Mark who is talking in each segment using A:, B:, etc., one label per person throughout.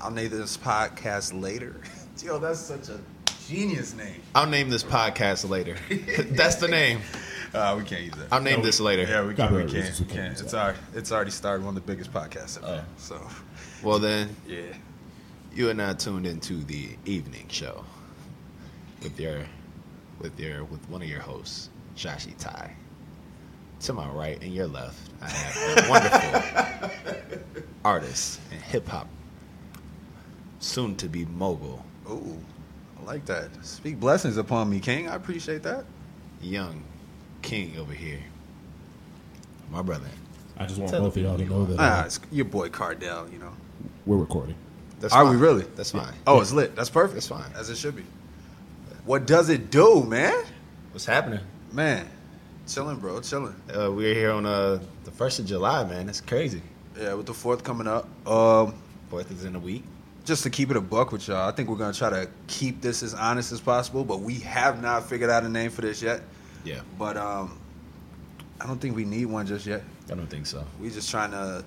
A: I'll name this podcast later. Yo, that's such a genius name.
B: I'll name this podcast later. That's the name.
A: Uh, we can't use that.
B: I'll name
A: No,
B: this later.
A: Yeah, we can't. We
C: Copyright
A: can't.
C: reasons,
A: We
C: we
A: can't.
C: can't use
A: It's
C: that.
A: already, it's already started one of the biggest podcasts ever. So,
B: Well, then,
A: yeah.
B: you are now tuned into the evening show with your, with your, with one of your hosts, Shashi Tai. To my right and your left, I have a wonderful artist and hip hop, soon to be mogul,
A: Ooh, I like that. Speak blessings upon me, King. I appreciate that.
B: young king over here. My brother.
C: I just want
B: Tell
C: both of y'all to know that
A: Ah,
C: uh,
A: it's your boy Cardell. You know.
C: we're recording.
B: That's
A: Are we
B: fine.
A: really?
B: That's fine.
A: Oh, it's lit. That's perfect.
B: That's fine.
A: As it should be. What does it do, man?
B: What's happening?
A: Man, chilling, bro, chilling.
B: Uh, we're here on uh, the first of July, man. That's crazy.
A: Yeah, with the fourth coming up. Um,
B: Fourth is in a week.
A: just to keep it a buck with y'all, I think we're gonna try to keep this as honest as possible. But we have not figured out a name for this yet.
B: Yeah,
A: But um, I don't think we need one just yet.
B: I don't think so.
A: We just trying to,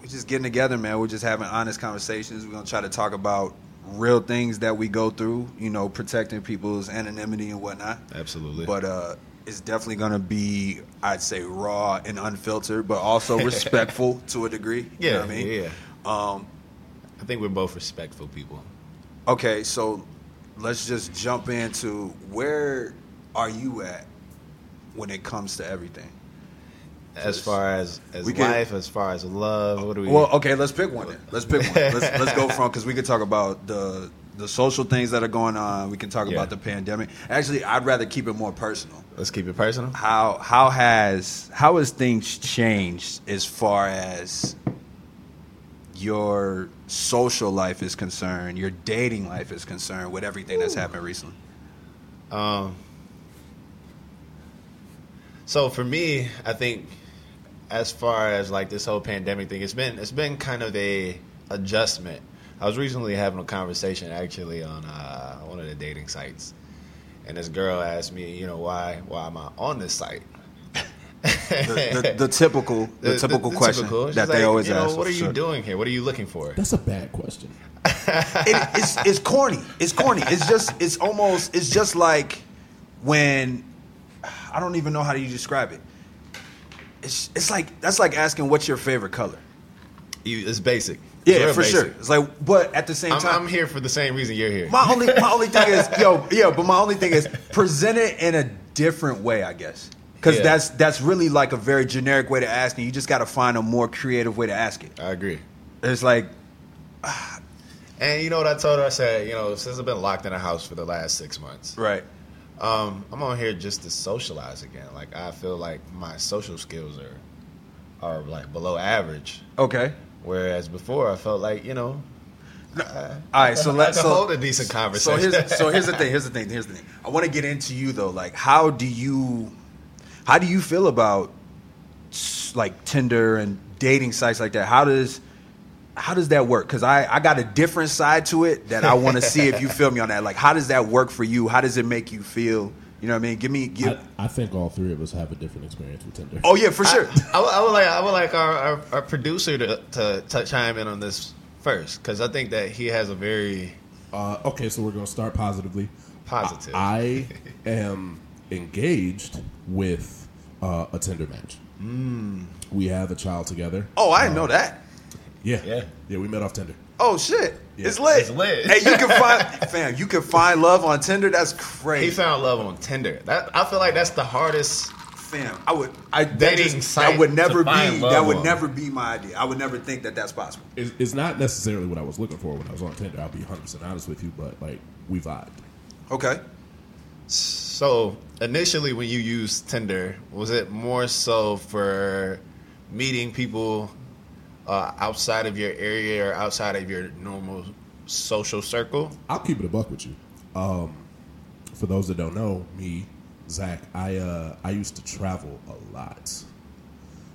A: we just getting together, man. We're just having honest conversations. We're gonna try to talk about real things that we go through. You know, protecting people's anonymity and whatnot.
B: Absolutely.
A: But uh, it's definitely gonna be, I'd say, raw and unfiltered, but also respectful to a degree.
B: yeah,
A: you know what I mean,
B: yeah.
A: Um,
B: I think we're both respectful people.
A: okay, so let's just jump into where are you at when it comes to everything?
B: As far as as
A: We can-
B: life, as far as love, what do we?
A: Well, okay, let's pick one. Then. Let's pick one. Let's, let's go from because we could talk about the the social things that are going on. We can talk
B: Yeah.
A: about the pandemic. Actually, I'd rather keep it more personal.
B: let's keep it personal.
A: how how has how has things changed as far as your social life is concerned, your dating life is concerned, with everything that's happened recently?
B: Um, so for me, I think as far as like this whole pandemic thing, it's been it's been kind of a adjustment. I was recently having a conversation actually on uh, one of the dating sites, and this girl asked me, you know, why why am I on this site?
A: The, the, the typical the, typical question
B: typical. She's
A: that they
B: like,
A: always
B: you know,
A: ask.
B: What are you
A: Sure.
B: doing here? What are you looking for?
C: That's a bad question.
A: it, it's it's corny. It's corny. It's just it's almost it's just like when I don't even know how you describe it. It's it's like that's like asking what's your favorite color.
B: You, it's basic. It's
A: Yeah,
B: real
A: for
B: basic.
A: sure. It's like, but at the same
B: I'm,
A: time,
B: I'm here for the same reason you're here.
A: My only my only thing is yo yeah, but my only thing is present it in a different way, I guess. Because
B: Yeah.
A: that's that's really like a very generic way to ask, and you just got to find a more creative way to ask it.
B: I agree.
A: It's like
B: And you know what I told her? I said, you know, since I've been locked in a house for the last six months,
A: right,
B: um, I'm on here just to socialize again. Like I feel like my social skills are are like below average,
A: okay,
B: whereas before I felt like you know,
A: all right. So
B: I
A: let's
B: could
A: so,
B: hold a decent
A: So
B: conversation.
A: here's so here's the thing. Here's the thing. Here's the thing. I want to get into you though. Like, how do you how do you feel about s- like Tinder and dating sites like that? How does how does that work? Because I, I got a different side to it that I want to see if you feel me on that. Like, how does that work for you? How does it make you feel? You know what I mean? Give me give.
C: I, I think all three of us have a different experience with Tinder.
A: oh yeah, for sure.
B: I, would- I would like I would like our, our, our producer to, to to chime in on this first because I think that he has a very
C: Uh, okay, so we're gonna start positively.
B: Positive.
C: I, I am engaged with uh, a Tinder match. We have a child together.
A: oh, I didn't know that.
C: Yeah,
B: Yeah.
C: yeah. We met off Tinder.
A: Oh shit,
C: Yeah,
A: it's lit.
B: it's lit.
A: Hey, you can find fam. You can find love on Tinder. That's
B: he
A: crazy.
B: found love on Tinder. That I feel like that's the hardest.
A: Fam, I would. I that,
B: Dating
A: just, that
B: site
A: would never be.
B: to find love
A: That would
B: on.
A: never be my idea. I would never think that that's possible.
C: It's, it's not necessarily what I was looking for when I was on Tinder. I'll be hundred percent honest with you, but like we vibed.
A: Okay.
B: So initially, when you used Tinder, was it more so for meeting people uh, outside of your area or outside of your normal social circle?
C: I'll keep it a buck with you. Um, for those that don't know me, Zach, I uh, I used to travel a lot,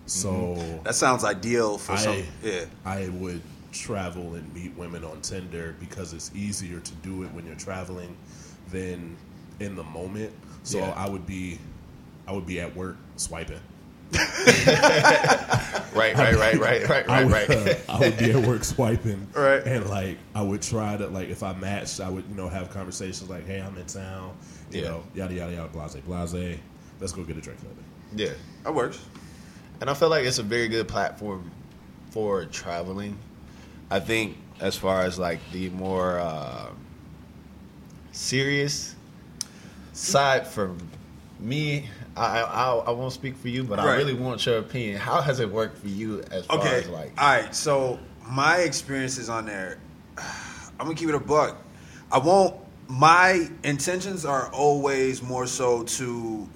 C: so
A: That sounds ideal for some.
C: I
A: Yeah.
C: I would travel and meet women on Tinder because it's easier to do it when you're traveling than in the moment. So
B: Yeah.
C: I would be I would be at work swiping,
B: Right, right, right, right, right,
C: I
B: right,
C: would, uh,
B: right.
C: I would be at work swiping,
A: Right.
C: And like, I would try to like, if I matched, I would you know have conversations like, "Hey, I'm in town," you
B: Yeah.
C: know, yada yada yada, blase blase. Let's go get a drink together.
B: yeah.
A: That works.
B: And I feel like it's a very good platform for traveling. I think as far as like the more uh, serious side for me, I, I I'll- I won't speak for you, but I
A: Right.
B: really want your opinion. How has it worked for you as far
A: Okay.
B: as like
A: All right. So my experiences on there, I'm gonna keep it a buck. I won't. My intentions are always more so to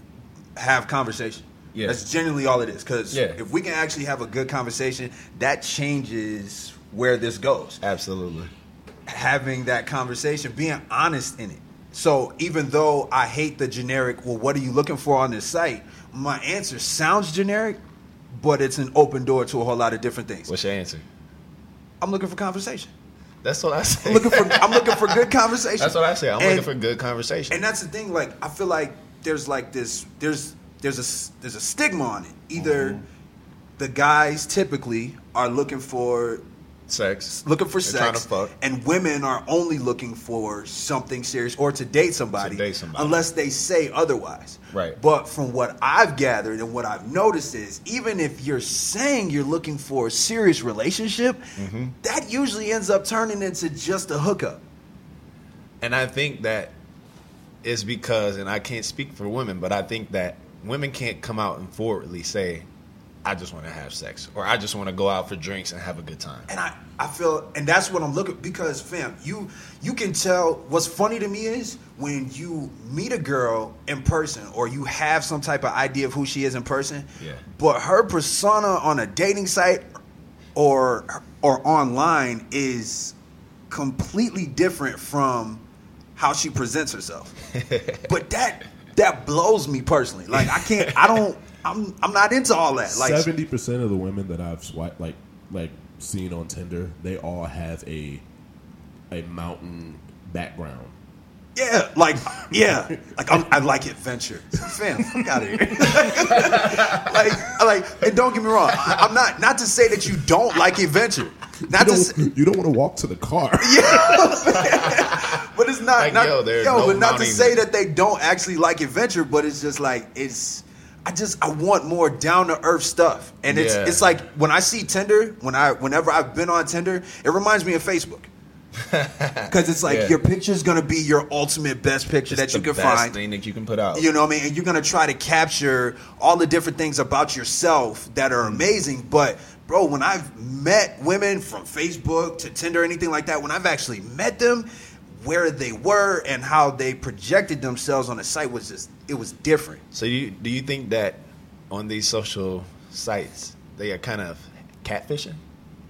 A: have conversation.
B: Yeah.
A: That's generally all it is. Because
B: Yeah.
A: if we can actually have a good conversation, that changes where this goes
B: absolutely?
A: having that conversation, being honest in it. So even though I hate the generic, well, what are you looking for on this site? My answer sounds generic, but it's an open door to a whole lot of different things.
B: What's your answer?
A: I'm looking for conversation.
B: That's what I say.
A: I'm looking for I'm looking for good conversation.
B: That's what I say. I'm
A: And-
B: looking for good conversation.
A: and that's the thing. Like I feel like there's like this. There's there's a s- there's a stigma on it. Either
B: Mm-hmm.
A: the guys typically are looking for
B: sex.
A: looking for
B: They're trying
A: sex,
B: to fuck.
A: and women are only looking for something serious or to date somebody,
B: To date somebody.
A: unless they say otherwise.
B: Right.
A: But from what I've gathered and what I've noticed is, even if you're saying you're looking for a serious relationship,
B: Mm-hmm.
A: that usually ends up turning into just a hookup.
B: And I think that is because, and I can't speak for women, but I think that women can't come out and forwardly say, I just want to have sex or I just want to go out for drinks and have a good time.
A: and I, I feel and that's what I'm looking because fam, you you can tell what's funny to me is when you meet a girl in person or you have some type of idea of who she is in person,
B: Yeah.
A: but her persona on a dating site or or online is completely different from how she presents herself. but that that blows me personally. Like I can't I don't I'm I'm not into all that. Like
C: Seventy percent of the women that I've swiped, like like seen on Tinder, they all have a a mountain background.
A: Yeah, like yeah, like I'm, I like adventure, fam. Fuck out of here. like, I like, and don't get me wrong. I, I'm not not to say that you don't like adventure. Not
C: You
A: to, say,
C: don't, you don't want to walk to the car.
A: but it's not
B: Like,
A: not
B: yo, there's no
A: but not to
B: mounting-
A: say that they don't actually like adventure. But it's just like it's. I just I want more down to earth stuff, and it's
B: Yeah.
A: it's like when I see Tinder, when I whenever I've been on Tinder, it reminds me of Facebook. Because it's like
B: Yeah.
A: your picture's gonna be your ultimate best picture that
B: It's
A: you
B: the
A: can
B: best
A: find.
B: thing that you can put out.
A: You know what I mean? And you're gonna try to capture all the different things about yourself that are amazing. But bro, when I've met women from Facebook to Tinder, anything like that, when I've actually met them, where they were and how they projected themselves on the site was just it was different.
B: so, you, do you think that on these social sites, they are kind of catfishing?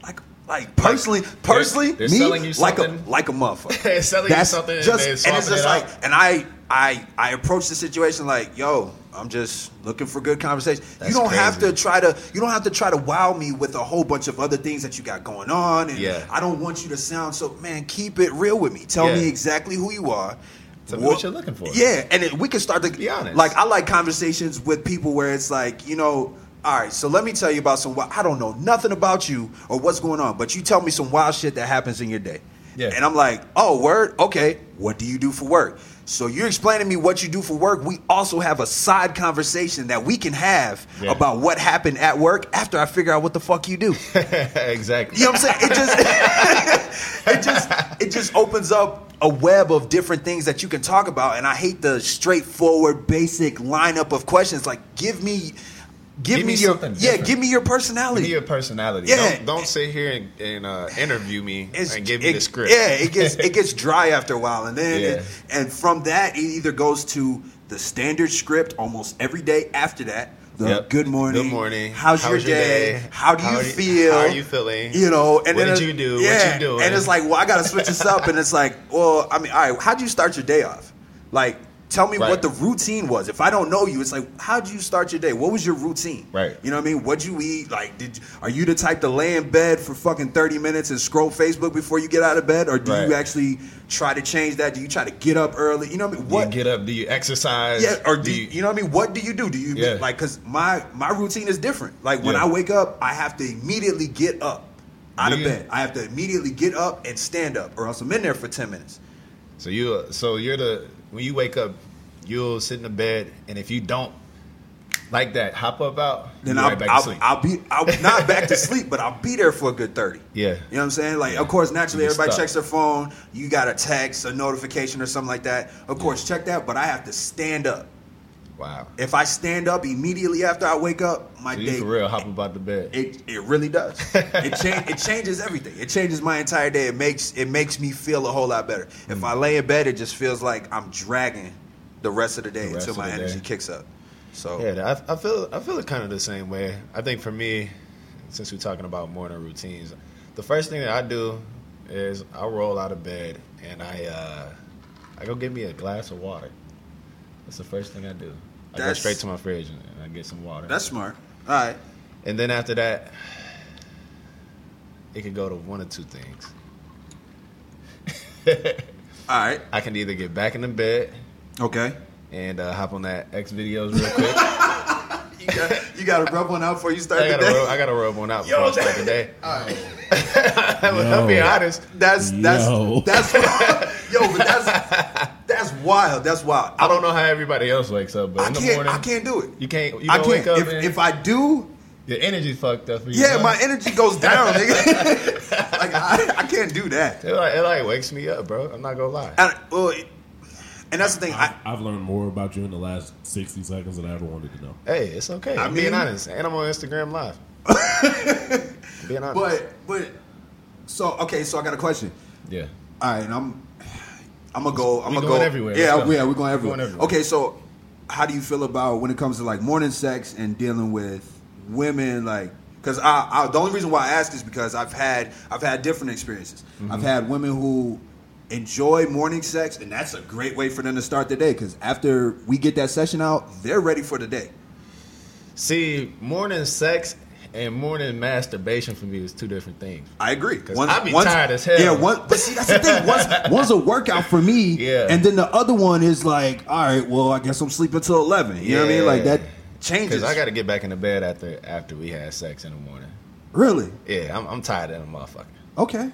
A: Like like personally, personally,
B: they're
A: me,
B: selling you
A: like a
B: something-
A: like a motherfucker.
B: They're selling you
A: That's
B: something and,
A: just
B: they're
A: and,
B: swapping
A: it's just
B: it
A: like
B: out.
A: and I I I approach the situation like yo I'm just looking for good conversation.
B: That's
A: you don't have to
B: crazy.
A: try to you don't have to try to wow me with a whole bunch of other things that you got going on. And
B: Yeah.
A: I don't want you to sound so man. Keep it real with me. Tell
B: Yeah.
A: me exactly who you are.
B: Tell me what you're looking for.
A: Yeah, and it, we can start to
B: Be honest.
A: Like I like conversations with people where it's like you know. All right, so let me tell you about some. wi- I don't know nothing about you or what's going on, but you tell me some wild shit that happens in your day.
B: Yeah.
A: And I'm like, oh, word? Okay. What do you do for work? So you're explaining to me what you do for work. We also have a side conversation that we can have
B: Yeah.
A: about what happened at work after I figure out what the fuck you do.
B: exactly.
A: You know what I'm saying? It just it just it just opens up a web of different things that you can talk about. And I hate the straightforward, basic lineup of questions. Like, give me, give,
B: Give
A: me,
B: me
A: your
B: something
A: yeah,
B: different.
A: give me your
B: Give
A: personality.
B: me your personality.
A: Yeah.
B: Don't, don't sit here and, and uh, interview me
A: It's-
B: and give me
A: it-
B: the script.
A: Yeah, it gets it gets dry after a while, and then
B: Yeah.
A: and from that it either goes to the standard script almost every day after that. The
B: Yep.
A: good morning.
B: Good morning.
A: How's,
B: How
A: your,
B: was your
A: day?
B: day?
A: How do
B: How
A: you
B: are you-
A: feel?
B: how are you feeling?
A: You know, and
B: What
A: then
B: did
A: it-
B: you do? What
A: Yeah,
B: you doing?
A: And it's like, well, I gotta switch this up, and it's like, well, I mean, all right, how'd you start your day off? Like, tell me
B: Right.
A: what the routine was. If I don't know you, it's like, how'd you start your day? What was your routine?
B: Right.
A: You know what I mean? What'd you eat? Like, did are you the type to lay in bed for fucking thirty minutes and scroll Facebook before you get out of bed, or do
B: Right.
A: you actually try to change that? Do you try to get up early? You know what I mean?
B: Do you
A: What
B: get up? Do you exercise?
A: yeah, or do you, you know what I mean? What do you do? Do you
B: Yeah.
A: like because my my routine is different. Like when
B: Yeah.
A: I wake up, I have to immediately get up out
B: Do
A: of
B: you?
A: bed. I have to immediately get up and stand up, or else I'm in there for ten minutes.
B: So you so you're the when you wake up, you'll sit in the bed, and if you don't like that, hop up out,
A: Then
B: you
A: I'll,
B: right back
A: I'll,
B: to sleep.
A: I'll be I'll not back to sleep, but I'll be there for a good thirty.
B: Yeah.
A: you know what I'm saying. Like, of course, naturally,
B: You get
A: everybody
B: stuck.
A: checks their phone. You got a text, a notification, or something like that. Of course, check that, but I have to stand up.
B: wow.
A: If I stand up immediately after I wake up, my
B: So
A: day
B: you for real hop about the bed.
A: It it really does. It cha- it changes everything. It changes my entire day. It makes it makes me feel a whole lot better. If
B: Mm.
A: I lay in bed, it just feels like I'm dragging the rest of the day
B: The rest
A: until
B: of
A: my
B: the
A: energy
B: day.
A: kicks up. So
B: Yeah, I, I feel I feel it kind of the same way. I think for me, since we're talking about morning routines, the first thing that I do is I roll out of bed and I uh, I go get me a glass of water. That's the first thing I do. I go
A: That's-
B: straight to my fridge and I get some water.
A: that's smart. All right.
B: And then after that, it could go to one of two things.
A: All right.
B: I can either get back in the bed
A: Okay.
B: and uh, hop on that X videos real quick. I
A: You got, you got to rub one out before you start the
B: gotta
A: day.
B: rub, I gotta rub one out before
A: Yo,
B: I start the day. I'll
C: Yo.
B: be honest.
A: That's that's
C: Yo.
A: that's yo, but that's that's wild. That's wild.
B: I don't know how everybody else wakes up, but
A: I
B: in the
A: can't.
B: morning
A: I can't do it.
B: You can't. You
A: I
B: don't
A: can't.
B: wake up.
A: if,
B: and
A: if I do,
B: your energy's fucked up. For you,
A: Yeah,
B: huh?
A: my energy goes down, nigga. like I, I can't do that.
B: It like, it like wakes me up, bro. I'm not gonna lie.
A: And, well, it- and that's the thing. I,
C: I, I've learned more about you in the last 60 seconds than I ever wanted to know.
B: hey, it's okay.
A: I
B: I'm being
A: mean-
B: honest, and I'm on Instagram Live. being honest,
A: but but so okay. So I got a question.
B: yeah,
A: All right, and I'm I'm gonna go. I'm
B: We
A: gonna
B: going
A: go
B: everywhere.
A: Yeah,
B: Let's go.
A: yeah, we're going everywhere.
B: Going everywhere.
A: Okay, so how do you feel about when it comes to like morning sex and dealing with women? Like, because I, I the only reason why I ask is because I've had I've had different experiences.
B: Mm-hmm.
A: I've had women who enjoy morning sex, and that's a great way for them to start the day. Because after we get that session out, they're ready for the day.
B: see, morning sex and morning masturbation for me is two different things.
A: I agree.
B: 'Cause I be tired as hell.
A: Yeah, one, but see, that's the thing. One's, one's a workout for me,
B: Yeah.
A: and then the other one is like, all right, well, I guess I'm sleeping till eleven. You know what I mean? Like
B: Yeah.
A: that changes.
B: Because I got to get back in the bed after after we had sex in the morning.
A: really
B: Yeah, I'm, I'm tired of the motherfucker.
A: okay,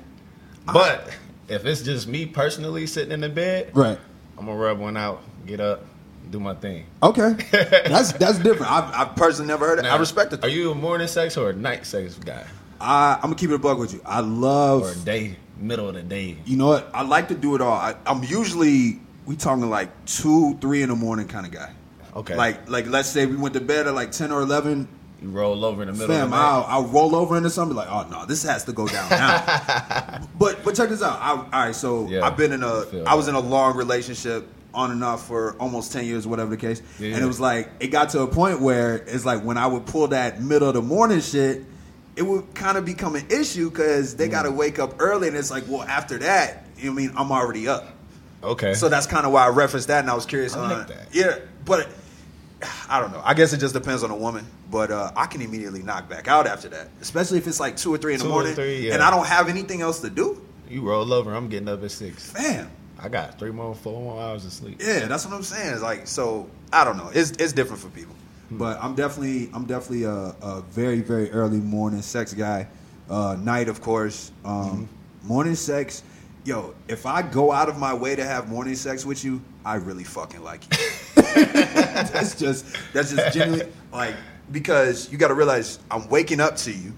B: But if it's just me personally sitting in the bed,
A: right?
B: I'm gonna rub one out, get up, do my thing.
A: Okay, that's that's different. I, I personally never heard it. I
B: Now,
A: respect it.
B: Are you a morning sex or a night sex guy?
A: I, I'm gonna keep it a bug with you. I love.
B: Or a day, middle of the day?
A: You know what? I like to do it all. I, I'm usually we talking like two, three in the morning kind of guy.
B: Okay.
A: Like like let's say we went to bed at like ten or eleven.
B: You roll over in the middle of
A: Fam,
B: the night.
A: I'll, I'll roll over into something like, oh no, this has to go down now. but but check this out. I, all right, so
B: Yeah,
A: I've been in
B: I
A: a,
B: feel
A: I was in
B: that.
A: a long relationship on and off for almost ten years, whatever the case.
B: Yeah.
A: And it was like it got to a point where it's like when I would pull that middle of the morning shit, it would kind of become an issue because
B: Mm.
A: they got to wake up early, and it's like, well, after that, you know what I mean, I'm already up.
B: Okay.
A: So that's kind of why I referenced that, and I was curious
B: I
A: on
B: like that.
A: Yeah, but I don't know. I guess it just depends on the woman. But uh, I can immediately knock back out after that, especially if it's like two or three in the
B: Two or
A: morning,
B: three, yeah.
A: and I don't have anything else to do.
B: you roll over. I'm getting up at six.
A: Damn.
B: I got three more, four more hours of sleep.
A: Yeah, that's what I'm saying. It's like, so I don't know. It's it's different for people. But I'm definitely I'm definitely a, a very very early morning sex guy. Uh, night, of course. Um, Morning sex, yo. If I go out of my way to have morning sex with you, I really fucking like you. that's just that's just genuinely like because you got to realize I'm waking up to you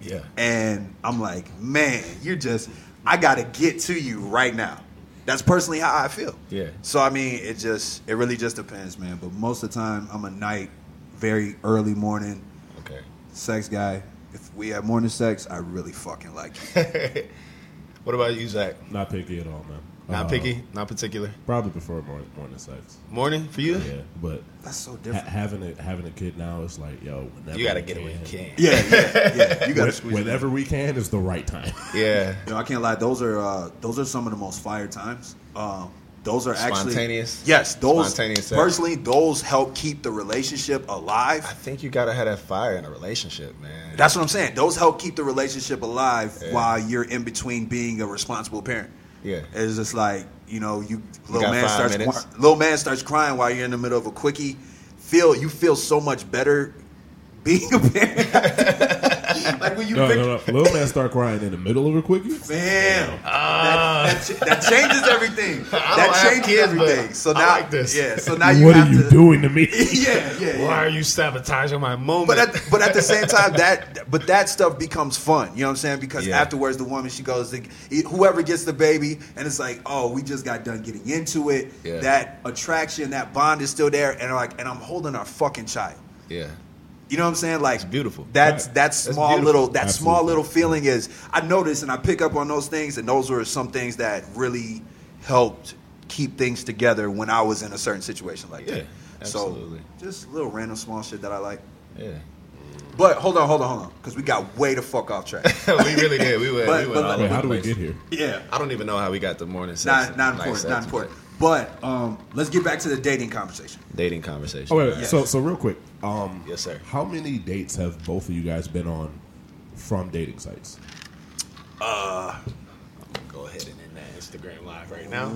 B: Yeah.
A: and I'm like, man, you're just, I gotta get to you right now. That's personally how I feel.
B: Yeah.
A: So I mean, it just, it really just depends, man. But most of the time, I'm a night, very early morning
B: Okay.
A: sex guy. If we have morning sex, I really fucking like you.
B: What about you, Zach?
C: Not picky at all, man.
B: Not
C: Uh,
B: picky, not particular.
C: Probably prefer morning, morning sex.
B: Morning for you?
C: Yeah, but
A: That's so
C: ha-
A: different.
C: having a having a kid now is like, yo, whenever
B: You gotta
C: we
B: get it when you can.
A: Yeah, yeah, yeah. You gotta
C: When-
A: squeeze.
C: whenever we can is the right time.
B: Yeah.
A: You know, I can't lie. Those are uh, those are some of the most fire times. Um, Those are actually
B: Spontaneous?
A: Yes, those
B: Spontaneous sex.
A: personally those help keep the relationship alive.
B: I think you gotta have that fire in a relationship, man.
A: That's what I'm saying. Those help keep the relationship alive
B: Yeah.
A: while you're in between being a responsible parent.
B: Yeah.
A: it's just like you know, you little
B: got
A: man
B: five
A: starts
B: minutes.
A: cri- little man starts crying while you're in the middle of a quickie. Feel you feel so much better being a parent. like when you
C: No,
A: pick,
C: no, no. Little man start crying in the middle of a quickie.
A: man, that, that, that changes everything.
B: I
A: That
B: don't have
A: changes
B: kids, but
A: everything. So
B: I
A: now,
B: like this.
A: yeah. So now you
C: what
A: have
C: are you
A: to,
C: doing to me?
A: Yeah, yeah, yeah.
B: are you sabotaging my moment?
A: But at, but at the same time, that but that stuff becomes fun. You know what I'm saying? Because
B: Yeah.
A: afterwards, the woman she goes, to, whoever gets the baby, and it's like, oh, we just got done getting into it.
B: Yeah.
A: That attraction, that bond is still there, and like, and I'm holding our fucking child.
B: yeah,
A: You know what I'm saying? Like
B: beautiful.
A: That's
C: Right.
A: that small
B: beautiful.
A: little that small
C: Absolutely.
A: little feeling is. I notice and I pick up on those things, and those were some things that really helped keep things together when I was in a certain situation like
B: Yeah,
A: that.
B: absolutely.
A: So just little random small shit that I like.
B: yeah.
A: But hold on, hold on, hold on, because we got way the fuck off track.
B: we really did. We went.
A: But-
B: we went
A: but
B: all
A: like-
C: Wait,
B: over
C: how
B: the
C: do we
B: place.
C: get here?
A: yeah,
B: I don't even know how we got the morning sex.
A: not
B: and
A: not
B: night
A: important,
B: sex
A: not
B: and
A: important. But um, let's get back to the dating conversation.
B: Dating conversation.
C: Oh wait, wait.
A: Yes.
C: so so real quick. Um,
B: Yes, sir.
C: How many dates have both of you guys been on from dating sites?
B: Go ahead and end that Instagram live right now.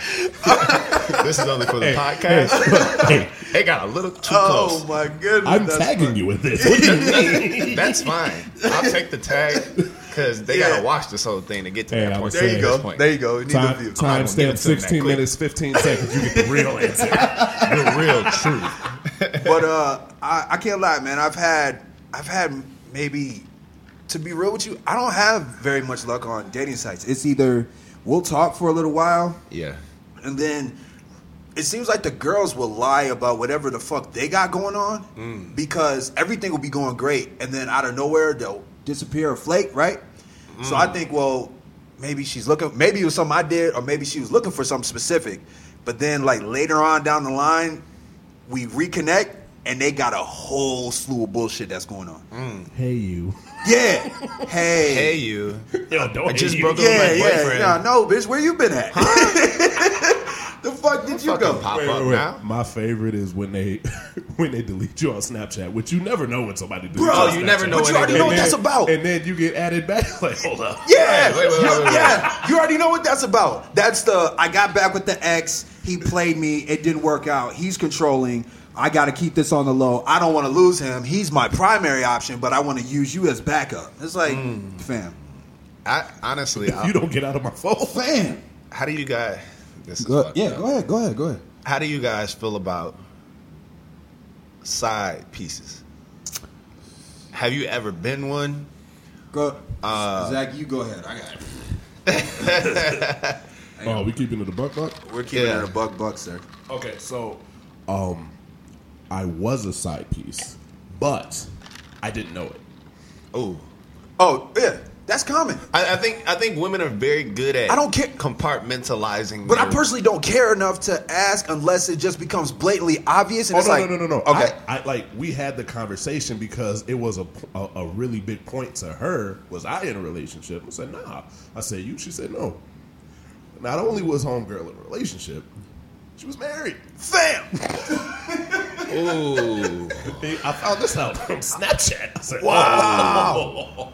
B: this is only for the podcast.
C: hey,
B: It got a little too
A: Oh my goodness!
C: I'm
A: that's
C: tagging you with this. What do you mean?
B: close. That's fine. I'll take the tag because they
A: Yeah.
B: gotta watch this whole thing to get to
C: Hey,
B: that
C: I
B: point.
C: was
A: There you
C: saying-
B: This
A: go.
B: point.
A: There you go. We need the
C: Time,
A: view.
C: time
B: give it
C: stamp
B: to him that
C: 16
B: quick.
C: minutes, 15 seconds. You get the real answer. the real truth.
A: but uh, I, I can't lie, man. I've had, I've had maybe, to be real with you, I don't have very much luck on dating sites. It's either we'll talk for a little while,
B: Yeah.
A: and then it seems like the girls will lie about whatever the fuck they got going on
B: Mm.
A: because everything will be going great, and then out of nowhere they'll disappear or flake, right? So
B: Mm.
A: I think, well, maybe she's looking, maybe it was something I did, or maybe she was looking for something specific. But then, like later on down the line, we reconnect, and they got a whole slew of bullshit that's going on.
C: Hey, you.
A: Yeah, hey,
B: Mm. Hey, you.
C: Yo, don't
B: I just
C: you.
B: broke up.
A: yeah,
B: my
A: yeah,
B: boyfriend.
A: nah, no, bitch, where you been at? the fuck did you go?
B: Fucking pop
C: Wait,
B: up
C: wait, wait.
B: now.
C: My favorite is when they when they delete you on Snapchat, which you never know when somebody deletes
A: Bro,
C: you. on
B: you
C: Snapchat.
B: never know
A: But
B: when
A: you already
B: they
A: know
B: do
A: what
B: that.
A: that's about.
C: And then you get added back. Like, hold up.
A: Yeah,
B: Wait, wait, wait,
A: You-
B: wait, wait, wait.
A: yeah. You already know what that's about. That's the I got back with the ex. He played me. It didn't work out. He's controlling. I got to keep this on the low. I don't want to lose him. He's my primary option, but I want to use you as backup. It's like, fam,
B: I honestly, I,
C: You don't get out of my phone.
A: fam.
B: how do you guys? This is fucked up.
A: ahead. Go ahead. Go ahead.
B: How do you guys feel about side pieces? Have you ever been one?
A: Go, Zach. You go ahead. I got. It.
C: Oh, we keeping it a buck buck?
A: We're keeping
B: Yeah.
A: it a buck, buck, sir.
C: Okay, so um I was a side piece, but I didn't know it.
B: Oh,
A: Oh yeah, that's common.
B: I, I think I think women are very good at.
A: I don't care-
B: compartmentalizing.
A: But I
B: their-
A: personally don't care enough to ask unless it just becomes blatantly obvious. And
C: Oh
A: it's
C: no,
A: like,
C: no no no no!
A: Okay,
C: I, I like we had the conversation because it was a, a a really big point to her. Was I in a relationship? I said nah. I said you. She said no. Not only was homegirl in a relationship, she was married.
A: fam.
B: Ooh,
C: I found this out from Snapchat. I said,
A: Wow.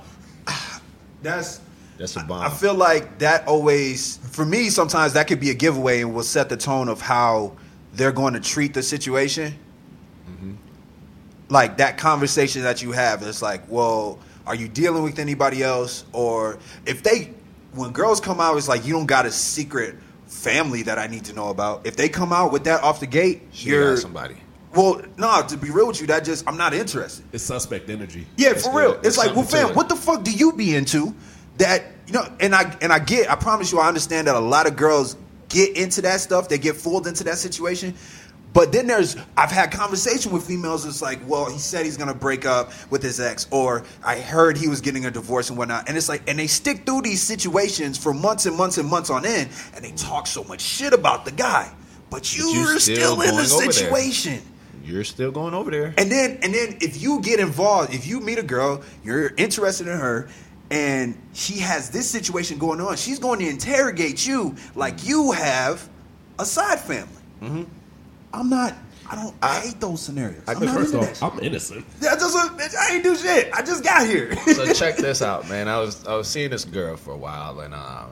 A: That's
B: that's a bomb.
A: I feel like that always for me sometimes that could be a giveaway and will set the tone of how they're going to treat the situation.
B: Mm-hmm.
A: Like that conversation that you have, it's like, well, are you dealing with anybody else? Or if they, when girls come out, it's like you don't got a secret family that I need to know about. If they come out with that off the gate,
B: She got
A: you're
B: somebody.
A: well, no. To be real with you, that just I'm not interested.
C: It's suspect energy.
A: Yeah,
B: It's
A: for
B: good.
A: real. It's,
B: There's
A: like, well,
B: something to
A: fam,
B: it.
A: what the fuck do you be into that you know? And I and I get, I promise you, I understand that a lot of girls get into that stuff. They get fooled into that situation. But then there's, I've had conversation with females. It's like, well, he said he's gonna break up with his ex, or I heard he was getting a divorce and whatnot. And it's like, and they stick through these situations for months and months and months on end, and they talk so much shit about the guy. But you
B: you
A: are
B: still
A: still, in the
B: going over there.
A: situation.
B: You're still going over there.
A: And then and then if you get involved, if you meet a girl, you're interested in her, and she has this situation going on. She's going to interrogate you like you have a side family.
B: Mm-hmm.
A: I'm not. I don't. I, hate those scenarios. I, am not
C: First
A: into
C: off,
A: that.
C: I'm innocent.
A: That doesn't. bitch, I ain't do shit. I just got here.
B: So check this out, man. I was I was seeing this girl for a while, and um,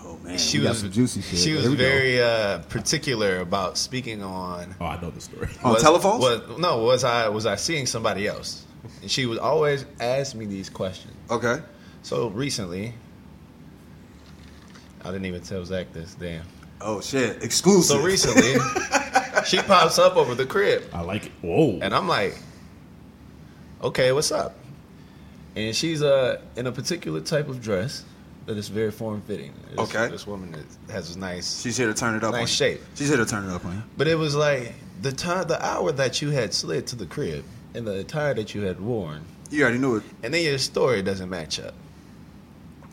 A: oh man,
B: she
D: got
B: was
D: some juicy shit.
B: She
D: Here
B: was
D: we go.
B: very uh, particular about speaking on
C: Oh, I know the story.
A: On telephones?
B: Was, no, was I was I seeing somebody else? And she would always ask me these questions.
A: okay.
B: So recently, I didn't even tell Zach this. Damn.
A: Oh shit, exclusive.
B: So recently, she pops up over the crib.
C: I like it. Whoa.
B: And I'm like, okay, what's up? And she's uh, in a particular type of dress that is very form fitting.
A: Okay.
B: This woman is, has a nice.
A: She's here to turn it up.
B: Nice
A: on you.
B: shape.
A: She's here to turn it up on you.
B: but it was like the time, the hour that you had slid to the crib and the attire that you had worn,
A: You already knew it.
B: and then your story doesn't match up.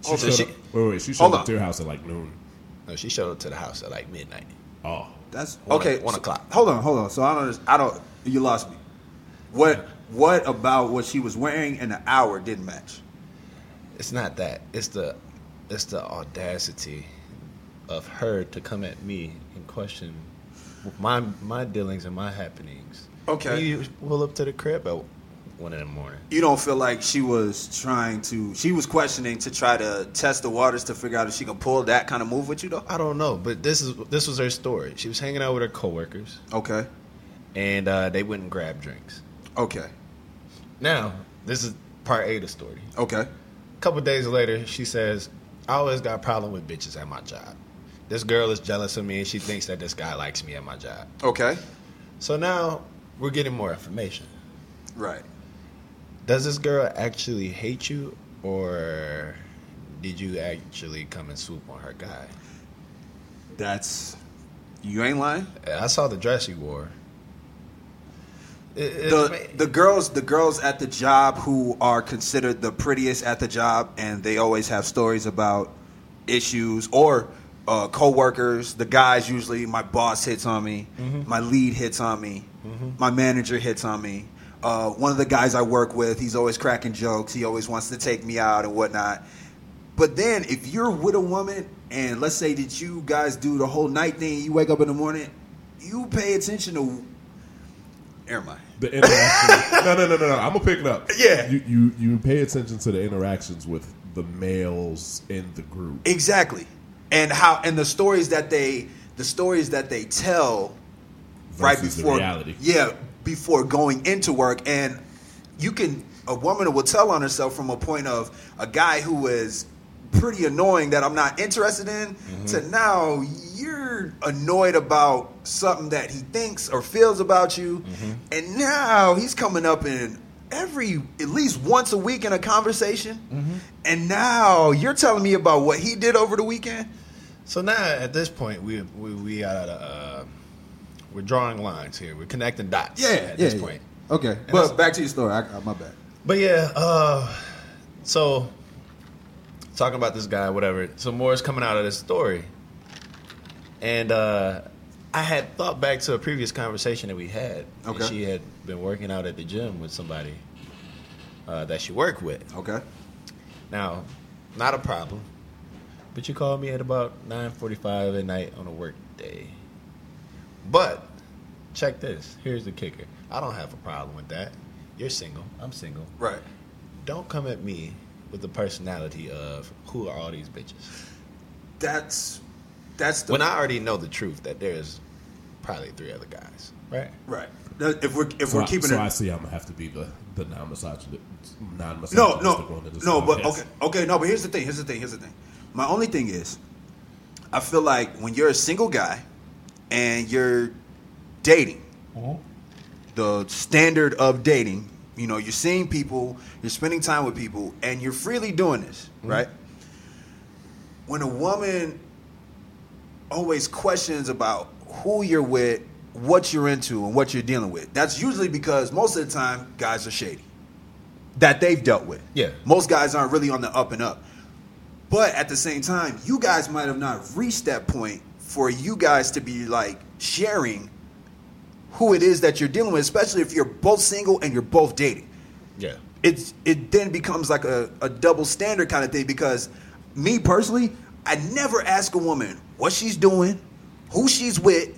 C: she
B: so
C: showed
B: she-
C: up, wait, wait. She
A: Hold
C: showed up
A: on.
C: to your house at like noon.
B: No, she showed up to the house at like midnight.
C: Oh,
A: That's
B: One o-
A: okay.
B: one
A: so-
B: o'clock.
A: Hold on, hold on. So I don't. I don't. You lost me. What? What about what she was wearing in the hour didn't match?
B: It's not that. It's the, it's the audacity of her to come at me and question my my dealings and my happenings.
A: Okay.
B: You pull up to the crib at one in the morning.
A: You don't feel like she was trying to. She was questioning to try to test the waters to figure out if she can pull that kind of move with you though.
B: I don't know, but this is this was her story. She was hanging out with her coworkers,
A: Okay.
B: and uh, they went and grabbed drinks.
A: Okay.
B: Now this is part A of the story.
A: Okay.
B: A couple days later, she says, "I always got a problem with bitches at my job. This girl is jealous of me, and she thinks that this guy likes me at my job."
A: Okay.
B: So now we're getting more information.
A: Right.
B: Does this girl actually hate you, or did you actually come and swoop on her guy?
A: That's. You ain't lying.
B: I saw the dress you wore. It- it-
A: the the girls the girls at the job who are considered the prettiest at the job and they always have stories about issues or uh, co-workers the guys usually my boss hits on me my lead hits on me my manager hits on me uh, one of the guys i work with he's always cracking jokes he always wants to take me out and whatnot but then if you're with a woman and let's say that you guys do the whole night thing you wake up in the morning you pay attention to never mind
C: the interaction. no, no, no, no, no. I'm gonna pick it up.
A: Yeah.
C: You, you you pay attention to the interactions with the males in the group.
A: Exactly. And how and the stories that they the stories that they tell right
C: versus
A: before
C: the reality.
A: yeah, before going into work and you can a woman will tell on herself from a point of a guy who is pretty annoying that I'm not interested in
B: Mm-hmm.
A: to now you're annoyed about something that he thinks or feels about you
B: Mm-hmm.
A: and now he's coming up in every at least once a week in a conversation
B: Mm-hmm.
A: and now you're telling me about what he did over the weekend
B: so now at this point, we we we uh, uh, we're drawing lines here. We're connecting dots. at this point.
D: Okay,
B: that's-
D: but back to your story. I, I, my bad.
B: But yeah, uh, so talking about this guy, whatever. So more is coming out of this story, and uh, I had thought back to a previous conversation that we had. And
A: Okay.
B: she had been working out at the gym with somebody uh, that she worked with.
A: okay
B: Now, not a problem. But you called me at about 9:45 at night on a work day. But check this. Here's the kicker. I don't have a problem with that. You're single. I'm single.
A: right
B: Don't come at me with the personality of who are all these bitches.
A: that's that's the
B: When I already know the truth that there's probably three other guys, right?
A: Right. That- If we're if
C: So,
A: we're
C: I,
A: keeping
C: so
A: it,
C: I see. I'm gonna have to be the the non-misogynist, non-misogynistic
A: no,
C: one
A: no,
C: in this
A: no. But
C: podcast.
A: okay, okay, no. But here's the thing. Here's the thing. Here's the thing. My only thing is, I feel like when you're a single guy and you're dating, the standard of dating, you know, you're seeing people, you're spending time with people, and you're freely doing this,
B: Mm-hmm.
A: right? When a woman always questions about who you're with, what you're into, and what you're dealing with, that's usually because most of the time guys are shady that they've dealt with.
B: Yeah.
A: Most guys aren't really on the up and up. But at the same time, you guys might have not reached that point for you guys to be like sharing who it is that you're dealing with, especially if you're both single and you're both dating.
B: Yeah.
A: it's it then becomes like a, a double standard kind of thing because me personally, I never ask a woman what she's doing, who she's with,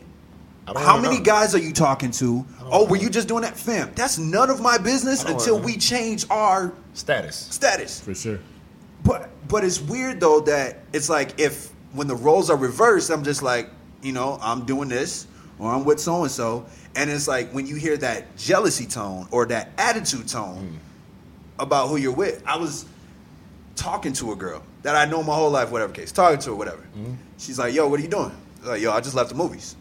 B: I don't
A: how
B: wanna
A: many
B: know.
A: guys are you talking to?
B: don't
A: Oh,
B: wanna
A: were
B: know.
A: you just doing that, fam? That's none of my business
B: I don't
A: until
B: wanna
A: we
B: know.
A: change our
B: Status.
A: status.
C: for sure.
A: But but it's weird though that it's like if when the roles are reversed, I'm just like, you know, I'm doing this or I'm with so and so, and it's like when you hear that jealousy tone or that attitude tone about who you're with. I was talking to a girl that I know my whole life, whatever case, talking to her, whatever. She's like, "Yo, what are you doing?" I was like, "Yo, I just left the movies."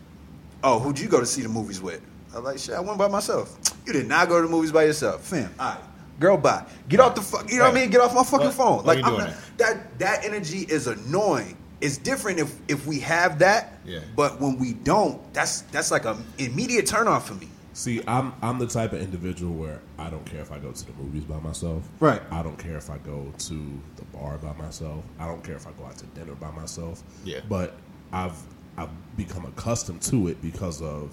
A: Oh, who'd you go to see the movies with? I was like, "Shit, I went by myself." You did not go to the movies by yourself, fam. All right, girl, bye. Get off the fuck. You know what I mean? Get off my fucking
B: What-
A: phone.
B: what
A: Like
B: you
A: I'm
B: doing
A: not,
B: there?
A: that. That energy is annoying. It's different if if we have that.
B: Yeah.
A: But when we don't, that's that's like an immediate turnoff for me.
C: See, I'm I'm the type of individual where I don't care if I go to the movies by myself.
A: Right.
C: I don't care if I go to the bar by myself. I don't care if I go out to dinner by myself.
B: Yeah.
C: But I've I've become accustomed to it because of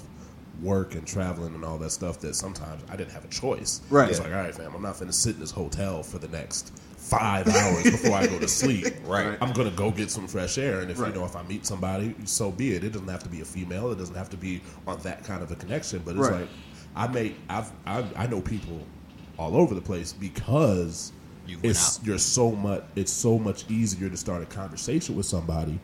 C: work and traveling and all that stuff that sometimes I didn't have a choice.
A: Right.
C: It's like, all right, fam, I'm not finna sit in this hotel for the next five hours before I go to sleep.
B: Right.
C: I'm gonna go get some fresh air, and if
A: Right.
C: you know if I meet somebody, so be it. It doesn't have to be a female. It doesn't have to be on that kind of a connection. But it's
A: Right.
C: like I make I've, I I know people all over the place because
B: You went
C: it's
B: out.
C: you're so much it's so much easier to start a conversation with somebody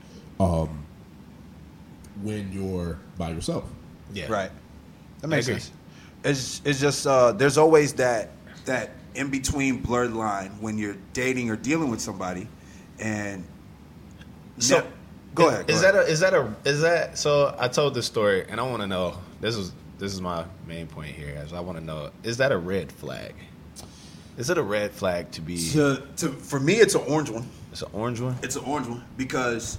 C: um, when you're by yourself.
B: Yeah.
A: Right. That makes
B: agree.
A: sense. It's it's just uh, there's always that that in between blurred line when you're dating or dealing with somebody, and
B: So,
A: No- go ahead.
B: Is that a is that a is that so? I told this story, and I want to know. This is this is my main point here. Is I want to know is that a red flag? Is it a red flag to be?
A: to, to for me? It's an orange one.
B: It's an orange one.
A: It's an orange one because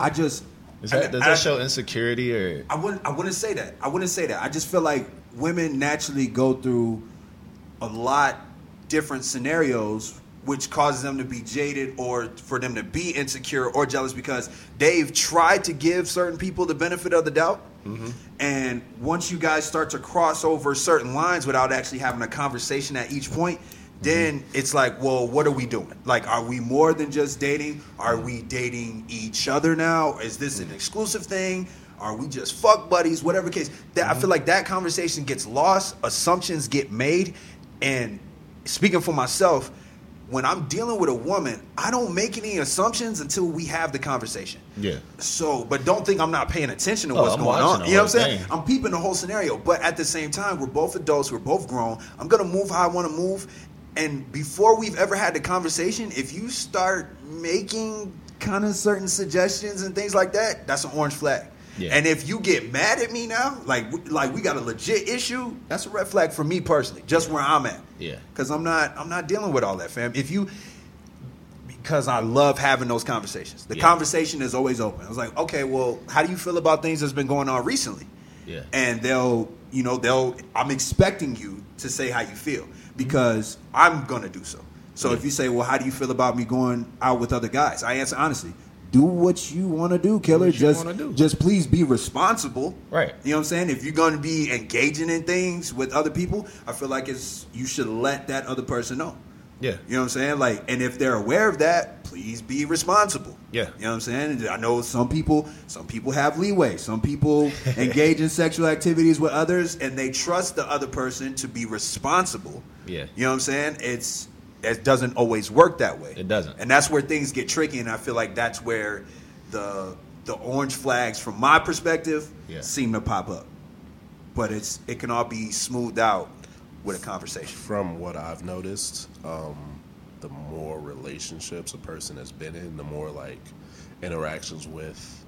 A: I just
B: Is that, does
A: I-
B: that show insecurity or?
A: I wouldn't. I wouldn't say that. I wouldn't say that. I just feel like women naturally go through a lot different scenarios, which causes them to be jaded or for them to be insecure or jealous because they've tried to give certain people the benefit of the doubt. And once you guys start to cross over certain lines without actually having a conversation at each point. Then it's like, well, what are we doing? Like, are we more than just dating? Are we dating each other now? Is this an exclusive thing? Are we just fuck buddies? Whatever case, that I feel like that conversation gets lost, assumptions get made, and speaking for myself, when I'm dealing with a woman, I don't make any assumptions until we have the conversation.
B: Yeah.
A: So, but don't think I'm not paying attention to
B: Oh,
A: what's
B: I'm
A: going
B: watching
A: on.
B: the
A: You know what I'm
B: whole
A: saying?
B: thing.
A: I'm peeping the whole scenario, but at the same time, we're both adults, we're both grown. I'm gonna move how I want to move, and before we've ever had the conversation, if you start making kind of certain suggestions and things like that, that's an orange flag.
B: Yeah.
A: And if you get mad at me now, like w- like we got a legit issue, that's a red flag for me personally, just where I'm at.
B: Yeah.
A: Cause I'm not I'm not dealing with all that, fam. If you because I love having those conversations. The
B: Yeah.
A: conversation is always open. I was like, okay, well, how do you feel about things that's been going on recently?
B: Yeah.
A: And they'll, you know, they'll. I'm expecting you to say how you feel because I'm gonna do so. So if you say, well, how do you feel about me going out with other guys? I answer honestly. Do what you want to do, killer.
B: you
A: just,
B: wanna do.
A: just please be responsible.
B: Right.
A: You know what I'm saying? If you're going to be engaging in things with other people, I feel like it's you should let that other person know.
B: Yeah.
A: You know what I'm saying? Like, and if they're aware of that, please be responsible.
B: Yeah.
A: You know what I'm saying? I know some people, some people have leeway. Some people engage in sexual activities with others, and they trust the other person to be responsible.
B: Yeah.
A: You know what I'm saying? It's it doesn't always work that way.
B: It doesn't.
A: And that's where things get tricky. And I feel like that's where the the orange flags, from my perspective,
B: Yeah.
A: seem to pop up. But it's it can all be smoothed out with a conversation.
C: From what I've noticed, um, the more relationships a person has been in, the more like interactions with,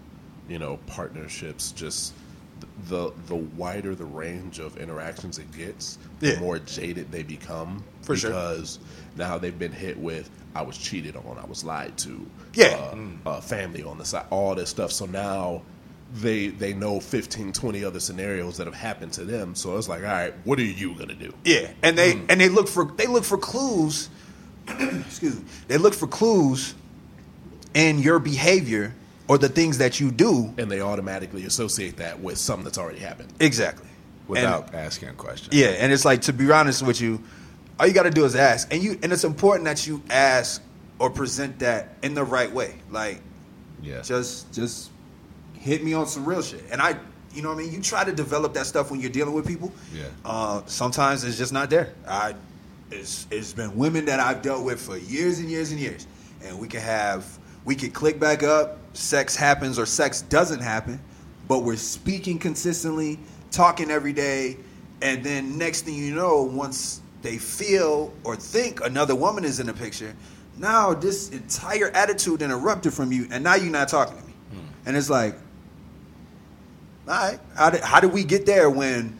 C: you know, partnerships. Just th- the the wider the range of interactions it gets,
A: Yeah.
C: the more jaded they become.
A: For sure.
C: because now they've been hit with I was cheated on, I was lied to,
A: Yeah.
C: uh, uh, family on the side, all this stuff. So now they they know 15, 20 other scenarios that have happened to them. So it's like, all right, what are you gonna do?
A: Yeah, and they and they look for they look for clues. excuse me. They look for clues in your behavior or the things that you do.
C: and they automatically associate that with something that's already happened.
A: Exactly. And-
B: Without asking a question.
A: yeah, and it's like to be honest with you, All you got to do is ask, and you and it's important that you ask or present that in the right way. Like
B: Yeah.
A: just just hit me on some real shit, and I. You know what I mean? You try to develop that stuff when you're dealing with people.
B: Yeah.
A: Uh, sometimes it's just not there. I, it's it's been women that I've dealt with for years and years and years, and we can have we could click back up. Sex happens or sex doesn't happen, but we're speaking consistently, talking every day, and then next thing you know, once they feel or think another woman is in the picture, now this entire attitude interrupted from you, and now you're not talking to me, and it's like, all right, how did how did we get there when?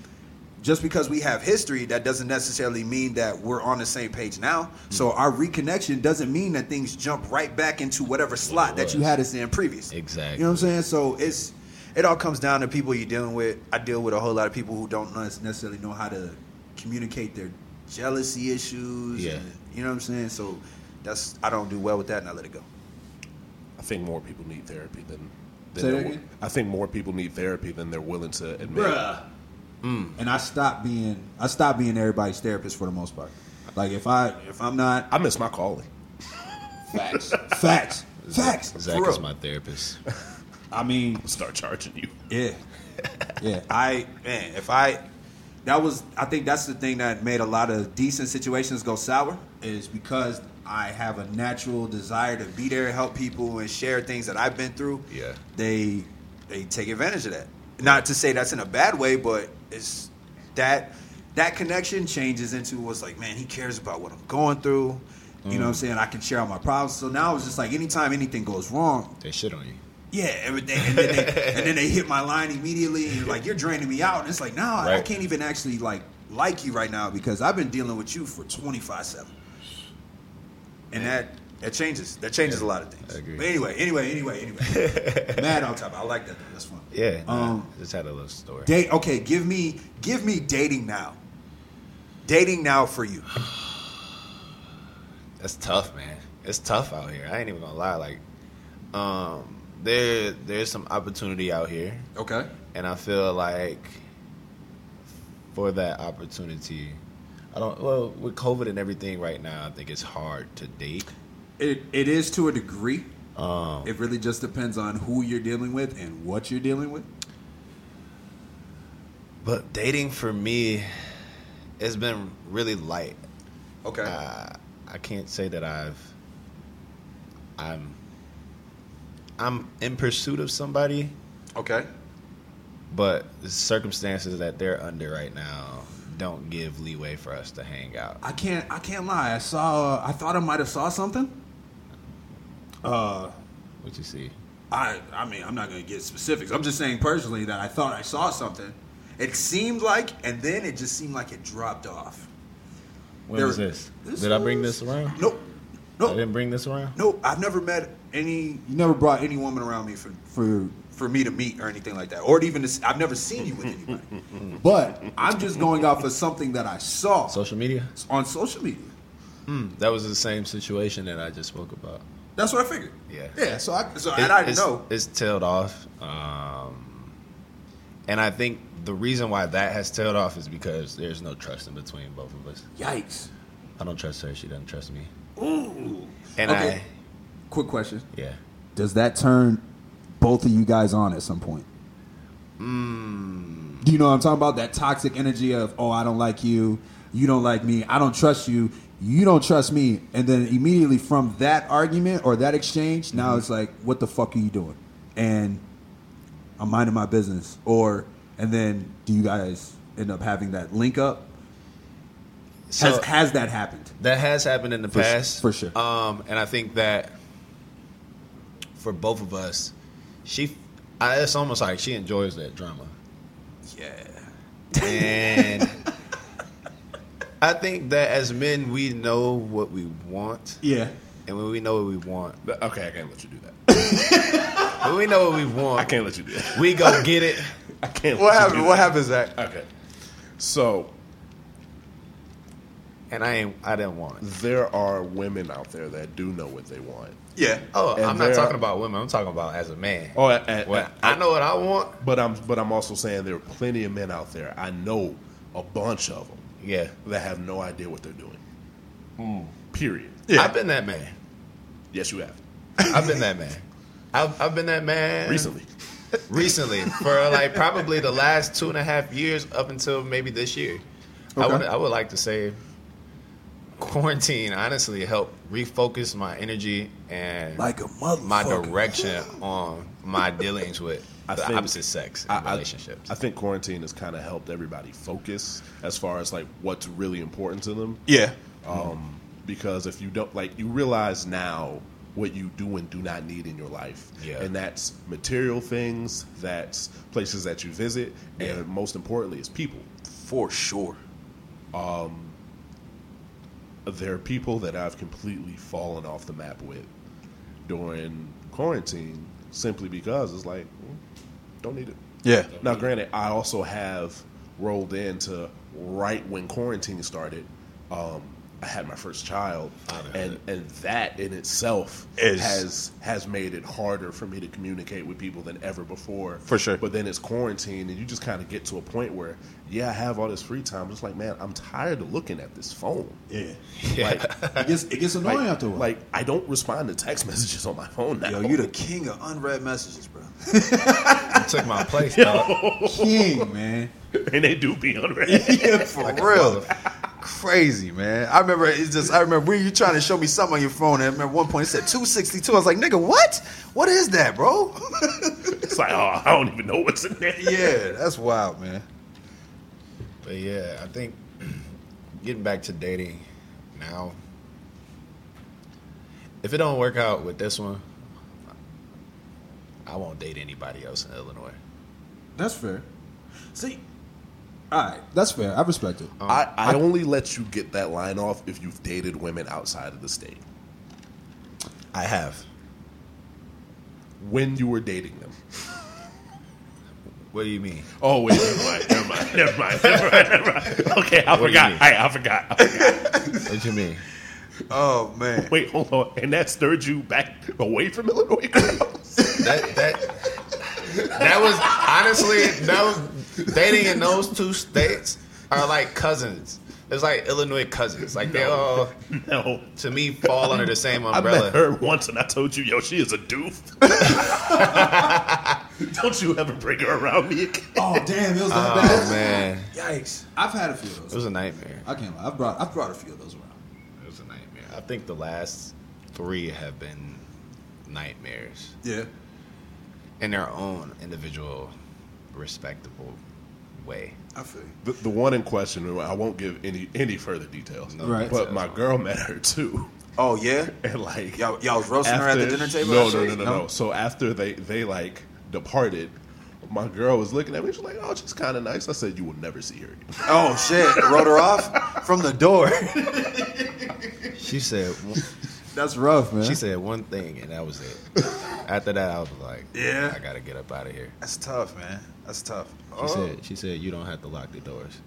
A: just because we have history, that doesn't necessarily mean that we're on the same page now.
B: Hmm.
A: So our reconnection doesn't mean that things jump right back into whatever slot that you
B: was.
A: had us in previously.
B: Exactly.
A: You know what I'm saying? So it's it all comes down to people you're dealing with. I deal with a whole lot of people who don't nes- necessarily know how to communicate their jealousy issues.
B: Yeah.
A: and- you know what I'm saying? So that's I don't do well with that, and I let it go.
C: I think more people need therapy than. than
A: Say that
C: they're wi-
A: again?
C: I think more people need therapy than they're willing to admit.
A: Bruh.
B: Mm.
A: And I stopped being I stopped being everybody's therapist for the most part. Like if I if I'm not
C: I miss my calling.
B: Facts.
A: Facts. Facts.
B: Zach
A: For
B: is
A: real.
B: my therapist.
A: I mean,
C: Start charging you.
A: yeah. Yeah. I man, if I that was I think that's the thing that made a lot of decent situations go sour is because I have a natural desire to be there, help people and share things that I've been through.
B: Yeah.
A: They they take advantage of that. Not to say that's in a bad way, but it's that that connection changes into what's like, man, he cares about what I'm going through. You know what I'm saying? I can share all my problems. So now it's just like anytime anything goes wrong,
B: They shit on you.
A: yeah, everything, and then they, and then they hit my line immediately, and you're like you're draining me out, and it's like, no, I
B: Right.
A: can't even actually like like you right now because I've been dealing with you for 25 seven, and that that changes, that changes a lot of things.
B: I agree.
A: But anyway, anyway, anyway, anyway, mad on top. I like that. Though. That's fun.
B: Yeah. nah,
A: Um,
B: just had a little story.
A: Date. Okay, give me give me dating now. Dating now for you.
B: That's tough, man. It's tough out here. I ain't even gonna lie. Like, um, there there's some opportunity out here,
A: Okay.
B: and I feel like for that opportunity, I don't. Well, with COVID and everything right now, I think it's hard to date.
A: It it is to a degree.
B: Um,
A: It really just depends on who you're dealing with and what you're dealing with.
B: but dating for me, it's been really light.
A: Okay.
B: Uh, I can't say that I've. I'm. I'm in pursuit of somebody.
A: okay.
B: but the circumstances that they're under right now don't give leeway for us to hang out.
A: I can't. I can't lie. I saw. I thought I might have saw something. Uh,
B: What you see?
A: I. I mean, I'm not gonna get specifics. I'm just saying personally that I thought I saw something. It seemed like, and then it just seemed like it dropped off.
B: When
A: There-
B: was this? Did I bring
A: was-
B: this around?
A: Nope.
B: I
A: Nope.
B: didn't bring this around.
A: Nope. I've never met any. You never brought any woman around me for for for me to meet or anything like that, or even to, s- I've never seen you with anybody. but I'm just going off of something that I saw
B: Social media.
A: on social media.
B: That was the same situation that I just spoke about.
A: That's what I figured.
B: Yeah.
A: Yeah. So I. So
B: It-
A: and I
B: it's,
A: know.
B: it's tailed off. Um, and I think the reason why that has tailed off is because there's no trust in between both of us.
A: Yikes.
B: I don't trust her. She doesn't trust me.
A: Ooh.
B: And
A: Okay. Quick question.
B: I, yeah.
A: Does that turn both of you guys on at some point? Do you know what I'm talking about? That toxic energy of, oh, I don't like you, you don't like me, I don't trust you, you don't trust me. And then immediately from that argument or that exchange, now it's like, what the fuck are you doing? And I'm minding my business. Or, and then do you guys end up having that link up? Has,
B: So-
A: has that happened?
B: That has happened in the
A: su-
B: past,
A: for sure.
B: Um, and I think that for both of us, she, I, it's almost like she enjoys that drama,
A: Yeah.
B: and I think that as men, we know what we want,
A: Yeah.
B: and when we know what we want,
C: Th- Okay, I can't let you do that.
B: when we know what we
C: I
B: want,
C: can't let you do that.
B: we go get it.
C: I can't.
B: What
C: let you
B: happened?
C: do
B: What
C: that.
B: happened, Zach?
C: Okay. So
B: And I ain't, I didn't want it.
C: there are women out there that do know what they want.
A: Yeah.
B: Oh,
C: And
B: I'm not
C: there-
B: talking about women. I'm talking about as a man.
C: Oh, at, at,
B: What I know what I want.
C: but I'm but I'm also saying there are plenty of men out there. I know a bunch of them
B: Yeah,
C: that have no idea what they're doing. Period.
A: Yeah.
B: I've been that man.
C: Yes, you have.
B: I've been that man. I've, I've been that man
C: Recently.
B: recently for like probably the last two and a half years up until maybe this year. I
C: Okay.
B: would I would like to say quarantine honestly helped refocus my energy and
A: Like a motherfucker.
B: my direction on my dealings with
C: I
B: the
C: think-
B: opposite sex in
C: I- I-
B: relationships.
C: I, think quarantine has kind of helped everybody focus as far as like what's really important to them.
A: Yeah.
C: Um, because if you don't like, you realize now what you do and do not need in your life,
B: Yeah.
C: and that's material things, that's places that you visit,
B: Yeah.
C: and most importantly, is people.
A: For sure.
C: There are people that I've completely fallen off the map with during quarantine simply because it's like, mm, don't need it.
A: Yeah.
C: Now, granted, I also have rolled into right when quarantine started. Um, I had my first child, and and that in itself
A: Is-
C: has has made it harder for me to communicate with people than ever before.
A: For sure.
C: But then it's quarantine, and you just kind of get to a point where, yeah, I have all this free time. But it's like, man, I'm tired of looking at this phone.
A: Yeah.
B: yeah.
D: It gets, it gets annoying
C: Like,
D: after a while.
C: like I don't respond to text messages on my phone now.
A: Yo, you the king of unread messages, bro.
B: took my place, dog.
D: king, man.
C: and they do be unread.
A: yeah, for real. Crazy man. I remember it's just I remember you trying to show me something on your phone and I remember at one point it said 262. I was like, nigga, what? What is that, bro?
C: it's like, oh, I don't even know what's in there.
A: yeah, that's wild, man.
B: But yeah, I think getting back to dating now, if it don't work out with this one, I won't date anybody else in Illinois.
D: That's fair. See, all right, that's fair. I respect it.
B: Um,
C: I, I only let you get that line off if you've dated women outside of the state
B: I have.
C: when you were dating them.
B: What do you mean?
C: Oh wait, never mind, never mind, never mind, never mind. Never mind. Okay, I
B: What do you
C: forgot.
B: mean?
C: I, I forgot. I forgot.
B: What you mean?
A: Oh man.
C: Wait, hold on. And that stirred you back away from Illinois girls.
B: That that that was honestly that was dating in those two states are like cousins. It's like Illinois cousins. Like they all
C: no.
B: to me fall under the same
C: I met
B: umbrella.
C: her once and I told you, yo, she is a doof. Don't you ever bring her around me again.
D: oh damn, it was that
C: Uh-huh.
B: Oh
D: bad.
B: man,
A: Yikes.
D: I've had a few of
B: it
D: those.
B: was a nightmare.
D: I can't lie. I've brought I've brought a few of those around.
B: It was a nightmare. I think the last three have been nightmares
A: Yeah.
B: in their own individual, respectable way.
A: I feel you.
C: The, the one in question, I won't give any any further details.
B: No
D: Right.
C: But my girl met her too,
A: Oh yeah?
C: and like
A: Y'all y'all was roasting her at the
C: After-
A: dinner table?
C: No,
A: and
C: no, no,
A: shit?
C: no, no. So after they they like departed, my girl was looking at me. She's like, "Oh, she's kind of nice." I said, "You will never see her again."
A: Oh shit. Wrote her off from the door.
B: She said
D: That's rough, man.
B: she said one thing, and that was it. After that, I was like,
A: Yeah. Oh.
B: I gotta get up out of here."
A: That's tough, man. That's tough.
B: She said, "She said you don't have to lock the doors."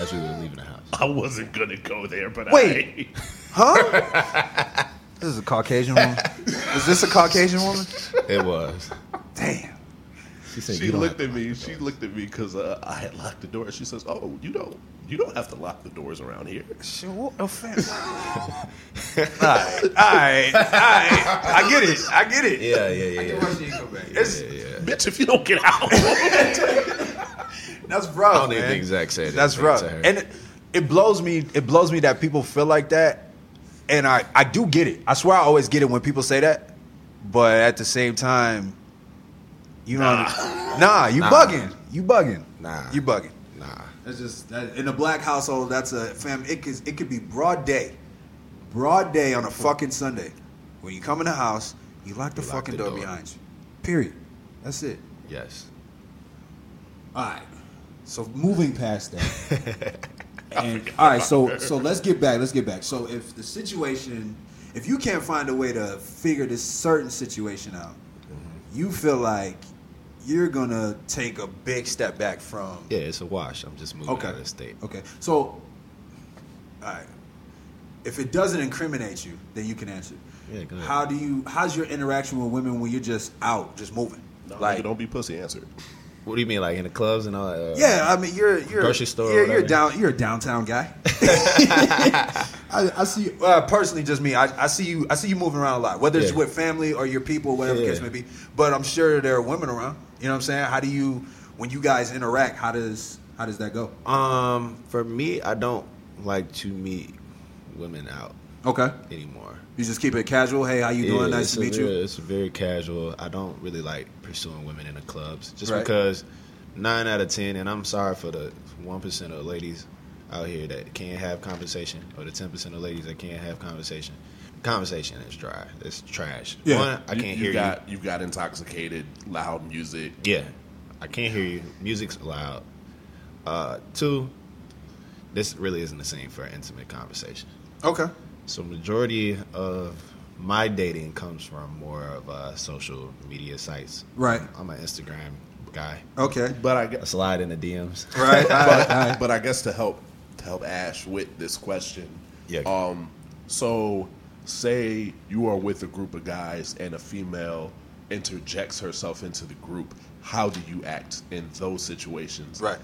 B: As we were leaving the house,
C: I wasn't gonna go there, but
A: Wait.
C: I,
A: Huh? this is a Caucasian woman. Is this a Caucasian woman?
B: it was.
A: Damn.
B: She said
C: she
B: you don't
C: looked
B: have
C: at
B: to
C: me.
B: lock the
C: She
B: doors."
C: looked at me because uh, I had locked the door. She says, "Oh, you don't, you don't have to lock the doors around here."
A: Shit, what offense? alright, alright, alright. I get it. I get it.
B: Yeah, yeah, yeah, yeah.
A: It's-
B: yeah, yeah.
C: Bitch, if you don't get out,
A: That's rough.
B: I don't even
A: man.
B: think Zach said
A: That's
B: anything
A: rough.
B: to her.
A: And it, it blows me. It blows me that people feel like that. And I, I do get it. I swear I always get it when people say that. But at the same time, you know, nah, you
B: Nah.
A: bugging, you bugging,
B: Nah.
A: you bugging.
B: Nah,
D: That's just that, in a black household. That's a fam. It could it could be broad day, broad day on a fucking Sunday.
A: When you come in the house, you lock the
B: You lock
A: fucking
B: the
A: door,
B: door.
A: behind you. Period. That's it.
B: yes.
D: All right. So moving past that. and all right, so so let's get back. Let's get back. So if the situation, if you can't find a way to figure this certain situation out,
B: Mm-hmm.
A: You feel like you're gonna take a big step back from
B: Yeah, it's a wash. I'm just moving
D: Okay.
B: out of the state.
D: okay. So, all right. If it doesn't incriminate you, then you can answer.
B: Yeah, go ahead.
D: How do you? How's your interaction with women when you're just out, just moving?
C: no,
A: Like-
C: like, don't be pussy. Answered.
B: What do you mean, like in the clubs and all that? uh,
A: Yeah, I mean you're you're
B: Grocery store or
A: You're, you're
B: whatever.
A: down. You're a downtown guy. I, I see. Uh, personally, just me. I, I see you. I see you moving around a lot, whether it's
B: Yeah.
A: with family or your people, whatever the
B: Yeah.
A: case may be. But I'm sure there are women around. You know what I'm saying? How do you when you guys interact? How does how does that go?
B: Um, for me, I don't like to meet women out
A: Okay,
B: anymore.
A: you just keep it casual. Hey, how you doing?
B: Yeah,
A: Nice
B: it's
A: to
B: a
A: meet
B: very,
A: you.
B: It's very casual. I don't really like pursuing women in the clubs just
A: Right.
B: because nine out of ten, and I'm sorry for the one percent of ladies out here that can't have conversation, or the ten percent of ladies that can't have conversation. Conversation is dry. It's trash.
A: Yeah.
B: One, I
C: You-
B: can't hear
C: got, you. got intoxicated, loud music.
B: you. Yeah, I can't hear you. Music's loud. Uh, two, this really isn't the same for an intimate conversation.
A: Okay,
B: So majority of my dating comes from more of uh, social media sites.
A: Right.
B: I'm an Instagram guy.
A: okay,
C: But I
B: I
C: guess,
B: slide in the DMs.
A: right. all right,
C: but,
A: all right.
C: but I guess to help to help Ash with this question.
B: Yeah.
C: Um. So, say you are with a group of guys and a female interjects herself into the group. How do you act in those situations?
A: Right.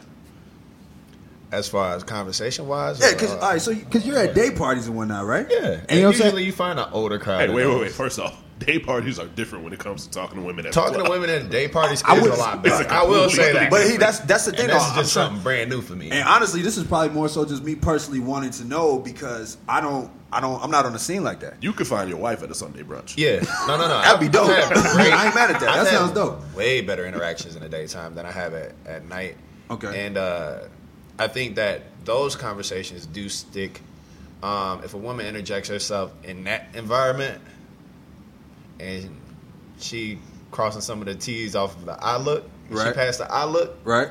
B: As far as conversation wise, uh,
A: Yeah, because all right. So because you're at day parties and whatnot, right?
B: yeah, and,
A: And you know what I'm
B: usually
A: saying?
B: you find an older crowd.
C: Hey,
B: of
C: wait, wait,
B: those.
C: wait. First off, day parties are different when it comes to talking to women. At
B: Talking
C: the
B: to
C: club.
B: women at day parties
A: I
B: is a
A: would-
B: lot
C: it's a
B: better. I will
C: completely
B: say that.
A: But he, that's that's the thing.
B: and that's
A: though. I'm
B: just
A: trying-
B: something brand new for me.
A: And honestly, this is probably more so just me personally wanting to know because I don't, I don't, I'm not on the scene like that.
C: You could find your wife at a Sunday brunch.
B: Yeah, no, no, no.
A: That'd be dope.
B: I've had great-
A: I ain't mad at that.
B: I've
A: That
B: had
A: sounds dope.
B: Way better interactions in the daytime than I have at, at night.
A: Okay.
B: And uh, I think that those conversations do stick. Um, if a woman interjects herself in that environment, and she crossing some of the T's off of the I look, if she
A: Right.
B: passed the I look,
A: Right?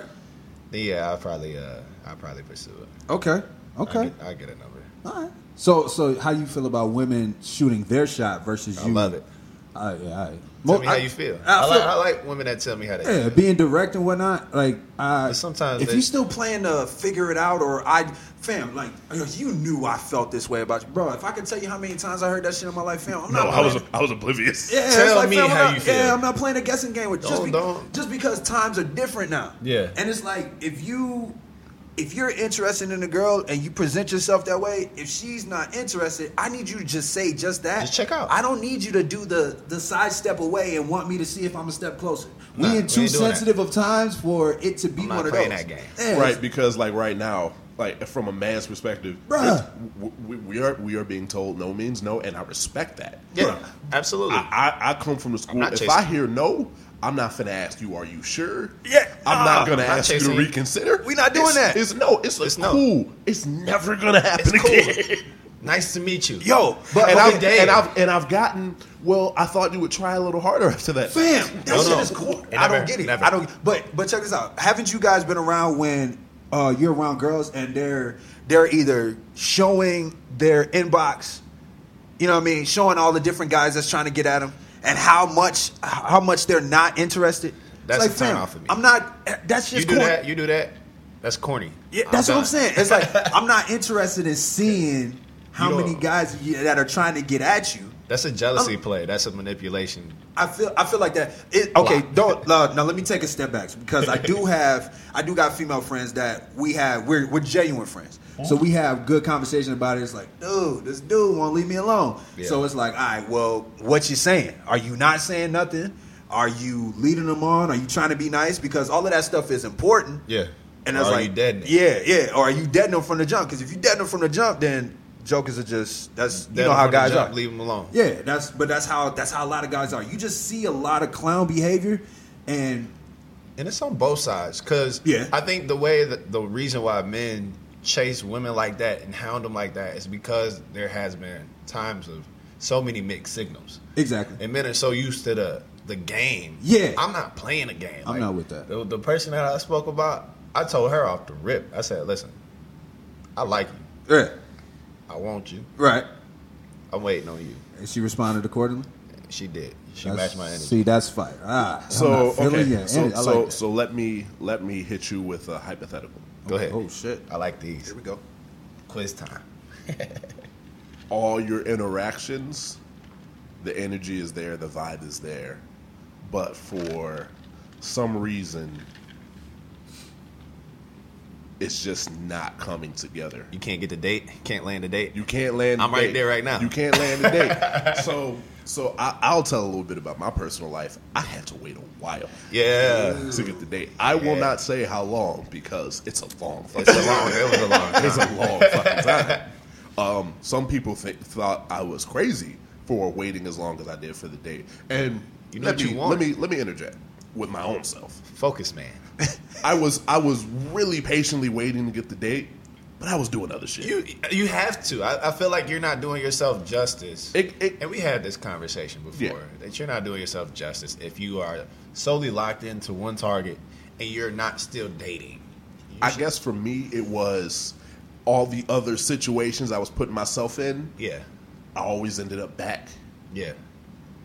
B: then yeah, I probably uh, I probably pursue it.
A: Okay.
B: I
A: Okay.
B: get, I get a number.
A: All right. So, so how you feel about women shooting their shot versus
B: I
A: you?
B: love it.
A: All right, yeah, all right.
B: Tell
A: Mo-
B: me how
A: I-
B: you feel.
A: I
B: I, like,
A: feel-
B: I like women that tell me how they
A: Yeah,
B: feel.
A: being direct and whatnot. Like, I,
B: But sometimes
A: if
B: they-
A: you still playing to figure it out, or I, fam, like you knew I felt this way about you, bro. If I could tell you how many times I heard that shit in my life, fam, I'm
C: No,
A: not.
C: I was
A: playing-
C: I was oblivious.
A: Yeah, it's
B: Tell
A: like,
B: me
A: fam, I'm
B: how
A: not-
B: you feel.
A: Yeah, I'm not playing a guessing game with just,
B: Don't-
A: be-
B: don't.
A: just because times are different now.
B: Yeah.
A: and it's like if you if you're interested in a girl and you present yourself that way, if she's not interested, I need you to just say just that.
B: Just check out.
A: I don't need you to do the the sidestep away and want me to see if I'm a step closer. we
B: Nah, we
A: in
B: ain't
A: too
B: doing that.
A: sensitive of times for it to be
B: I'm not
A: one of those.
B: playing that game.
A: Yeah, it's-
C: Right, because like right now, like from a man's perspective,
A: Bruh.
C: it's- w- we, we are we are being told no means no, and I respect that.
B: Yeah, absolutely.
C: I, I, I come from the school.
B: not
C: If
B: chasing-
C: I hear no, I'm not finna ask you. Are you sure?
A: Yeah.
C: I'm
B: Ah,
C: not gonna
B: I'm not
C: ask you to
B: chasing you.
C: reconsider.
A: We not doing
C: It's-
A: that.
C: It's no. It's,
B: It's no.
C: cool. It's never gonna happen
B: It's cool.
C: again.
B: nice to meet you.
A: Yo,
C: But
B: and
C: and
B: I've,
C: I've, and I've and I've gotten. Well, I thought you would try a little harder after that.
A: Fam, that
B: No,
A: shit
B: no.
A: is cool.
B: Hey,
A: I
B: never,
A: don't get it.
B: never.
A: I don't. But but check this out. Haven't you guys been around when uh, you're around girls and they're they're either showing their inbox, you know what I mean, showing all the different guys that's trying to get at them, and how much how much they're not interested. It's
B: That's a
A: fam,
B: turnoff for me.
A: I'm not. eh, That's just
B: you do
A: corny.
B: that. You do that. That's corny.
A: Yeah, that's what I'm
B: done.
A: saying. It's like I'm not interested in seeing how
B: You
A: many
B: know-
A: guys you- that are trying to get at you.
B: That's a jealousy
A: I'm-
B: play. That's a manipulation.
A: I feel I feel like that. It, okay,
B: Block.
A: don't no, now. Let me take a step back because I do have I do got female friends that we have we're we're genuine friends. So we have good conversation about it. It's like, dude, this dude won't leave me alone.
B: Yeah.
A: So it's like, all right, well, what you saying? Are you not saying nothing? Are you leading them on? Are you trying to be nice? Because all of that stuff is important.
B: Yeah.
A: And
B: Or
A: it's
B: are
A: like,
B: you deadening?
A: yeah, yeah. Or are you deading them from the jump? Because if you deaden them from the jump, then jokers are just that's you
B: Dead
A: know
B: him
A: how
B: from the
A: guys
B: jump,
A: are.
B: Leave them alone.
A: Yeah, that's but that's how that's how a lot of guys are. You just see a lot of clown behavior, and
B: And it's on both sides because
A: Yeah.
B: I think the way that the reason why men chase women like that and hound them like that is because there has been times of so many mixed signals.
A: exactly.
B: And men are so used to the the game.
A: Yeah.
B: I'm not playing a game.
A: I'm not with that.
B: The, the person that I spoke about, I told her off the rip. I said, "Listen, I like you.
A: Yeah,
B: I want you.
A: right.
B: I'm waiting on you."
A: And she responded accordingly.
B: She did. She
A: That's-
B: matched my energy.
A: See, that's fire. Ah, I'm
C: So
A: not feeling
C: okay.
A: your
C: So
A: energy. I
C: so
A: like that.
C: so let me let me hit you with a hypothetical.
B: Go ahead.
A: Oh shit!
B: I like these.
A: Here we go.
B: Quiz time.
C: all your interactions, the energy is there, the vibe is there. But for some reason, It's just not coming together.
B: You can't get the date. Can't land the date.
C: You can't land.
B: I'm
C: the
B: right
C: date.
B: there right now.
C: You can't land the date. so, so I, I'll tell a little bit about my personal life. I had to wait a while uh,
B: yeah.
C: to get the date. I will
B: Yeah.
C: not say how long because it's a long fucking
B: It's a long. It was a long. Time.
C: it's a long fucking time. Um, some people think, thought I was crazy for waiting as long as I did for the date. And
B: You know
C: let
B: what
C: me
B: you want.
C: let me let me interject with my own self.
B: Focus, man.
C: I was I was really patiently waiting to get the date, but I was doing other shit.
B: You you have to. I, I feel like you're not doing yourself justice.
C: It- it-
B: and we had this conversation before
C: Yeah.
B: that you're not doing yourself justice if you are solely locked into one target and you're not still dating. You
C: I
B: should-
C: guess for me it was all the other situations I was putting myself in.
B: Yeah.
C: I always ended up back.
B: Yeah.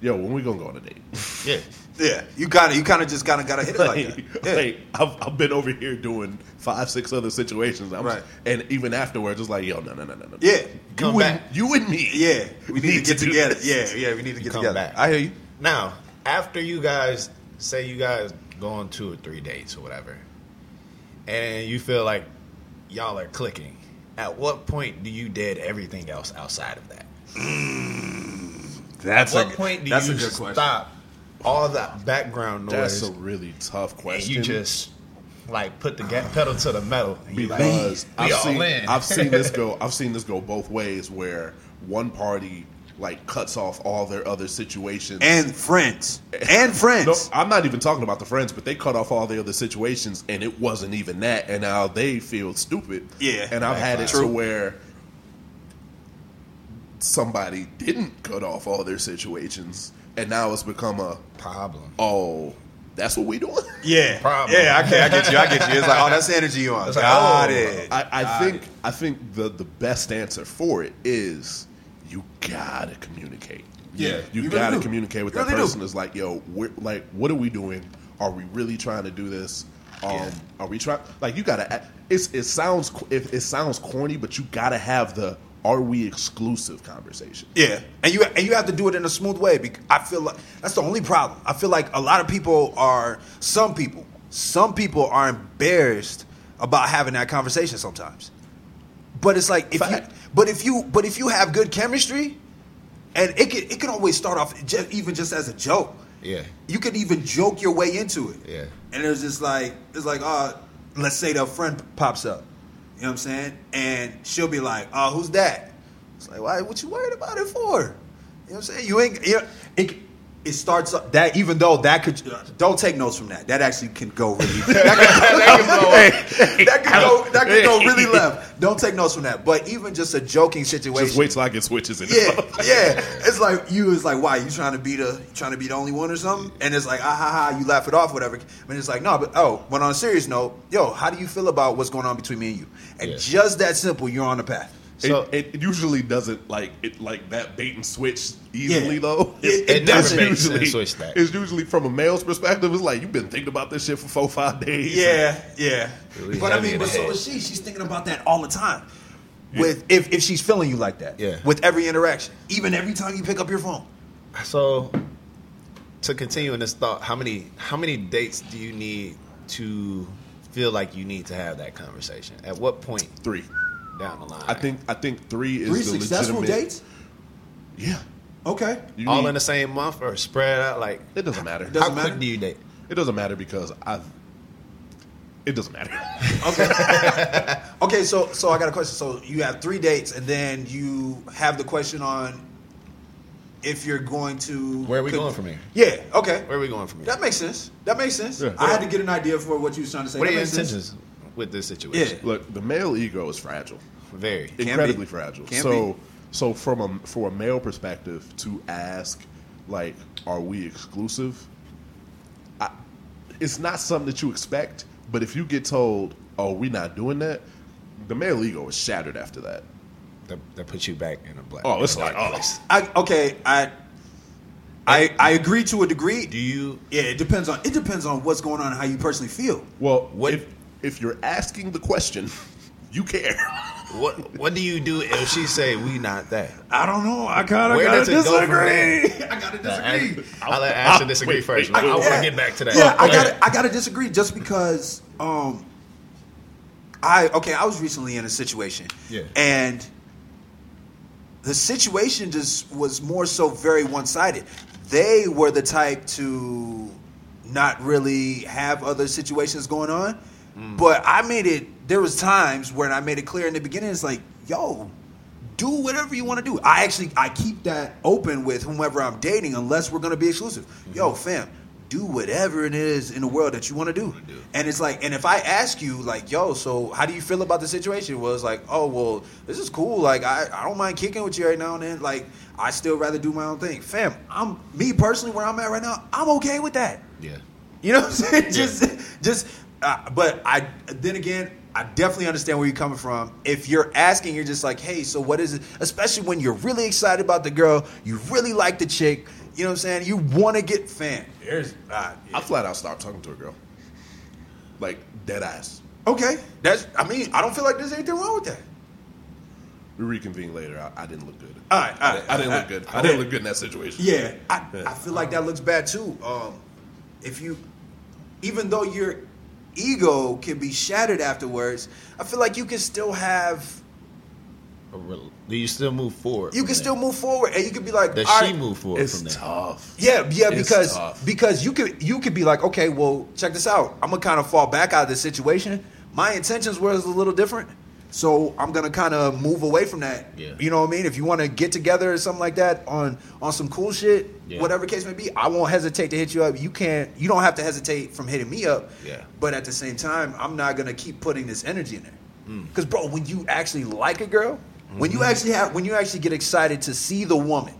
C: Yo, when we gonna go on a date?
B: Yeah.
A: Yeah, you kind of you kind of just kind of gotta hit it like that.
C: Like, like, I've, I've been over here doing five, six other situations. I'm
A: Right.
C: and even afterwards, it's like, yo, no, no, no, no, no.
A: Yeah,
B: Come
C: you
B: back.
C: And, you and me.
A: yeah, we need, to get
C: do
A: together.
C: this.
A: Yeah, yeah, we need to get
B: Come
A: together.
B: back.
A: I hear you.
B: Now, after you guys say you guys go on two or three dates or whatever, and you feel like y'all are clicking, at what point do you dead everything else outside of that?
A: That's
B: At what point do
A: that's
B: you
A: a good
B: stop
A: question.
B: all that background noise
C: That's a really tough
B: and
C: question.
B: you just like put the ga- pedal to the metal and you like,
C: because
B: we
C: I've
B: all
C: seen
B: in.
C: I've seen this go I've seen this go both ways where one party like cuts off all their other situations
A: And friends, and friends.
C: No, I'm not even talking about the friends, but they cut off all the other situations, and it wasn't even that. And now they feel stupid.
A: Yeah.
C: and I've had it
A: True.
C: to where somebody didn't cut off all their situations, and now it's become a
B: problem.
C: oh, that's what we doing.
A: Yeah,
B: Problem.
A: yeah, I, can, I get you. I get you. It's like, oh, that's the energy you on.
B: It's like,
A: Got
B: oh.
A: it.
C: I, I think I think the the best answer for it is you gotta communicate.
D: Yeah,
C: you,
D: you really
C: gotta
D: do.
C: communicate with
A: You
C: that
A: really do.
C: person. It's like, yo, we're like, what are we doing? Are we really trying to do this? Um,
B: Yeah.
C: Are we trying? Like, you gotta. act- It's it sounds qu- if it sounds corny, but you gotta have the are we exclusive conversation.
A: Yeah, and you and you have to do it in a smooth way. Because I feel like that's the only problem. I feel like a lot of people are some people. Some people are embarrassed about having that conversation sometimes. But it's like if
C: Fact.
A: you, but if you, but if you have good chemistry, and it could it can always start off just, even just as a joke.
B: Yeah.
A: You could even joke your way into it.
B: Yeah.
A: And it's just like it's like uh let's say the friend pops up. You know what I'm saying? And she'll be like, "Oh, who's that?" It's like, "Why what you worried about it for?" You know what I'm saying? You ain't you it it starts up that even though that could don't take notes from that. That actually can go really that could, that could go that could go really left. Don't take notes from that. But even just a joking situation.
C: Just wait till I get switches in.
A: Yeah, yeah. It's like you is like, why you trying to be the you trying to be the only one or something? And it's like, ah ha ha, you laugh it off, whatever. And it's like, no, but oh, but on a serious note, yo, how do you feel about what's going on between me and you? And
B: Yeah.
A: just that simple, you're on the path.
B: So
C: it, it usually doesn't like it like that bait and switch easily
A: Yeah.
C: though.
A: It- it
B: never
C: doesn't.
B: baits and switch that.
C: It's usually from a male's perspective. It's like you've been thinking about this shit for four five days.
A: Yeah, yeah.
B: Really
A: but I
B: heavy
A: mean,
B: in
A: but
B: the
A: so
B: head.
A: is she. She's thinking about that all the time. With if, if she's feeling you like that.
B: Yeah.
A: With every interaction. Even every time you pick up your phone.
B: So, to continue in this thought, how many how many dates do you need to feel like you need to have that conversation? At what point
C: three.
B: down the line?
C: I think I think three is
D: Three
C: the
D: successful
C: legitimate-
D: dates.
C: Yeah,
D: Okay.
C: You
B: all
C: need-
B: in the same month or spread out. Like,
C: It doesn't matter. It
B: how
C: doesn't,
B: quick
A: matter?
B: do you date?
C: matter because I've. It doesn't matter.
A: Okay, so so I got a question. So you have three dates, and then you have the question on if you're going to
B: Where are we going from here?
A: Yeah. Okay.
B: Where are we going from here?
A: That makes sense. That makes sense.
C: Yeah.
A: I had to get an idea for what you was trying to say.
B: what are
A: That
B: your
A: makes sense.
B: intentions with this situation?
C: Look, the male ego is fragile.
B: Very.
A: be.
C: incredibly fragile.
A: Can
C: so,
A: be.
C: so from a for a male perspective, to ask like, "Are we exclusive?" I, it's not something that you expect. But if you get told, "Oh, we're not doing that," the male ego is shattered after that.
B: That, that puts you back in a black.
C: Oh, it's
B: in a
C: like,
B: dark
C: oh,
B: place.
A: I, okay. I, I I agree to a degree.
B: Do you?
A: yeah, it depends on it depends on what's going on and how you personally feel.
C: Well,
B: What-
C: if if you're asking the question, you care.
B: What What do you do if she say we not that?
A: I don't know. I kind
B: Where does it go from
A: I gotta
B: I, "Ah,
A: disagree.
B: I'll let Ashton disagree
C: wait,
B: first.
C: wait,
B: I, I want
A: Yeah.
B: to get back to that.
A: Yeah, I
B: Go ahead.
A: gotta I gotta disagree just because um I okay, I was recently in a situation.
B: Yeah.
A: And the situation just was more so very one-sided. They were the type to not really have other situations going on. But I made it there was times when I made it clear in the beginning it's like, yo, do whatever you want to do. I actually I keep that open with whomever I'm dating unless we're gonna be exclusive. Yo, fam, do whatever it is in the world that you want to do. And it's like, and if I ask you, like, yo, so how do you feel about the situation? Well, it's like, oh, well, this is cool. Like, I, I don't mind kicking with you every now and then. Like, I still rather do my own thing. Fam, I'm me personally where I'm at right now. I'm okay with that.
B: Yeah.
A: You know what I'm saying? just, just. Uh, but I then again, I definitely understand where you're coming from. If you're asking, you're just like, hey, so what is it? Especially when you're really excited about the girl, you really like the chick. You know what I'm saying? You want to get fan. There's uh,
C: I flat out stopped talking to a girl. Like dead ass.
A: okay. That's. I mean, I don't feel like there's anything wrong with that.
C: We reconvene later. I, I didn't look good.
A: All right, all
C: I,
A: right.
C: I didn't look good. I didn't look good in that situation.
A: Yeah, I,
C: Yeah.
A: I feel like that looks bad too. Um, if you, even though your ego can be shattered afterwards, I feel like you can still have
B: A rel- Do you still move forward?
A: you
B: from
A: can
B: there?
A: still move forward and you can be like,
B: Does
A: all
B: she
A: right-
B: move forward
C: It's
B: from there?
C: tough.
A: Yeah, yeah,
C: It's
A: because
C: tough.
A: because you could you could be like, okay, well, check this out. I'm gonna kind of fall back out of this situation. My intentions were a little different, so I'm gonna kind of move away from that.
B: Yeah.
A: You know what I mean? If you want to get together or something like that on on some cool shit,
B: Yeah.
A: whatever case may be, I won't hesitate to hit you up. You can't. You don't have to hesitate from hitting me up.
B: Yeah.
A: But at the same time, I'm not gonna keep putting this energy in there. Because bro, when you actually like a girl, when
B: Mm-hmm.
A: you actually have, when you actually get excited to see the woman.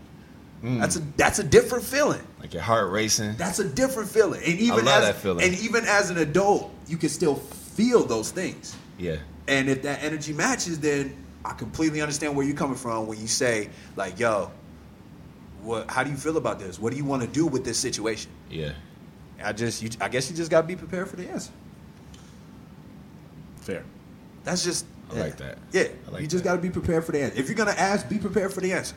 B: Mm.
A: That's a that's a different feeling.
B: Like your heart racing.
A: That's a different feeling. And even
B: love
A: as
B: that feeling.
A: and even as an adult, you can still feel those things.
B: Yeah.
A: And if that energy matches, then I completely understand where you're coming from when you say, like, yo, what how do you feel about this? What do you want to do with this situation?
B: Yeah.
A: I just you I guess you just gotta be prepared for the answer.
C: Fair.
A: That's just
B: I
A: yeah.
B: like that.
A: Yeah.
B: I like
A: you just
B: that.
A: gotta be prepared for the answer. If you're gonna ask, be prepared for the answer.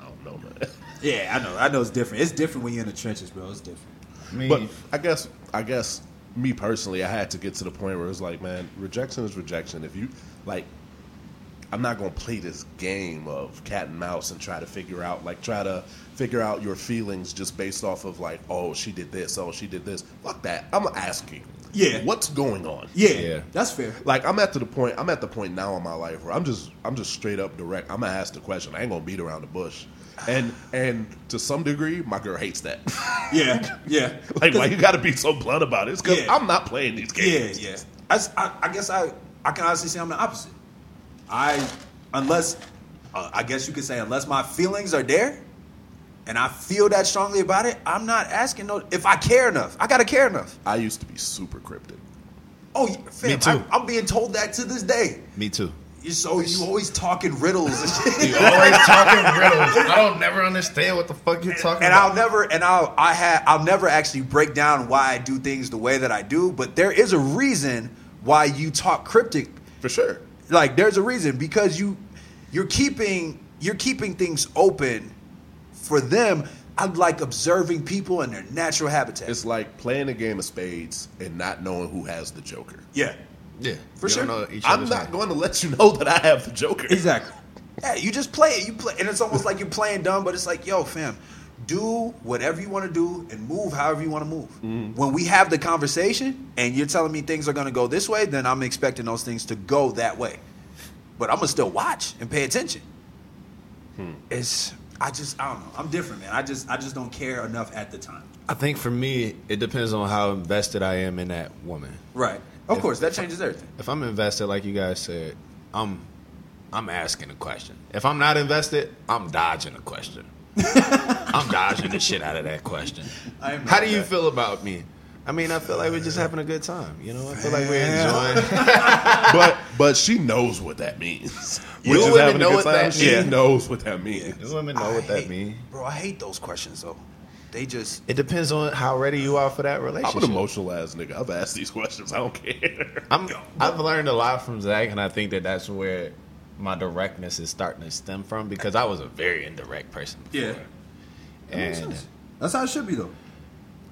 C: I don't know, man.
D: Yeah, I know. I know it's different. It's different when you're in the trenches, bro. It's different.
B: I mean,
C: But I guess I guess me personally, I had to get to the point where it's like, man, rejection is rejection. If you like, I'm not gonna play this game of cat and mouse and try to figure out like try to figure out your feelings just based off of like, oh, she did this, oh, she did this. Fuck that. I'm asking.
D: Yeah.
C: What's going on?
D: Yeah,
B: Yeah.
D: that's fair.
C: Like I'm at the point I'm at the point now in my life where I'm just I'm just straight up direct. I'm gonna ask the question. I ain't gonna beat around the bush. And and to some degree, my girl hates that.
D: Yeah, yeah,
C: Like, why you got to be so blunt about it? It's because
D: Yeah.
C: I'm not playing these
D: yeah,
C: games.
D: yeah.
A: I, s- I- I guess I, I can honestly say I'm the opposite. I, unless, uh, I guess you could say, unless my feelings are there and I feel that strongly about it, I'm not asking no, if I care enough. I gotta care enough.
C: I used to be super cryptic.
A: Oh, yeah, fam,
B: Me too.
A: I, am being told that to this day.
B: me too.
A: You so you always talking riddles and shit.
B: Always talking riddles. I don't never understand what the fuck you're talking
A: and
B: about.
A: I'll never and I'll I had I'll never actually break down why I do things the way that I do, but there is a reason why you talk cryptic
C: For sure.
A: like there's a reason because you you're keeping you're keeping things open for them i like observing people in their natural habitat
C: It's like playing a game of spades and not knowing who has the joker.
A: yeah
B: yeah,
A: For
B: you
A: sure.
B: don't know each
C: I'm
B: other's
C: not
B: name.
C: going to let you know that I have the joker.
D: Exactly.
A: yeah you just play it you play and it's almost like you're playing dumb but it's like yo fam do whatever you want to do and move however you want to move
B: Mm-hmm.
A: when we have the conversation and you're telling me things are going to go this way then i'm expecting those things to go that way but i'm going to still watch and pay attention
B: Hmm.
A: it's i just i don't know
D: I'm different, man. I just, I just don't care enough at the time.
B: I think for me, it depends on how invested I am in that woman.
A: Right. Of
B: If-
A: course, that changes everything.
B: If I'm invested, like you guys said, I'm I'm asking a question. If I'm not invested, I'm dodging a question. I'm dodging the shit out of that question.
D: I am
B: How
D: not
B: do you
D: that.
B: feel about me? I mean, I feel like we're just having a good time. You know, I feel like we're enjoying.
C: but but she knows what that means.
B: You
C: Which is
B: wouldn't
C: having a
B: know what
C: good time.
B: that
C: She
B: means.
C: knows what that means.
B: Does women know what
A: I
B: that
A: hate-
B: means?
A: Bro, I hate those questions though. They just
B: It depends on how ready you are for that
C: I'm
B: relationship.
C: an emotional ass nigga. I've asked these questions. I don't care.
B: I'm, I've learned a lot from Zach, and I think that that's where my directness is starting to stem from because I was a very indirect person.
D: Yeah,
B: And
D: that's how it should be though.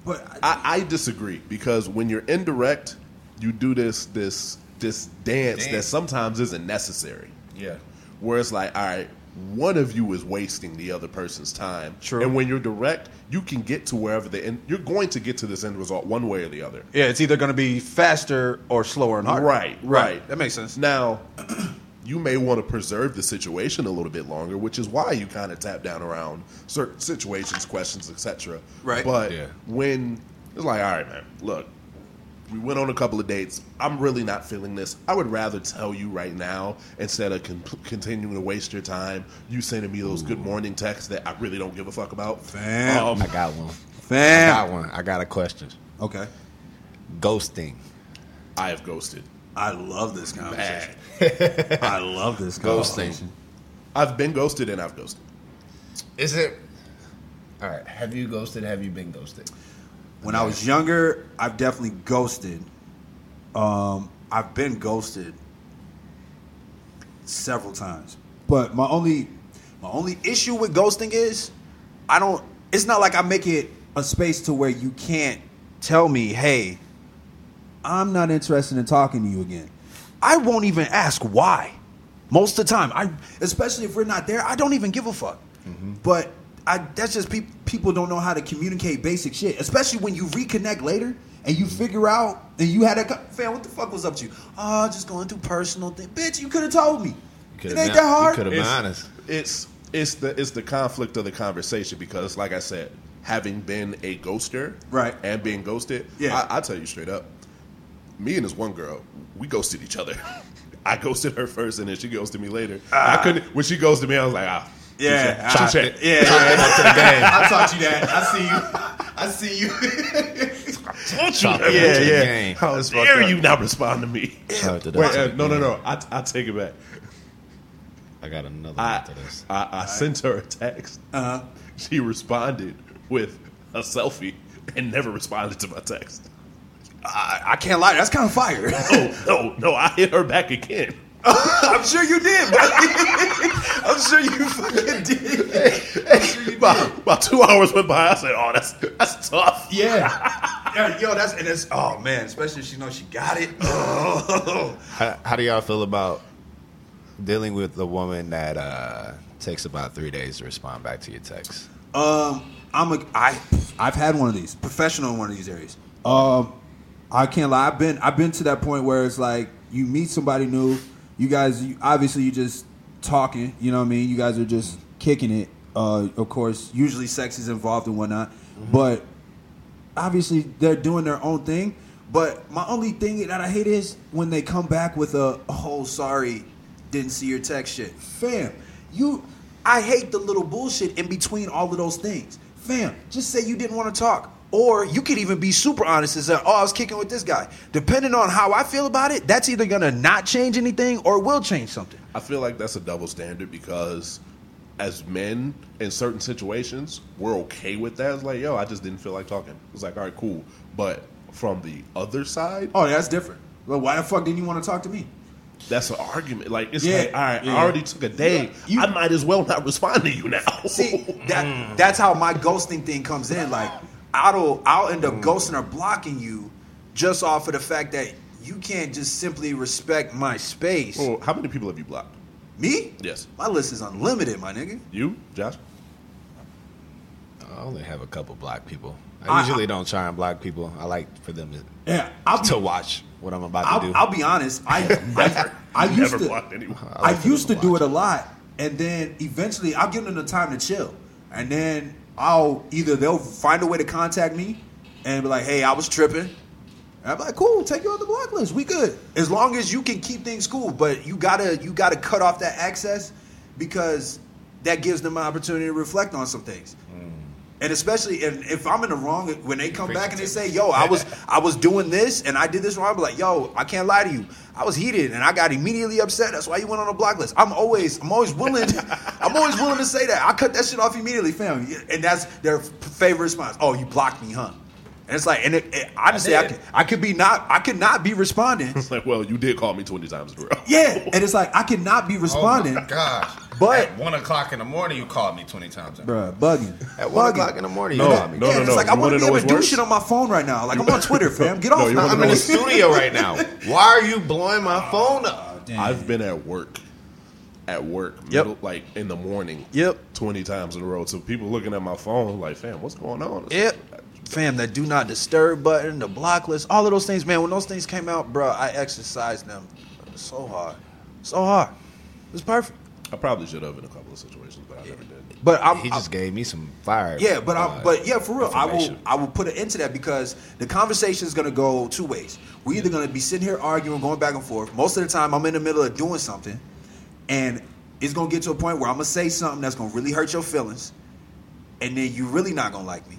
D: But I,
C: I, I disagree because when you're indirect, you do this this this dance
B: Dance.
C: that sometimes isn't necessary.
A: Yeah.
C: Where it's like, all right, one of you is wasting the other person's time.
A: True.
C: And when you're direct, you can get to wherever the end. You're going to get to this end result one way or the other.
A: Yeah, it's either going to be faster or slower and harder.
C: Right, right.
A: That makes sense.
C: Now, you may want to preserve the situation a little bit longer, which is why you kind of tap down around certain situations, questions, etc.
A: Right.
C: But
B: Yeah.
C: when it's like, all right, man, look, we went on a couple of dates. I'm really not feeling this. I would rather tell you right now instead of con- continuing to waste your time. You sending me those good morning texts that I really don't give a fuck about.
D: Fam.
A: Oh,
C: Um,
B: I got one. I
D: Fam.
B: got one. I got a question.
D: Okay.
B: Ghosting.
C: I have ghosted.
D: I love this
C: Bad.
D: I love this
B: Ghosting.
C: I've been ghosted and I've ghosted.
B: Is it? All right. Have you ghosted? Have you been ghosted?
D: When I was younger, I've definitely ghosted. Um, I've been ghosted several times. But my only my only issue with ghosting is I don't it's not like I make it a space to where you can't tell me, "Hey, I'm not interested in talking to you again."
A: I won't even ask why. Most of the time, I especially if we're not there, I don't even give a fuck.
B: Mm-hmm.
D: But I that's just peop people don't know how to communicate basic shit, especially when you reconnect later and
B: Mm-hmm.
D: you figure out and you had a co- fam. What the fuck was up to you? Oh, just going through personal thing, bitch. You could have told me. It ain't that hard.
B: You could have been
C: It's-
B: honest.
C: It's it's the it's the conflict of the conversation because, like I said, having been a ghoster,
D: Right.
C: and being ghosted,
D: Yeah.
C: I, I tell you straight up, me and this one girl, we ghosted each other. I ghosted her first, and then she ghosted me later. I couldn't when she ghosted me. I was like, ah,
D: Yeah,
C: chit
D: I-
C: chat.
D: yeah, yeah. I taught you that. I see you. I see you.
B: Shout out
C: yeah,
B: to the
C: yeah.
B: game.
C: How
B: That's fucked
C: dare
B: up.
C: you not respond to me?
B: Shout out to the-
C: Wait, uh, no, no, no. I, I take it back.
B: I got another one
C: I,
B: after this.
C: I, I sent her a text.
D: Uh-huh.
C: She responded with a selfie and never responded to my text.
A: I, I can't lie, that's kind of fire.
C: Oh no, no! I hit her back again.
A: I'm sure you did, bro. I'm sure you fucking did.
C: About, about two hours went by. I said, "Oh, that's that's tough."
A: Yeah, Yo, that's and that's oh man, especially if she knows she got it. Oh.
B: How, how do y'all feel about dealing with a woman that uh, takes about three days to respond back to your text?
D: Um, I'm a I I've had one of these professional in one of these areas. Um, I can't lie. I've been I've been to that point where it's like you meet somebody new. You guys, you, obviously, you just talking. You know what I mean? You guys are just kicking it. Uh, of course, usually sex is involved and whatnot, but obviously they're doing their own thing. But my only thing that I hate is when they come back with a oh sorry, didn't see your text shit. Fam, you I hate the little bullshit in between all of those things. Fam, just say you didn't want to talk.
A: Or you could even be super honest and say, "Oh, I was kicking with this guy." Depending on how I feel about it, that's either gonna not change anything or will change something.
C: I feel like that's a double standard because, as men, in certain situations, we're okay with that. It's like, "Yo, I just didn't feel like talking." It's like, "All right, cool," but from the other side,
D: Oh, that's different. Well, why the fuck didn't you want to talk to me?
C: that's an argument. Like, it's
D: Yeah,
C: like, "All right,
D: yeah.
C: I already took a day.
D: You-
C: I might as well not respond to you now."
D: See,
C: Mm.
D: that that's how my ghosting thing comes in. Like,
A: I'll I'll end
C: Mm.
A: up ghosting or blocking you just off of the fact that you can't just simply respect my space.
C: Well, Oh, how many people have you blocked?
A: Me?
C: Mm. Yes,
A: My list is unlimited, my nigga.
C: you, Josh.
B: I only have a couple black people.
A: I-
B: I usually don't try and block people. I like for them to,
D: yeah, I'll be,
B: to watch what I'm about to
D: I'll,
B: do.
D: I'll be honest. I I, I used
C: Never
D: to
C: blocked anyone.
B: I
D: I,
B: like
D: used to
B: to
D: do
B: watch.
D: it a lot, and then eventually I'll give them the time to chill, and then I'll either they'll find a way to contact me and be like, "Hey, I was tripping." And I'm like, "Cool, take you off the block list. We good."
A: As long as you can keep things cool, but you gotta you gotta cut off that access because that gives them an opportunity to reflect on some things. And especially if, if I'm in the wrong, when they come back and they say, "Yo, I was I was doing this and I did this wrong," I'm like, "Yo, I can't lie to you. I was heated and I got immediately upset. That's why you went on a block list." I'm always I'm always willing I'm always willing to say that. I cut that shit off immediately, fam. And that's their favorite response. "Oh, you blocked me, huh?" And it's like, and it, it, honestly, I,
B: did.
A: could, I could be not, I could not be responding.
C: It's like, well, you did call me 20 times in a row.
A: yeah, and it's like I could not be responding,
E: Oh my gosh.
A: But-
E: At 1 o'clock in the morning, you called me 20 times.
D: Bruh, bugging.
B: At one
A: Bugging.
B: o'clock in the morning,
C: No,
B: you call me.
C: no,
A: yeah, it's like I want
C: You wanna
A: to be
C: know
A: able to
C: what's
A: do
C: worse?
A: shit on my phone right now. Like I'm on Twitter, fam. Get off.
C: you
A: my
C: wanna
B: I'm
C: know
B: in the
C: what's-
B: studio right now. Why are you blowing my phone up?
D: Damn.
C: I've been at work, at work,
A: Yep.
C: middle, like in the morning,
A: Yep.
C: 20 times in a row. So people looking at my phone, like, fam, what's going on?
A: Yep. Fam, that do not disturb button, the block list, all of those things, man. When those things came out, bro, I exercised them so hard, so hard. It was perfect.
C: I probably should have in a couple of situations, but I never did.
A: But I'm,
B: He just gave me some fire.
A: Yeah, but I,
B: uh,
A: but yeah, for real, I will
B: information.
A: I will put an end to that because the conversation is going to go two ways. We're either going to be sitting here arguing, going back and forth. Most of the time, I'm in the middle of doing something, and it's going to get to a point where I'm going to say something that's going to really hurt your feelings, and then you're really not going to like me.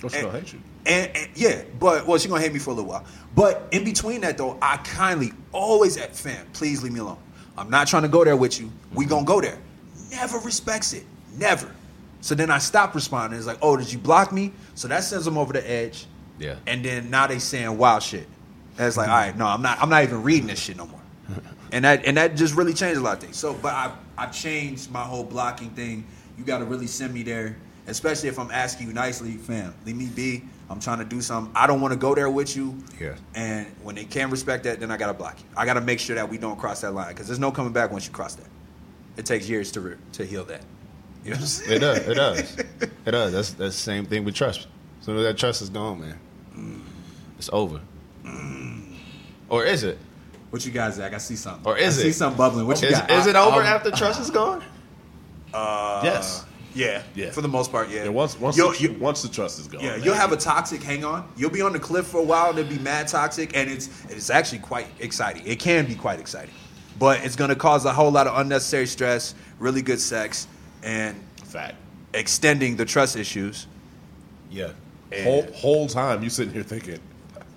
C: Don't you gonna hate you?
A: And, and- yeah, but well, she's gonna hate me for a little while. But in between that though, I kindly always at fam, please leave me alone. I'm not trying to go there with you. We gonna go there. Never respects it. Never. So then I stop responding. It's like, oh, did you block me? So that sends them over the edge.
B: Yeah.
A: And then now they saying wild shit. And it's like,
B: Mm-hmm.
A: all right, no, I'm not. I'm not even reading this shit no more. And that and that just really changed a lot of things. So, but I I changed my whole blocking thing. You got to really send me there, especially if I'm asking you nicely, fam. Leave me be. I'm trying to do something. I don't want to go there with you.
B: Yeah.
A: And when they can't respect that, then I gotta block you. I gotta make sure that we don't cross that line because there's no coming back once you cross that. It takes years to re- to heal that. You know what I'm saying?
B: It does. It does. It does. That's that's the same thing with trust. As soon as that trust is gone, man, it's over. Or is it?
D: What you got, Zach? I see something.
B: Or is
D: I see
B: it?
D: something bubbling. What you
B: Is,
D: got?
B: is it over
D: I-
B: after trust is gone?
C: yes.
A: Uh, Yeah.
C: Yeah.
A: For the most part, yeah.
C: And once once
A: You'll-
C: the,
A: you-
C: once the trust is gone,
A: Yeah,
C: man.
A: you'll have a toxic hang on. You'll be on the cliff for a while and it'll be mad toxic and it's it's actually quite exciting. It can be quite exciting. But it's gonna cause a whole lot of unnecessary stress, really good sex, and
C: fact.
A: extending the trust issues.
B: Yeah.
C: Whole whole time you sitting here thinking,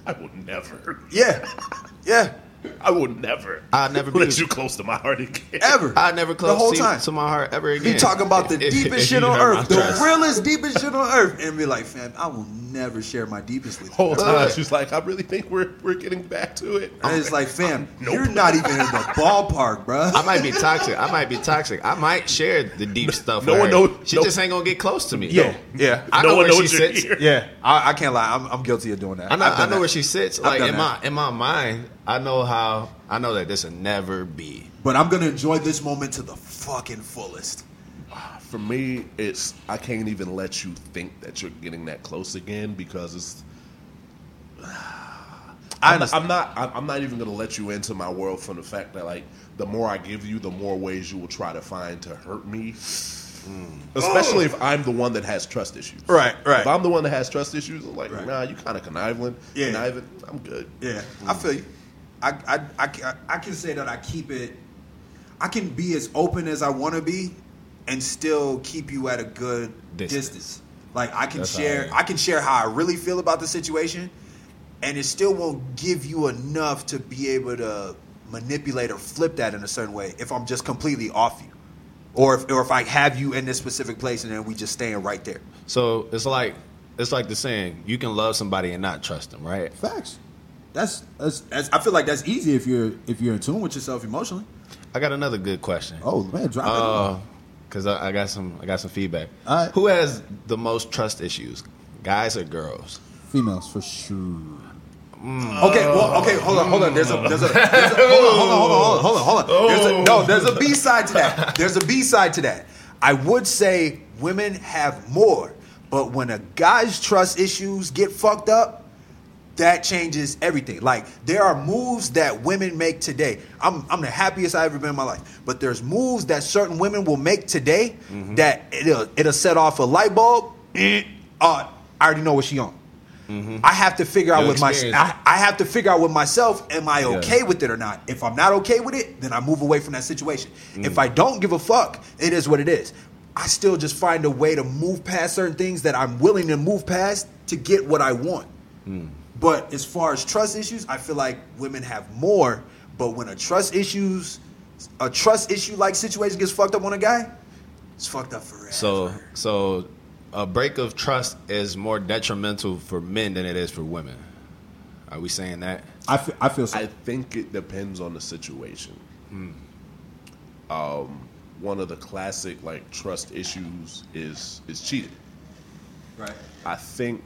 C: I will never,
A: Yeah. Yeah.
C: I will never,
B: I'll never be-
C: let you close to my heart again.
A: Ever.
B: I never close
A: the whole
B: to,
A: time.
B: to my heart ever again.
A: Be talking about the
B: If-
A: deepest
B: if
A: shit
B: you
A: on
B: hurt my
A: earth, the
B: trust.
A: realest deepest shit on earth, and be like, fam, I will never share my deepest with you.
C: Whole time
B: Ugh.
C: she's like, I really think we're we're getting back to it.
A: And it's like, fam, you're not even in the ballpark, bruh.
B: I might be toxic. I might be toxic. I might share the deep stuff.
C: no
B: with
C: one
B: her.
C: knows-
B: She
C: no-
B: just ain't gonna get close to me.
A: Yeah, yeah.
B: I
C: No
B: know
C: one
B: where she
C: knows you're
B: sits.
C: here.
A: Yeah, I, I can't lie. I'm, I'm guilty of doing that.
B: I know,
A: I've done
B: I know
A: that.
B: where she sits.
A: I've
B: Like
A: done
B: in my
A: that.
B: in my mind, I know how. I know that this will never be.
A: But I'm gonna enjoy this moment to the fucking fullest.
C: For me, it's I can't even let you think that you're getting that close again because it's.
A: I
C: I'm not,
A: understand.
C: I'm not. I'm- I'm not even gonna let you into my world from the fact that like the more I give you, the more ways you will try to find to hurt me. Mm. Especially if I'm the one that has trust issues.
A: Right, right.
C: If I'm the one that has trust issues, I'm like,
A: Right.
C: nah, you kind of conniving.
A: Yeah.
C: Conniving. I'm good.
A: Yeah, I feel you. I, I, I, ca- I can say that I keep it. I can be as open as I want to be, and still keep you at a good distance.
B: Distance.
A: Like I can
B: That's how
A: share.
B: I am.
A: I can share how I really feel about the situation, and it still won't give you enough to be able to manipulate or flip that in a certain way if I'm just completely off you, or if or if I have you in this specific place and then we just staying right there.
B: So it's like it's like the saying: you can love somebody and not trust them, right?
D: Facts. That's, that's that's. I feel like that's easy if you're if you're in tune with yourself emotionally.
B: I got another good question.
D: Oh man, drop
B: Oh, because I, I got some I got some feedback.
D: All right.
B: Who has the most trust issues, guys or girls?
D: it. Females for sure.
A: Okay, well, okay, hold on, hold on. There's a, there's a, there's a hold on, hold on, hold on, hold on, hold on. There's a, no, there's a B side to that. There's a B side to that. I would say women have more, but when a guy's trust issues get fucked up, that changes everything. Like there are moves that women make today. I'm I'm the happiest I've ever been in my life. But there's moves that certain women will make today that it'll it'll set off a light bulb. Eh, Uh, I already know what she on. I have to figure out
B: You'll
A: with my
B: experience
A: I, I have to figure out with myself. Am I
B: Yeah.
A: okay with it or not? If I'm not okay with it, then I move away from that situation. If I don't give a fuck, it is what it is. I still just find a way to move past certain things that I'm willing to move past to get what I want. But as far as trust issues, I feel like women have more. But when a trust issues, a trust issue like situation gets fucked up on a guy, it's fucked up for real.
B: So so a break of trust is more detrimental for men than it is for women. Are we saying that?
D: I feel, I feel so.
C: I think it depends on the situation.
B: Hmm.
C: Um, one of the classic like trust issues is is cheating.
D: right.
C: I think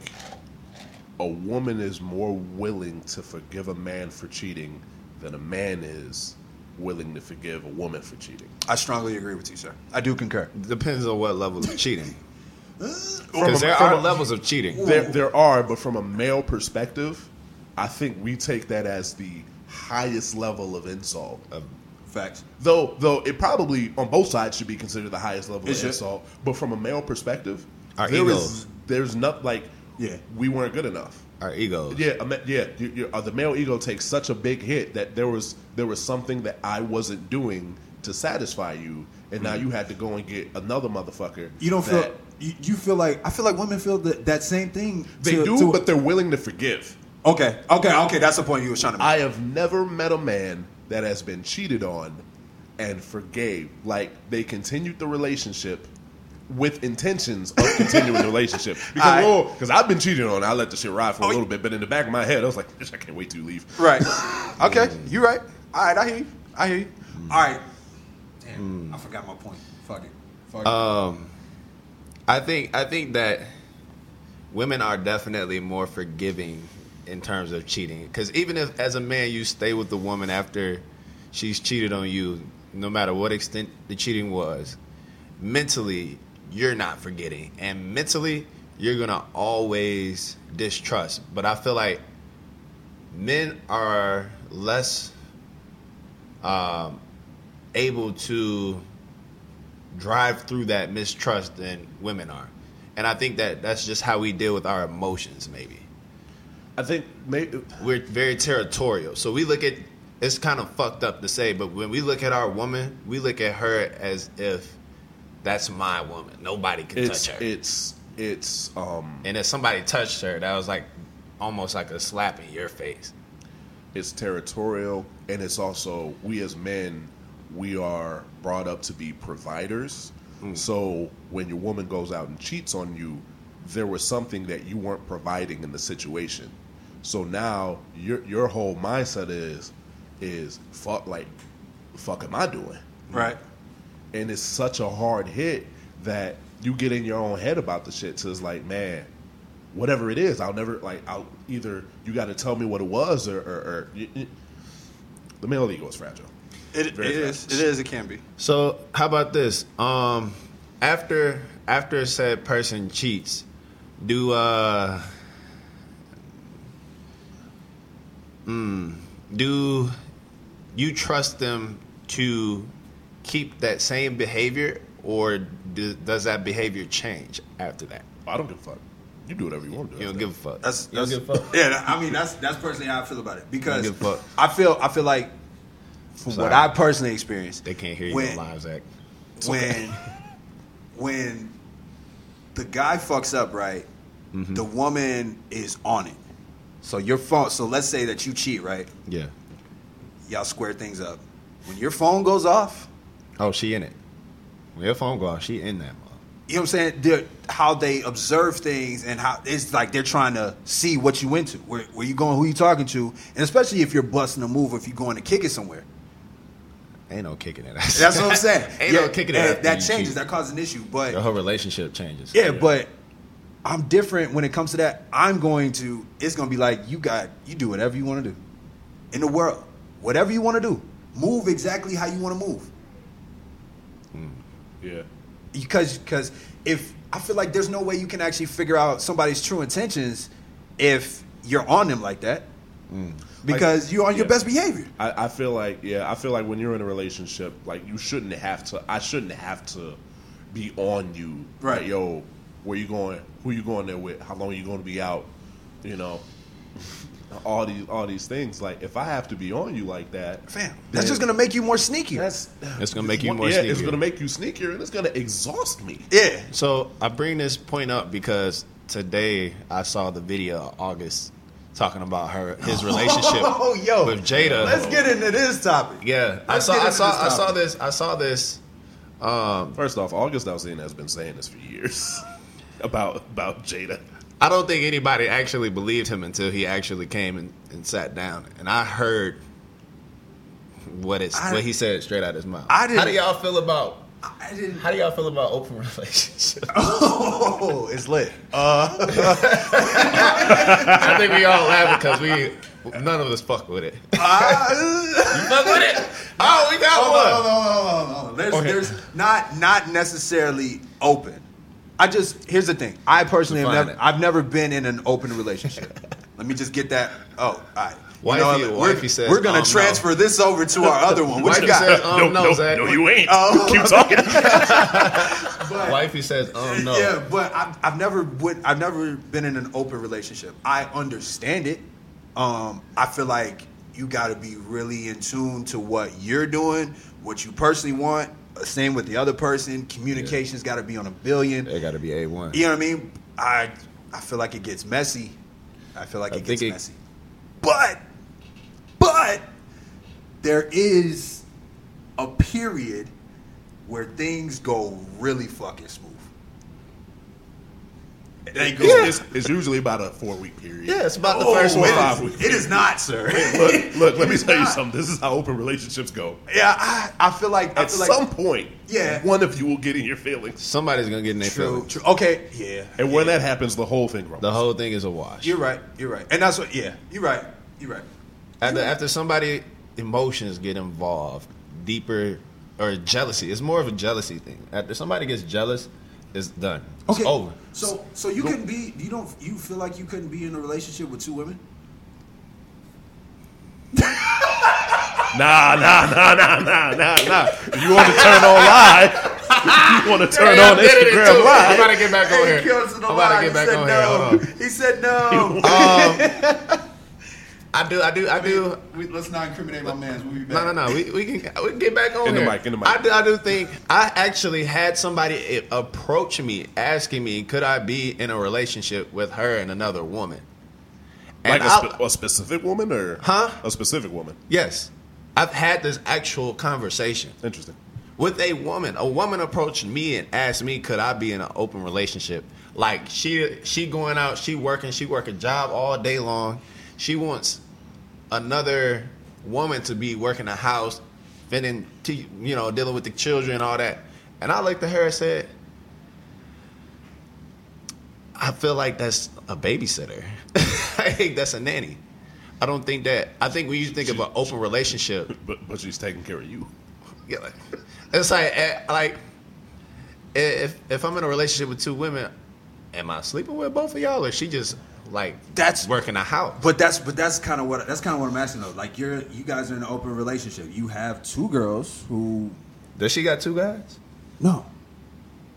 C: a woman is more willing to forgive a man for cheating than a man is willing to forgive a woman for cheating.
A: I strongly agree with you, sir. I do concur.
B: Depends on what level of cheating. Because there are levels of cheating.
C: There, there are, but from a male perspective, I think we take that as the highest level of insult.
A: Facts.
C: Though, though it probably on both sides should be considered the highest level
A: It
C: of
A: should.
C: insult. But from a male perspective,
B: Our
C: there is-
B: egos.
C: there's not like
D: Yeah.
C: we weren't good enough.
B: Our egos.
C: Yeah, I mean, yeah. You, you, uh, the male ego takes such a big hit that there was there was something that I wasn't doing to satisfy you, and now you had to go and get another motherfucker.
D: Mm-hmm. You don't
C: that-
D: feel. You, you feel like I feel like women feel that that same thing.
C: they
D: to-
C: do,
D: to-
C: but they're willing to forgive.
A: Okay, okay, okay. That's the point you were trying to make.
C: I have never met a man that has been cheated on and forgave. Like they continued the relationship with intentions of continuing the relationship. Because
A: I-
C: well, 'cause I've been cheated on, I let the shit ride for a
A: Oh,
C: little bit, but in the back of my head, I was like, "Bitch, I can't wait to leave.
A: Right. Okay. You right. All right. I hear you. I hear you.
D: all right. Damn, I forgot my point. Fuck it. Fuck
A: Uh,
B: I think I think that women are definitely more forgiving in terms of cheating. Because even if, as a man, you stay with the woman after she's cheated on you, no matter what extent the cheating was, mentally you're not forgetting, and mentally you're gonna always distrust. But I feel like men are less um, able to drive through that mistrust than women are. And I think that that's just how we deal with our emotions, maybe.
C: I think maybe
B: We're very territorial. So we look at it's kind of fucked up to say, but when we look at our woman, we look at her as if that's my woman. Nobody can
C: it's
B: touch her.
C: it's it's um
B: and if somebody touched her, that was like almost like a slap in your face.
C: it's territorial and it's also we as men we are brought up to be providers so when your woman goes out and cheats on you there was something that you weren't providing in the situation so now your your whole mindset is is fuck like fuck am i doing
A: Right.
C: and it's such a hard hit that you get in your own head about the shit. So it's like, man, whatever it is, I'll never like. I'll either you got to tell me what it was, or, or, or y- y- the male ego is fragile.
A: It, it
C: Very
A: is.
C: fast.
A: It is. It can be.
B: So how about this? Um, after after said person cheats, do uh, mm, do you trust them to keep that same behavior, or do, does that behavior change after that?
C: I don't give a fuck. You do whatever you want to do.
B: You don't give a fuck.
A: That's,
B: you don't
A: that's
B: give a fuck.
A: yeah. that- I mean, that's that's personally how I feel about it because
B: give a fuck.
A: I feel I feel like from
B: Sorry.
A: what I personally experienced,
B: They can't hear you
A: When-
B: on live, Zach.
A: when when the guy fucks up, right?
B: Mm-hmm.
A: The woman is on it. So your phone. So let's say that you cheat, right?
B: Yeah.
A: Y'all square things up. When your phone goes off,
B: Oh, she in it. When your phone goes, she in that. mother.
A: you know what I'm saying? They're, how they observe things and how it's like they're trying to see what you into, where, where you going, who you talking to, and especially if you're busting a move, if you're going to kick it somewhere.
B: Ain't no kicking it.
A: That's what I'm saying.
B: Ain't no kicking it
A: and
B: after
A: That
B: you
A: changes.
B: cheat.
A: That causes an issue. But
B: Your whole relationship changes.
A: yeah, but I'm different when it comes to that. I'm going to. It's going to be like you got. You do whatever you want to do in the world. Whatever you want to do, move exactly how you want to move.
C: Yeah.
A: because because if I feel like there's no way you can actually figure out somebody's true intentions if you're on them like that because you're on your
C: Mm. yeah.
A: best behavior.
C: I, I feel like yeah, I feel like when you're in a relationship, like you shouldn't have to. I shouldn't have to be on you.
A: Right.
C: Like, yo, where you going? Who you going there with? How long you going to be out? You know, all these all these things. Like if I have to be on you like that,
A: Fam,
C: then
A: that's just gonna make you more sneaky.
C: that's
B: It's gonna make you
C: Well,
B: more
C: Yeah, it's
B: sneakier.
C: gonna make you sneakier, and it's gonna exhaust me.
A: yeah,
B: So I bring this point up because today I saw the video of August talking about her his relationship
A: Oh, yo.
B: with Jada.
A: let's get into this topic.
B: yeah, I
A: let's
B: saw
A: get
B: I
A: into
B: saw
A: this
B: I saw
A: topic.
B: this I saw this. Um,
C: First off, August Alsina has been saying this for years. about about Jada.
B: I don't think anybody actually believed him until he actually came and, and sat down. And I heard what it's
A: I-
B: what he said straight out of his mouth.
A: I didn't-
B: How do y'all feel about
A: I didn't.
B: how do y'all feel about open relationships?
A: Oh, it's lit.
B: I think we all laugh because we none of us fuck with it.
A: Ah,
B: fuck with it? Oh, we got
A: Hold on, hold
B: one.
A: on, hold on, hold on. There's,
B: Okay.
A: there's not not necessarily open. I just here's the thing. I personally have
B: Define
A: never
B: it.
A: I've never been in an open relationship. Let me just get that. Oh, all right.
B: Wifey-
A: what? we're,
B: wifey says,
A: we're gonna
B: um, no.
A: transfer this over to our other one. What
B: Wifey
A: you got?
B: says, um, no, Zach. Oh.
C: no, you ain't. Keep talking.
A: But-
B: Wifey says, um, no.
A: Yeah, but I've, I've never would I've never been in an open relationship. I understand it. Um, I feel like you got to be really in tune to what you're doing, what you personally want. Uh, Same with the other person. Communication's got to be on a billion.
B: It got to be a one.
A: You know what I mean? I I feel like it gets messy. I feel like
B: I
A: it gets
B: think it-
A: messy. But but there is a period where things go really fucking smooth. They go
C: It's, it's- it's usually about a four week period.
B: Yeah, it's about the
A: Oh,
B: first
A: it
B: one.
A: is-
C: five weeks.
A: It is not, sir.
C: Look, look. Let me tell you
A: not.
C: something. This is how open relationships go.
A: yeah, I, I feel like I
C: At
A: feel like
C: some point,
A: Yeah.
C: one of you will get in your feelings,
B: Somebody's gonna get in their
A: true,
B: feelings.
A: true. Okay, yeah.
C: and when that happens, the whole thing
B: The
C: wrong.
B: whole thing is a wash.
A: You're right. You're right. And that's what. Yeah, you're right. You're right.
B: After, after somebody emotions get involved, deeper or jealousy. It's more of a jealousy thing. After somebody gets jealous, it's done. It's
D: Okay.
B: over.
D: So so you couldn't be you don't you feel like you couldn't be in a relationship with two women?
C: Nah, nah, nah, nah, nah, nah, nah. If you want to turn on live, you want to turn on Instagram
B: I'm
C: live.
B: about to get back on here.
A: He kills it
B: I'm
A: a
B: about
A: lot. He
B: to get back
A: said
B: on here.
A: no.
B: Hold on.
A: He said no.
B: I do, I do, I do.
D: We, let's not incriminate my man's. We'll be back.
B: No, no, no. We, we can we can get back on
C: In the
B: here.
C: mic, in the mic.
B: I do, I do think I actually had somebody i- approach me asking me, could I be in a relationship with her and another woman? And
C: Like a,
B: I-
C: spe- a specific woman, or
B: Huh?
C: A specific woman.
B: yes, I've had this actual conversation
C: Interesting.
B: with a woman. A woman approached me and asked me, could I be in an open relationship? Like she she going out, she working, she work a job all day long. She wants another woman to be working the house, fending, to, you know, dealing with the children, all that. And I looked at her and said, I feel like that's a babysitter. I think that's a nanny. I don't think that. I think when you think of an open relationship,
C: But but she's taking care of you.
B: yeah, like, it's like eh, like eh, if if I'm in a relationship with two women, am I sleeping with both of y'all, or she just like
D: That's-
B: working a house?
D: But that's but that's kind of what that's kind of what I'm asking though. Like you're you guys are in an open relationship. You have two girls who
B: Does she got two guys?
D: no.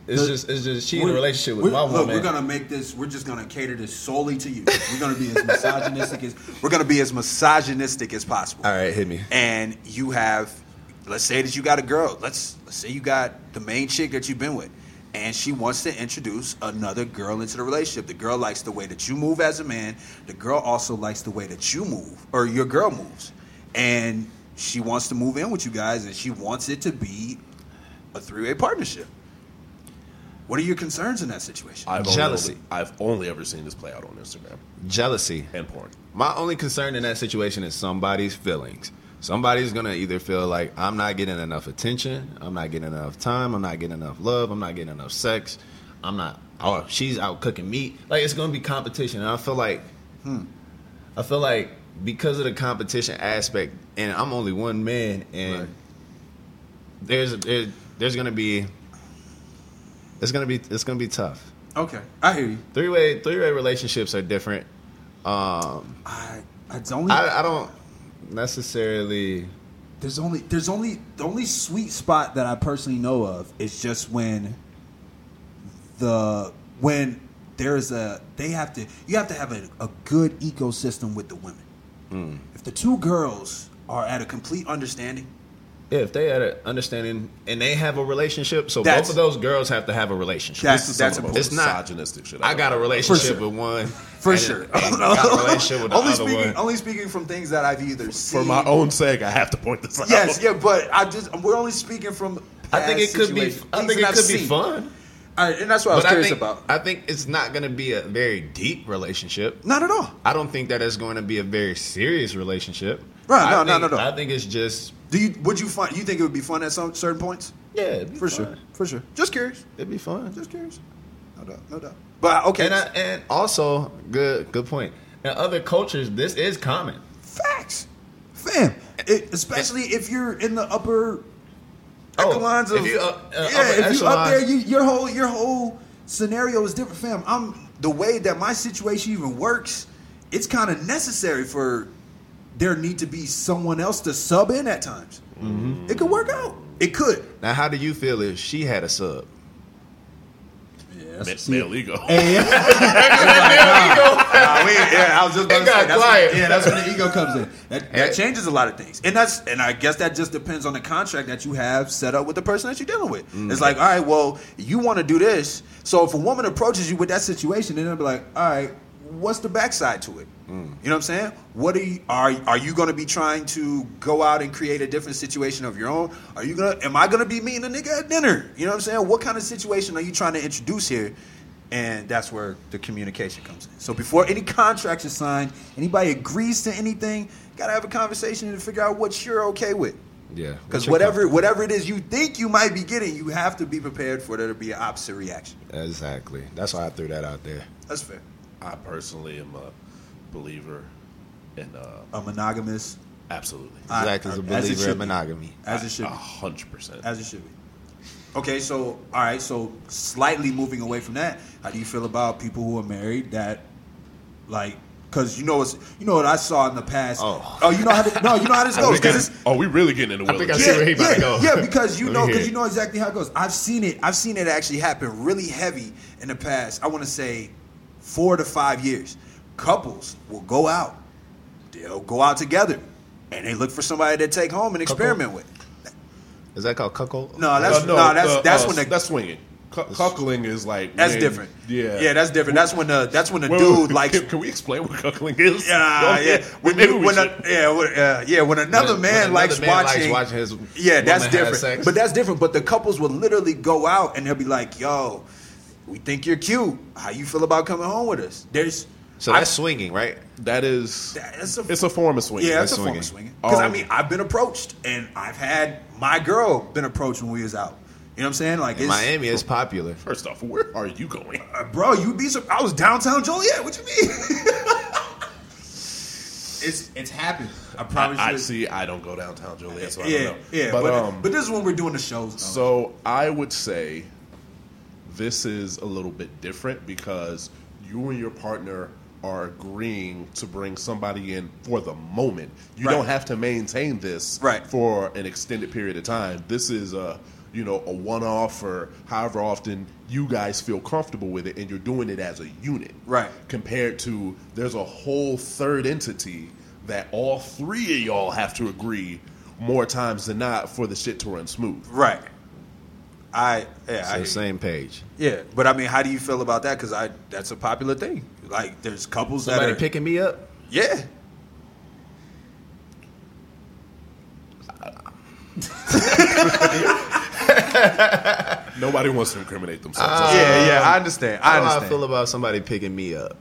B: It's
D: The-
B: just it's just she in a
D: We're-
B: relationship
D: we're-
B: with my
D: look,
B: woman.
D: We're gonna make this. We're just gonna cater this solely to you. We're gonna be as misogynistic as
A: We're gonna be as misogynistic as possible.
B: All right, hit me.
A: And you have, let's say that you got a girl. Let's let's say you got the main chick that you've been with, and she wants to introduce another girl into the relationship. The girl likes the way that you move as a man. The girl also likes the way that you move or your girl moves, and she wants to move in with you guys, and she wants it to be a three-way partnership. What are your concerns in that situation?
C: I've only-
B: Jealousy.
C: I've only ever seen this play out on Instagram
B: Jealousy.
C: and porn.
B: My only concern in that situation is somebody's feelings. Somebody's gonna either feel like I'm not getting enough attention, I'm not getting enough time, I'm not getting enough love, I'm not getting enough sex, I'm not. Oh, she's out cooking meat. Like it's gonna be competition, and I feel like, hmm, I feel like because of the competition aspect, and I'm only one man, and there's there, there's gonna be, it's gonna be it's gonna be tough.
D: Okay, I hear you.
B: Three way three way relationships are different. Um,
D: I I don't.
B: I, I don't necessarily.
D: there's only there's only the only sweet spot that I personally know of is just when the when there's a they have to you have to have a, a good ecosystem with the women.
B: Hmm.
D: If the two girls are at a complete understanding,
B: Yeah, if they had an understanding and they have a relationship, so
A: That's-
B: both of those girls have to have a relationship.
A: That's-
C: This is
A: that's
C: some of
A: a-
C: the
B: it's
C: most
B: not-
C: misogynistic shit.
B: I got a
A: For
B: relationship
A: sure.
B: with one.
A: For
B: and
A: sure.
B: I got a relationship with the
A: only
B: other
A: speaking,
B: one.
A: only speaking from things that I've either seen
C: for my own sake. I have to point this out.
A: Yes, yeah, but I just we're only speaking from.
B: I think it
A: past
B: could be.
A: situations,
B: I
A: things that
B: think it
A: I've
B: could be
A: seen.
B: fun.
A: All right, and that's what I was
B: But
A: curious
B: think,
A: about.
B: I think it's not going to be a very deep relationship.
A: Not at all.
B: I don't think that it's going to be a very serious relationship.
A: Right, no,
B: I
A: no,
B: think,
A: no, no.
B: I think it's just
A: Do you would you find you think it would be fun at some certain points?
B: yeah, it'd be
A: For
B: fun.
A: sure, for sure. Just curious,
B: It'd be fun.
A: just curious. No doubt, no doubt. uh, But okay,
B: And I, and also good good point. In other cultures, this is common.
A: facts, fam. It, especially if you're in the upper echelons
B: Oh, if
A: of
B: you up- uh,
A: yeah.
B: upper
A: if you up
B: echelon-
A: there, you, your whole your whole scenario is different, fam. I'm the way that my situation even works. It's kind of necessary for there need to be someone else to sub in at times.
B: Mm-hmm.
A: It could work out. It could.
B: Now, how do you feel if she had a sub?
D: Yeah, that's
C: Ma- Male ego.
A: Nah, we- yeah, I was just about to
B: It got
A: say, that's
B: quiet.
A: When, yeah, that's when the ego comes in. That, that
B: Hey.
A: changes a lot of things, and that's and I guess that just depends on the contract that you have set up with the person that you're dealing with. It's like, all right, well, you want to do this, so if a woman approaches you with that situation, then they'll be like, all right, what's the backside to it? You know what I'm saying? What are you are are you going to be trying to go out and create a different situation of your own? Are you gonna? Am I gonna be meeting a nigga at dinner? You know what I'm saying? What kind of situation are you trying to introduce here? And that's where the communication comes in. So before any contracts are signed, anybody agrees to anything, you gotta have a conversation and figure out what you're okay with.
B: Yeah,
A: Because whatever whatever it is you think you might be getting, you have to be prepared for there to be an opposite reaction.
B: Exactly. That's why I threw that out there.
A: That's fair.
C: I personally am a believer in uh,
A: A monogamous,
C: absolutely.
A: I-
B: Zach is a
A: as it
B: believer
A: should
B: in
A: be.
B: monogamy.
A: as it should
C: A
A: be.
C: hundred percent.
A: As it should be. Okay, so all right, so slightly moving away from that, how do you feel about people who are married that, like, because you know it's you know what I saw in the past.
B: Oh.
A: you know how to, no, you know how this goes. 'cause it's-
C: Oh, we really getting into
B: I think I
C: Willis.
B: see where he about
A: yeah,
B: to go.
A: yeah, because you
B: Let
A: know,
B: me hear
A: because you
B: it.
A: know exactly how it goes. I've seen it. I've seen it actually happen really heavy in the past. I want to say four to five years. Couples will go out. They'll go out together, and they look for somebody to take home and experiment with.
B: Is that called cuckold?
A: No, that's no, that's
C: uh,
A: that's
C: uh,
A: when the
C: that's swinging. Cu- cuckling is like
A: That's
C: when-
A: different.
C: Yeah,
A: yeah, that's different. That's when the that's when the
C: Wait, wait,
A: dude
C: wait,
A: likes.
C: Can, can we explain what cuckling is?
A: Yeah,
C: Don't-
A: yeah. When,
C: maybe we
A: when
C: should.
A: a, yeah, when, uh, yeah, when another
B: When-
A: man,
B: when another
A: likes,
B: man likes
A: watching,
B: watching his
A: yeah, that's
B: woman have
A: different.
B: sex.
A: But that's different. But the couples will literally go out and they'll be like, "Yo, we think you're cute. How you feel about coming home with us?" There's
B: So
A: I-
B: that's swinging, right?
C: that is
A: That's a-
C: it's a form of swinging.
A: yeah, that's a
B: that's
A: form of
B: swinging.
A: swinging. Because I
C: Um,
A: mean, I've been approached and I've had my girl been approached when we was out. You know what I'm saying? Like
B: In
A: it's,
B: Miami is popular.
C: First off, where are you going?
A: Uh, bro, you'd be. sur- I was downtown Joliet. What you mean? it's it's happened. I promise
C: I
A: you.
C: see. I don't go downtown Joliet, so I
A: yeah,
C: don't know.
A: yeah.
C: but,
A: But,
C: um,
A: but this is when we're doing the shows. Though.
C: So I would say this is a little bit different because you and your partner are agreeing to bring somebody in for the moment. You
A: Right.
C: don't have to maintain this
A: Right.
C: for an extended period of time. This is a you know a one-off or however often you guys feel comfortable with it, and you're doing it as a unit.
A: Right.
C: Compared to there's a whole third entity that all three of y'all have to agree more times than not for the shit to run smooth.
A: right. I yeah
B: So
A: I,
B: same page.
A: yeah. But I mean, how do you feel about that? Because I that's a popular thing. Like there's couples
B: Somebody
A: that are
B: picking me up.
A: yeah.
C: Nobody wants to incriminate themselves.
A: Ah. yeah, yeah, I understand. I
B: Uh, How do I
A: understand.
B: feel about somebody picking me up?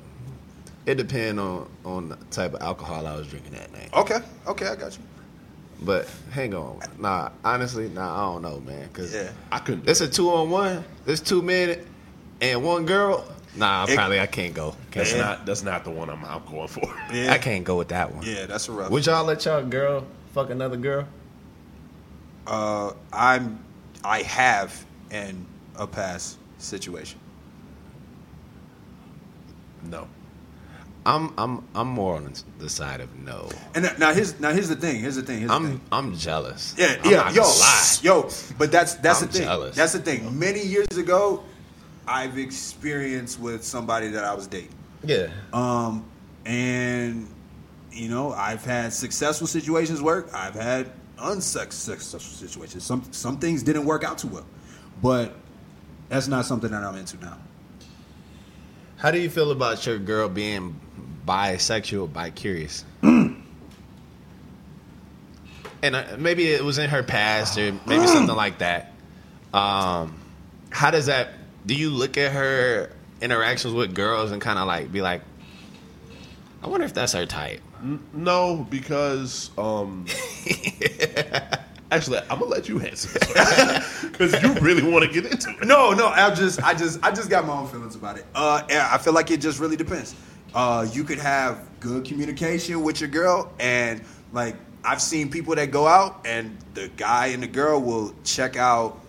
B: It depends on on the type of alcohol I was drinking that night.
A: okay, okay, I got you.
B: But hang on, nah. Honestly, nah. I don't know, man. Cause
A: Yeah.
C: I couldn't.
B: it's a two on one. There's two men and one girl. Nah,
A: It-
B: probably I can't go.
C: That's
B: Can't-
C: not. That's not the one I'm, I'm going for.
A: Yeah,
B: I can't go with that one.
A: yeah, that's a rough.
B: Would y'all let y'all girl fuck another girl?
A: Uh, I'm I have in a past situation.
C: No.
B: I'm I'm I'm more on the side of no.
A: And now here's now here's the thing. Here's the thing. Here's the thing.
B: I'm I'm jealous.
A: Yeah,
B: I'm
A: yeah,
B: not
A: yo,
B: gonna lie.
A: yo. But that's that's
B: I'm
A: the thing.
B: jealous.
A: That's the thing. Many years ago, I've experienced with somebody that I was dating,
B: Yeah,
A: um, and you know, I've had successful situations work. I've had unsuccessful situations. Some some things didn't work out too well, but that's not something that I'm into now.
B: How do you feel about your girl being bisexual, bicurious? and uh, maybe it was in her past or maybe something like that. Um, how does that do you look at her interactions with girls and kind of like be like, I wonder if that's her type?
C: No, because um actually I'm gonna let you answer because you really want to get into it.
A: No, no. I just, I just, I just got my own feelings about it. Uh, yeah, I feel like it just really depends. Uh, you could have good communication with your girl, and like I've seen people that go out, and the guy and the girl will check out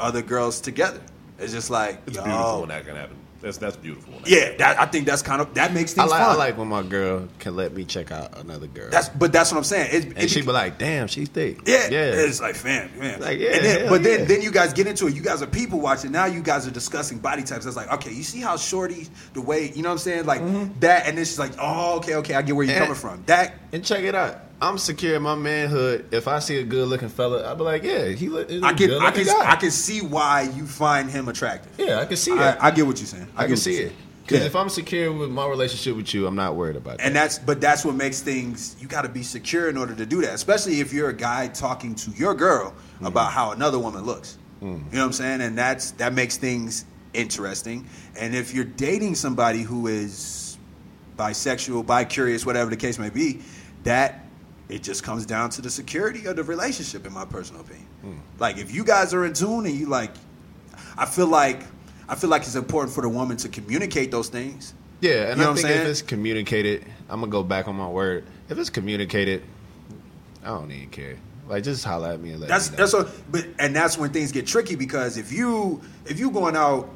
A: other girls together. It's just like,
C: It's
A: yo,
C: beautiful when that can happen. That's that's beautiful. When that
A: yeah. That, I think that's kind of that makes
B: I
A: things
B: like, I
A: fun.
B: like when my girl can let me check out another girl.
A: that's, but that's what I'm saying. It,
B: and
A: it
B: she
A: be-
B: be like, damn, she's thick.
A: Yeah,
B: Yeah.
A: It's like, fam, man.
B: Like, yeah,
A: And then-
B: hell
A: but then,
B: yeah.
A: then you guys get into it. You guys are people watching. Now you guys are discussing body types. It's like, okay, you see how shorty the way, you know what I'm saying? Like that, and it's just like, oh, okay, okay, I get where you're
B: Mm-hmm. And-
A: coming from. That
B: And check it out. I'm secure in my manhood. If I see a good looking fella, I'll be like, yeah, he look. he's a
A: I can I
B: good-looking
A: can
B: guy.
A: I can see why you find him attractive.
B: Yeah, I can see that.
A: I, I get what you're saying.
B: I,
A: get
B: can
A: what
B: see
A: you're
B: it.
A: saying.
B: Because
A: Yeah.
B: if I'm secure with my relationship with you, I'm not worried about that.
A: And that's but that's what makes things you got to be secure in order to do that, especially if you're a guy talking to your girl about how another woman looks. You know what I'm saying? And that's that makes things interesting. And if you're dating somebody who is bisexual, bi curious, whatever the case may be, that it just comes down to the security of the relationship, in my personal opinion. Like if you guys are in tune and you like, I feel like I feel like it's important for the woman to communicate those things.
B: Yeah,
A: You
B: and
A: know
B: I
A: what I'm
B: think
A: saying?
B: if it's communicated, I'm gonna go back on my word. If it's communicated, I don't even care. Like just holla at me and let
A: That's
B: me know.
A: that's what, but and that's when things get tricky because if you if you going out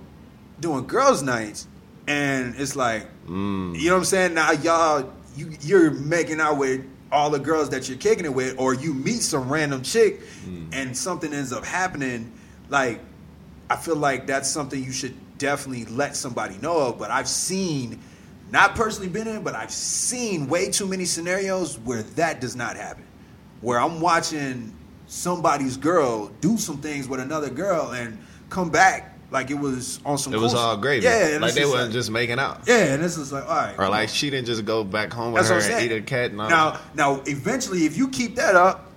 A: doing girls' nights and it's like
B: Mm.
A: you know what I'm saying now y'all you you're making out with all the girls that you're kicking it with or you meet some random chick
B: Mm.
A: and something ends up happening like I feel like that's something you should definitely let somebody know of but I've seen not personally been in but I've seen way too many scenarios where that does not happen where I'm watching somebody's girl do some things with another girl and come back like it was on some.
B: it was
A: cool
B: all
A: shit.
B: gravy.
A: Yeah, and
B: like
A: it's
B: they
A: just
B: wasn't
A: like-
B: just making out,
A: Yeah, and this is like all right.
B: or like she didn't just go back home
A: that's
B: with her
A: what I'm
B: and
A: saying.
B: eat a cat. No,
A: Now, now, eventually, if you keep that up,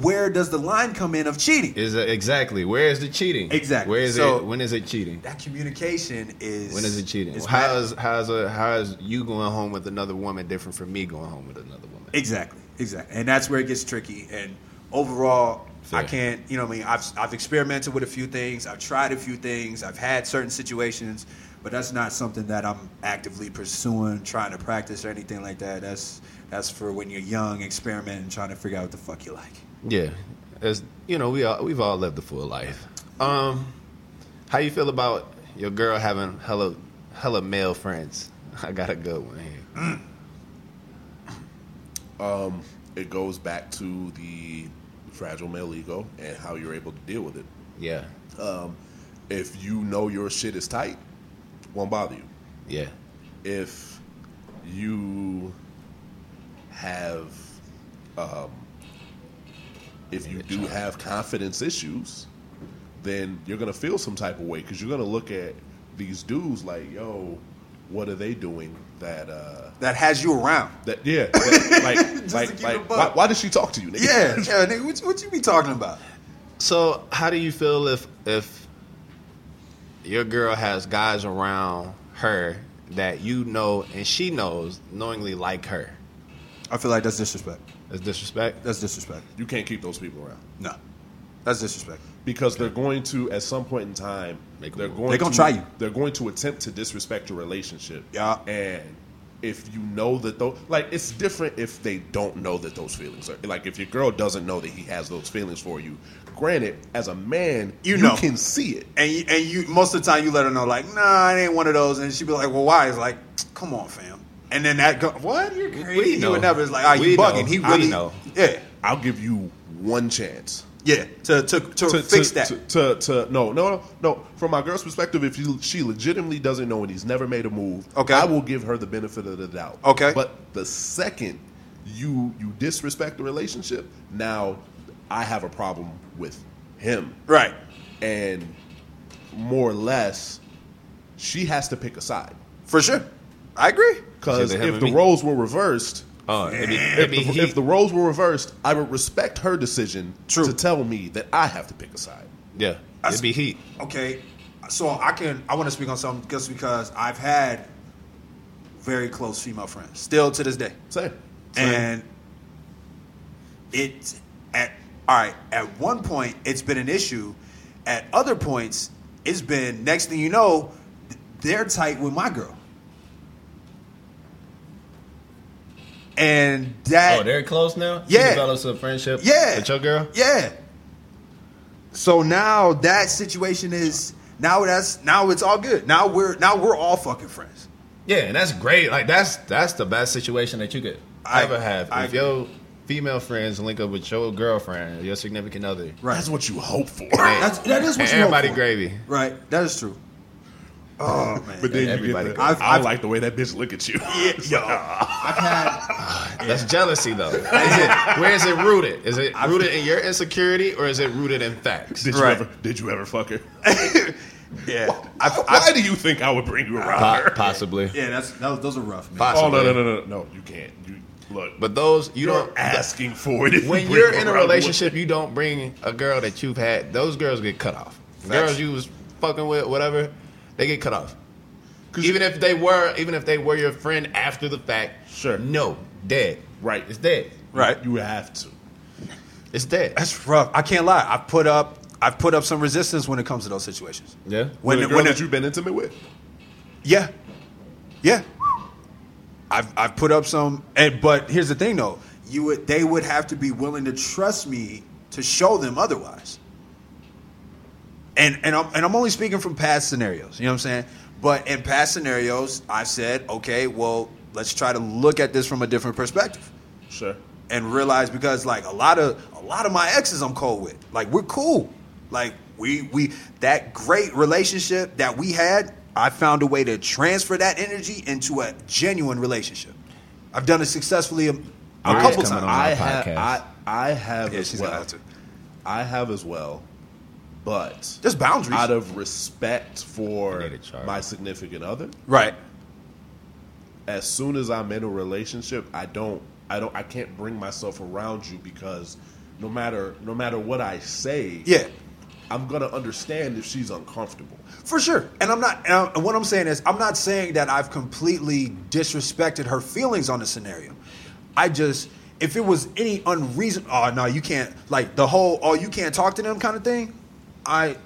A: where does the line come in of cheating?
B: is it, exactly where is the cheating?
A: Exactly.
B: Where is
A: So-
B: it? When is it cheating?
A: that communication is
B: When is it cheating?
A: is
B: How
A: bad.
B: is how is a, how is you going home with another woman different from me going home with another woman?
A: Exactly, exactly, and that's where it gets tricky. And overall, I
B: Fair.
A: can't. You know, what I mean, I've I've experimented with a few things. I've tried a few things. I've had certain situations, but that's not something that I'm actively pursuing, trying to practice or anything like that. That's that's for when you're young, experimenting, trying to figure out what the fuck you like.
B: Yeah, as you know, we all we've all lived a full life. Um, how you feel about your girl having hella hella male friends? I got a good one here.
C: it goes back to the fragile male ego and how you're able to deal with it.
B: Yeah,
C: If you know your shit is tight, won't bother you.
B: yeah,
C: If you have, um, if you do have confidence issues, then you're gonna feel some type of way because you're gonna look at these dudes like, yo, what are they doing that? uh
A: That has you around.
C: that, yeah, that-
A: Just
C: like,
A: to
C: like,
A: keep
C: like
A: it
C: why,
A: buck.
C: why did she talk to you? Nigga?
A: Yeah, yeah. Nigga, what, what you be talking about?
B: So, how do you feel if if your girl has guys around her that you know and she knows knowingly like her?
A: I feel like that's disrespect.
B: That's disrespect.
A: That's disrespect.
C: you can't keep those people around.
A: No, that's disrespect.
C: because they're going to at some point in time
B: Make a
C: they're
B: move.
C: going
A: They gonna
C: to,
A: try you.
C: they're going to attempt to disrespect your relationship
A: Yeah.
C: and if you know that though like it's different if they don't know that those feelings are like if your girl doesn't know that he has those feelings for you granted as a man
A: You know.
C: can see it
A: And you, and you most of the time you let her know like, nah, it ain't one of those, and she'd be like, well, why? It's like, come on, fam. And then that go, what? You're crazy.
B: We
A: You
B: know.
A: would never. It's like, ah,
B: We
A: you bugging.
B: know.
A: He
B: I
A: really.
B: know.
A: Yeah,
C: i'll give you one chance
A: yeah. To to to, fix that.
C: to, to, to- no no no no from my girl's perspective if you, she legitimately doesn't know and he's never made a move
A: Okay.
C: i will give her the benefit of the doubt
A: Okay.
C: but the second you you disrespect the relationship now i have a problem with him
A: right.
C: and more or less she has to pick a side
A: For sure. I agree.
C: because
B: It's either him
C: if
B: or
C: the
B: me.
C: roles were reversed
B: Oh, it'd be,
C: if
B: it'd
C: the,
B: be he-
C: if the roles were reversed, I would respect her decision
A: True.
C: to tell me that I have to pick a side.
B: yeah, it'd be heat.
A: Okay. so I can I want to speak on something just because I've had very close female friends still to this day,
C: Same. Same.
A: and it's at all right. At one point, it's been an issue. At other points, it's been next thing you know, they're tight with my girl, and that
B: Oh, they're close now.
A: Yeah.
B: you developed a friendship.
A: Yeah.
B: with your girl.
A: Yeah. So now that situation is now that's now it's all good. Now we're now we're all fucking friends.
B: Yeah, and that's great. Like that's that's the best situation that you could
A: I-
B: ever have.
A: I
B: if your female friends link up with your girlfriend, your significant other,
A: Right.
C: That's what you hope for.
D: That's, that is
B: and
D: what you hope
B: everybody
D: for.
B: gravy.
A: right. That is true. Oh man.
C: But then you
B: Everybody
C: get the,
B: goes.
C: I've,
A: I've-
C: I
A: I've-
C: like the way that bitch look at you.
A: Yeah, yo.
D: I've had
B: That's jealousy, though. Is it, where is it rooted? Is it rooted in your insecurity or is it rooted in facts?
C: Did you
A: Right.
C: ever? Did you ever fuck her?
A: Yeah. I've,
C: Why do you think I would bring you around
B: Po-
C: her?
B: possibly.
D: yeah, that's that was, those are rough. Man.
C: Oh
B: Possibly.
C: no no no no no! You can't. You look. But
B: But those you
C: you're
B: don't.
C: asking for it. if you
B: When
C: bring
B: you're
C: her
B: in a
C: around.
B: relationship, you don't bring a girl that you've had. Those girls get cut off. Girls you was fucking with, whatever, they get cut off.
C: 'Cause
B: Even if they were, even if they were your friend after the fact,
C: Sure.
B: no, dead.
C: Right.
B: it's dead.
A: right.
C: you have to.
B: It's dead.
A: That's rough. I can't lie. I put up I've put up some resistance when it comes to those situations.
B: Yeah.
A: When
C: When the
A: it-
C: girl
A: when
C: that
A: it-
C: you've been intimate with,
A: Yeah. Yeah. I've I've put up some and but here's the thing though. You would they would have to be willing to trust me to show them otherwise. And and I'm and I'm only speaking from past scenarios, you know what I'm saying? But in past scenarios, I've said, okay, well, let's try to look at this from a different perspective
C: sure.
A: and realize because like a lot of a lot of my exes I'm cold with. Like we're cool. Like we we that great relationship that we had, I found a way to transfer that energy into a genuine relationship. I've done it successfully a, a
B: Maria's
A: couple
B: coming
A: times.
B: on. our
C: I have.
B: podcast.
C: I I have
A: Yeah,
C: as
A: she's gonna
C: well.
A: have to.
C: I have as well, but
A: There's boundaries.
C: out of respect for
B: I need a charger.
C: my significant other,
A: right.
C: as soon as I'm in a relationship, I don't I don't I can't bring myself around you because no matter no matter what I say,
A: Yeah.
C: I'm gonna understand if she's uncomfortable.
A: For sure. And I'm not and, I, and what I'm saying is I'm not saying that I've completely disrespected her feelings on the scenario. I just if it was any unreason oh no, you can't like the whole oh you can't talk to them kind of thing, I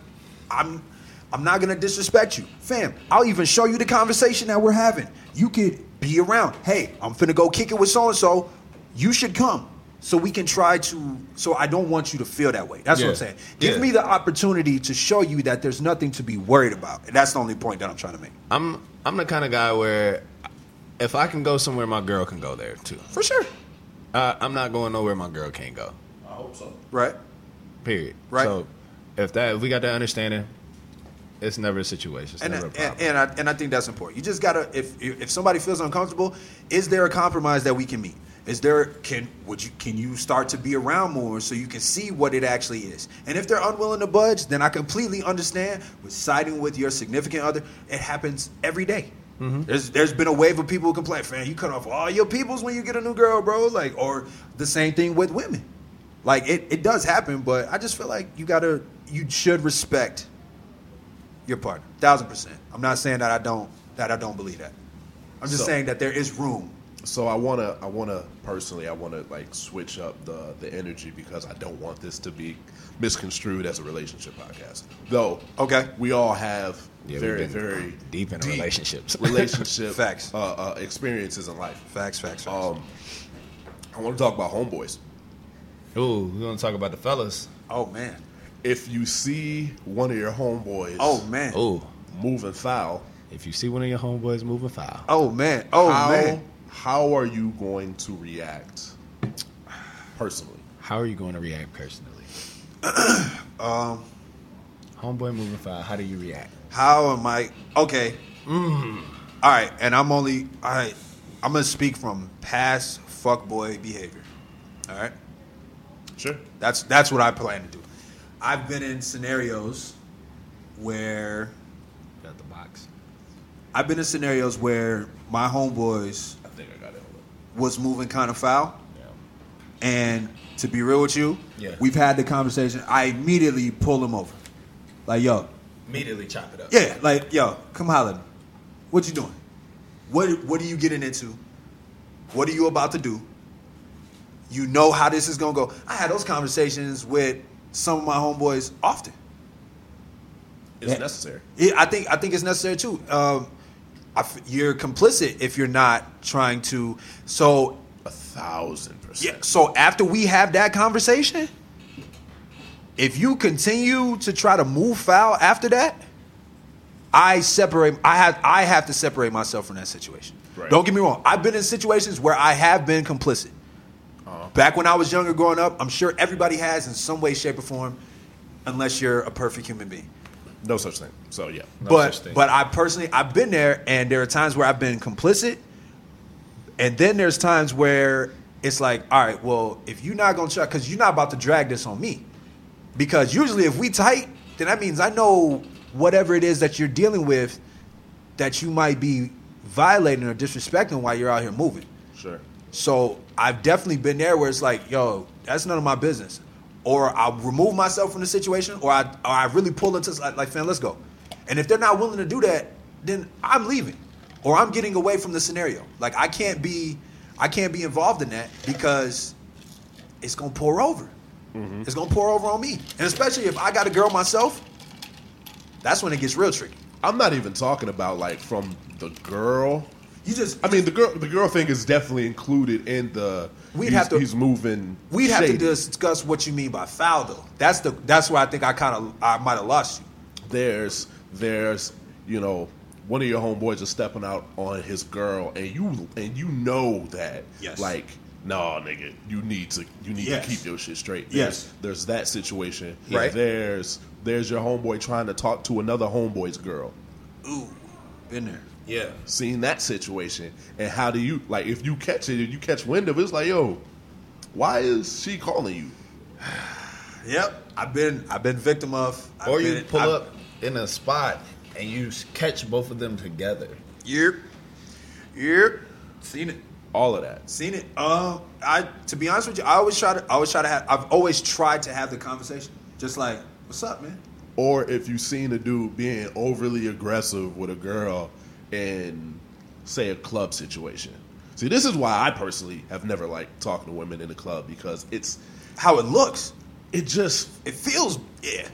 A: I'm I'm not gonna disrespect you. Fam, I'll even show you the conversation that we're having. You could be around. Hey, I'm finna go kick it with so and so. You should come. So we can try to so I don't want you to feel that way. That's what I'm
B: Yeah.
A: saying. Give
B: Yeah.
A: me the the opportunity to show you that there's nothing to be worried about. And that's the only point that I'm trying to make.
B: I'm I'm the kind of guy where if I can go somewhere, my girl can go there too.
A: For sure.
B: Uh, I'm not going nowhere my girl can't go.
C: I hope so.
A: Right?
B: Period.
A: Right.
B: So if that if we got that understanding, it's never a situation. It's
A: And,
B: never a
A: and,
B: problem.
A: and, I, and I think that's important. You just gotta if if somebody feels uncomfortable, is there a compromise that we can meet? Is there can would you can you start to be around more so you can see what it actually is? And if they're unwilling to budge, then I completely understand with siding with your significant other. It happens every day.
B: Mm-hmm.
A: There's there's been a wave of people who complain, man, you cut off all your peoples when you get a new girl, bro. Like or the same thing with women. Like it, it does happen, but I just feel like you gotta you should respect your partner, thousand percent. I'm not saying that I don't that I don't believe that. I'm just
C: So-
A: saying that there is room.
C: So I wanna I wanna personally I wanna like switch up the the energy because I don't want this to be misconstrued as a relationship podcast. Though
A: Okay.
C: we all have
B: Yeah, we've
C: very
B: been
C: very
B: deep in relationships.
C: relationship
A: Facts.
C: uh, uh, experiences in life.
A: Facts, facts, facts.
C: Um, I want to talk about homeboys.
B: Ooh, we're gonna talk about the fellas.
A: oh man.
C: If you see one of your homeboys
A: Oh man. Oh,
B: Ooh,
C: moving foul,
B: if you see one of your homeboys moving foul,
A: man. Oh
C: how
A: man.
C: how are you going to react personally?
B: how are you going to react personally? um, homeboy moving foul. How do you react?
A: How am I? Okay.
C: Mm.
A: All right, and I'm only all right. I'm gonna speak from past fuckboy behavior. All right.
C: Sure.
A: That's that's what I plan to do. I've been in scenarios where
B: Got the box.
A: I've been in scenarios where my homeboys
C: I think I got it. Hold
A: was moving kind of foul.
B: Yeah.
A: And to be real with you,
B: Yeah.
A: we've had the conversation. I immediately pull him over. Like, yo,
B: Immediately chop it up.
A: Yeah,
D: Like, yo, come holler at me. What you doing?
A: what what are you getting into? What are you about to do? You know how this is gonna go. I had those conversations with some of my homeboys often.
C: It's necessary.
A: It, I think I think it's necessary too. Um, I f- you're complicit if you're not trying to. So
C: A thousand
A: yeah.
C: percent.
A: So after we have that conversation, if you continue to try to move foul after that, I separate. I have I have to separate myself from that situation.
C: Right.
A: Don't get me wrong. I've been in situations where I have been complicit. Back when I was younger, growing up, I'm sure everybody has in some way, shape, or form, unless you're a perfect human being
C: No such thing. So yeah.
E: No such
A: but
E: thing.
A: but I personally I've been there, and there are times where I've been complicit, and then there's times where it's like, all right, well, if you're not gonna try, because you're not about to drag this on me, because usually if we tight, then that means I know whatever it is that you're dealing with, that you might be violating or disrespecting while you're out here moving.
C: Sure.
A: So I've definitely been there where it's like, yo, that's none of my business. Or I remove myself from the situation, or I or I really pull into like, like, fam, let's go. And if they're not willing to do that, then I'm leaving, or I'm getting away from the scenario. Like I can't be, I can't be involved in that because it's gonna pour over. It's gonna pour over on me, and especially if I got a girl myself, that's when it gets real tricky.
C: I'm not even talking about like from the girl.
A: You just,
C: I mean, the girl the girl thing is definitely included in the.
A: We'd
C: he's-
A: have to-
C: He's moving.
A: We'd have
C: shady.
A: to discuss what you mean by foul, though. That's the that's where I think I kind of I might have lost you.
C: there's there's you know one of your homeboys is stepping out on his girl and you and you know that
A: Yes.
C: like no nigga you need to you need
A: Yes.
C: to keep your shit straight
A: Yes.
C: there's, there's that situation
A: Right.
C: there's there's your homeboy trying to talk to another homeboy's girl
A: Ooh, been there.
E: Yeah.
C: seen that situation and how do you like if you catch it if you catch wind of it it's like yo why is she calling you
A: Yep, I've been I've been victim of. I've
E: Or you
A: been-
E: pull
A: I've-
E: up in a spot and you s- catch both of them together.
A: Yep, yep. Seen it,
C: all of that
A: seen it. Um, I to be honest with you, I always try to I always try to have I've always tried to have the conversation. Just like, what's up, man?
C: or if you've seen a dude being overly aggressive with a girl in, say, a club situation. See, this is why I personally have never liked talking to women in the club because it's
A: How it looks?
C: it just
A: It feels yeah,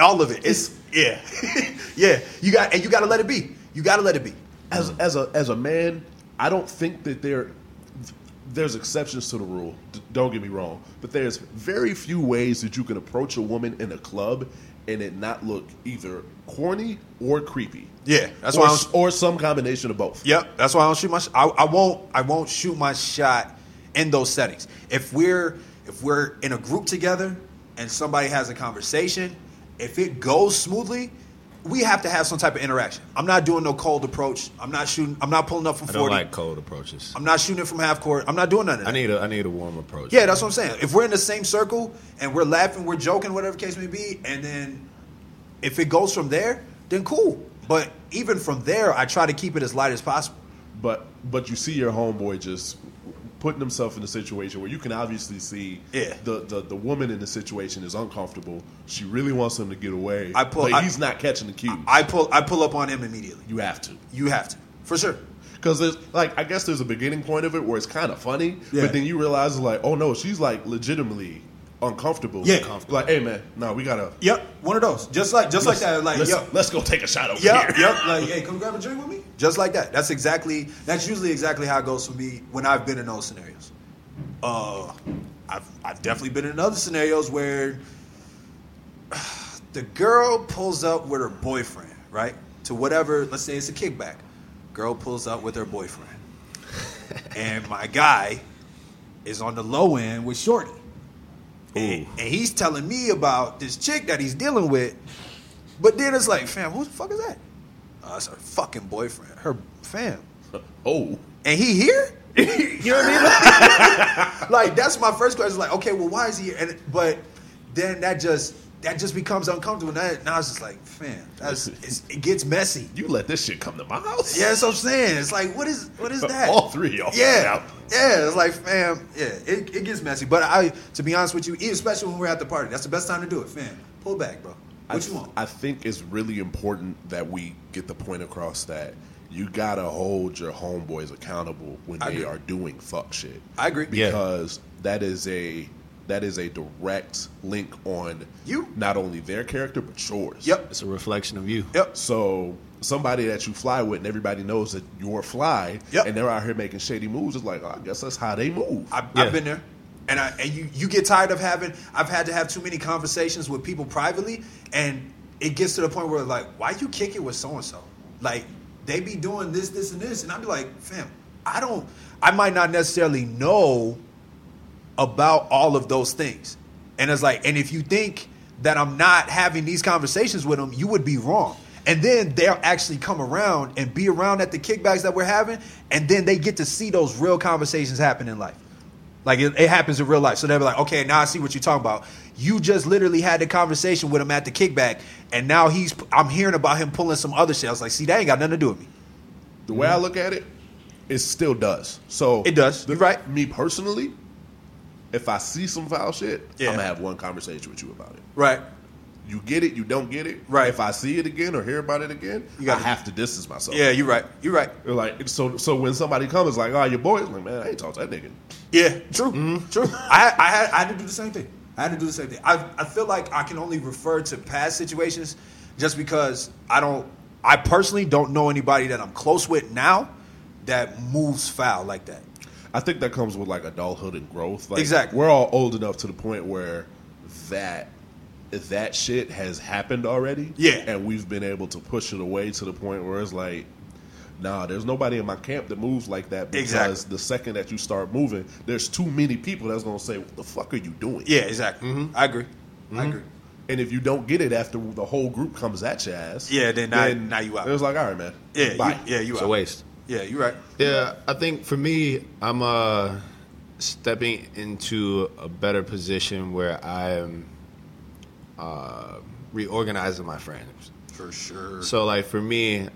A: all of it. It's yeah, yeah. You got and you got to let it be. You got to let it be.
C: as
A: Mm.
C: as a as a man, I don't think that there there's exceptions to the rule. D- don't get me wrong, but there's very few ways that you can approach a woman in a club and it not look either corny or creepy.
A: Yeah, that's
C: or,
A: why I'm-
C: s- or some combination of both.
A: Yep, that's why I don't shoot my. Sh- I, I won't. I won't shoot my shot in those settings. If we're if we're in a group together and somebody has a conversation, if it goes smoothly, we have to have some type of interaction. I'm not doing no cold approach. I'm not shooting. I'm not pulling up from
B: I don't
A: forty.
B: like cold approaches.
A: I'm not shooting it from half court. I'm not doing none of that.
B: I need a I need a warm approach.
A: Yeah, that's what I'm saying. If we're in the same circle and we're laughing, we're joking, whatever case may be, and then if it goes from there, then cool. But even from there, I try to keep it as light as possible.
C: But but you see your homeboy just putting himself in a situation where you can obviously see
A: Yeah.
C: the, the, the woman in the situation is uncomfortable. She really wants him to get away.
A: I pull-
C: but
A: I-
C: he's not catching the cue.
A: I pull I pull up on him immediately.
C: you have to.
A: You have to. For sure.
C: Because there's like I guess there's a beginning point of it where it's kind of funny,
D: Yeah.
C: but then you realize like, oh no, she's like legitimately uncomfortable.
A: Yeah.
C: Uncomfortable. Like, hey man, no, we gotta
A: Yep. One of those. Just like just like that. Like
C: let's,
A: yep.
C: let's go take a shot over
A: Yep,
C: here.
A: yep. Like, hey, come grab a drink with me. Just like that. That's exactly. That's usually exactly how it goes for me when I've been in those scenarios. Uh, I've I've definitely been in other scenarios where the girl pulls up with her boyfriend, right? To whatever. Let's say it's a kickback. Girl pulls up with her boyfriend, and my guy is on the low end with Shorty. And, and he's telling me about this chick that he's dealing with, but then it's like, fam, who the fuck is that? Oh, that's her fucking boyfriend, her fam,
C: Oh,
A: and he here. you know what I mean? Like, that's my first question. Like, okay, well, why is he here? And but then that just that just becomes uncomfortable. Now, now it's just like, fam, that's it's, it gets messy.
C: you let this shit come to my house?
A: Yeah, that's what I'm saying. It's like, what is what is that?
C: All three of y'all.
A: Yeah,
C: Now,
A: yeah. It's like, fam, yeah. It, e, it gets messy, but I, to be honest with you, especially when we're at the party, that's the best time to do it, fam. Pull back, bro.
C: I,
D: What
C: th-
D: you want?
C: I think it's really important that we get the point across that you gotta hold your homeboys accountable when
A: I
C: they
A: agree.
C: are doing fuck shit.
A: I agree.
B: Yeah.
C: because that is a that is a direct link on
A: You.
C: not only their character but yours.
A: Yep.
B: It's a reflection of you.
A: Yep.
C: So somebody that you fly with and everybody knows that you're fly,
A: Yep.
C: and they're out here making shady moves. It's like oh, I guess that's how they move.
A: I,
B: Yeah.
A: I've been there, and I and you you get tired of having. I've had to have too many conversations with people privately, and it gets to the point where like, why you kick it with so and so? Like they be doing this, this, and this, and I'd be like, fam, I don't. I might not necessarily know about all of those things, and it's like, and if you think that I'm not having these conversations with them, you would be wrong. And then they'll actually come around and be around at the kickbacks that we're having, and then they get to see those real conversations happen in life. Like it, it happens in real life. So they'll be like, okay, now I see what you're talking about. You just literally had the conversation with him at the kickback, and now he's I'm hearing about him pulling some other shit. I was like, see, that ain't got nothing to do with me.
C: the way I look at it, it still does. So
A: Mm-hmm. It does.
C: The,
A: You're right.
C: Me personally, if I see some foul shit,
A: Yeah.
C: I'm gonna have one conversation with you about it.
A: Right.
C: You get it, you don't get it.
A: Right.
C: If I see it again or hear about it again,
A: You gotta-
C: I have to distance myself.
A: Yeah, you're right. You're right.
C: They're Like so, so when somebody comes, it's like, oh, your boy, it's like, man, I ain't talk to that nigga.
A: Yeah, Mm-hmm. true, true. I, I had I had to do the same thing. I had to do the same thing. I I feel like I can only refer to past situations just because I don't. I personally don't know anybody that I'm close with now that moves foul like that.
C: I think that comes with like adulthood and growth. Like,
A: Exactly.
C: We're all old enough to the point where that that shit has happened already.
A: Yeah.
C: And we've been able to push it away to the point where it's like, nah, there's nobody in my camp that moves like that because
A: Exactly.
C: the second that you start moving, there's too many people that's gonna say, What the fuck are you doing?
A: Yeah, exactly. Mm-hmm. I agree. I agree.
C: And if you don't get it after the whole group comes at your ass,
A: Yeah, then now- now you out.
C: It was like, all right, man.
A: Yeah, you,
C: bye.
A: yeah, you
B: It's
A: right.
B: a waste.
A: Yeah, you're right.
B: Yeah, I think for me, I'm uh, stepping into a better position where I am uh, reorganizing my friends.
A: For sure.
B: So, like for me,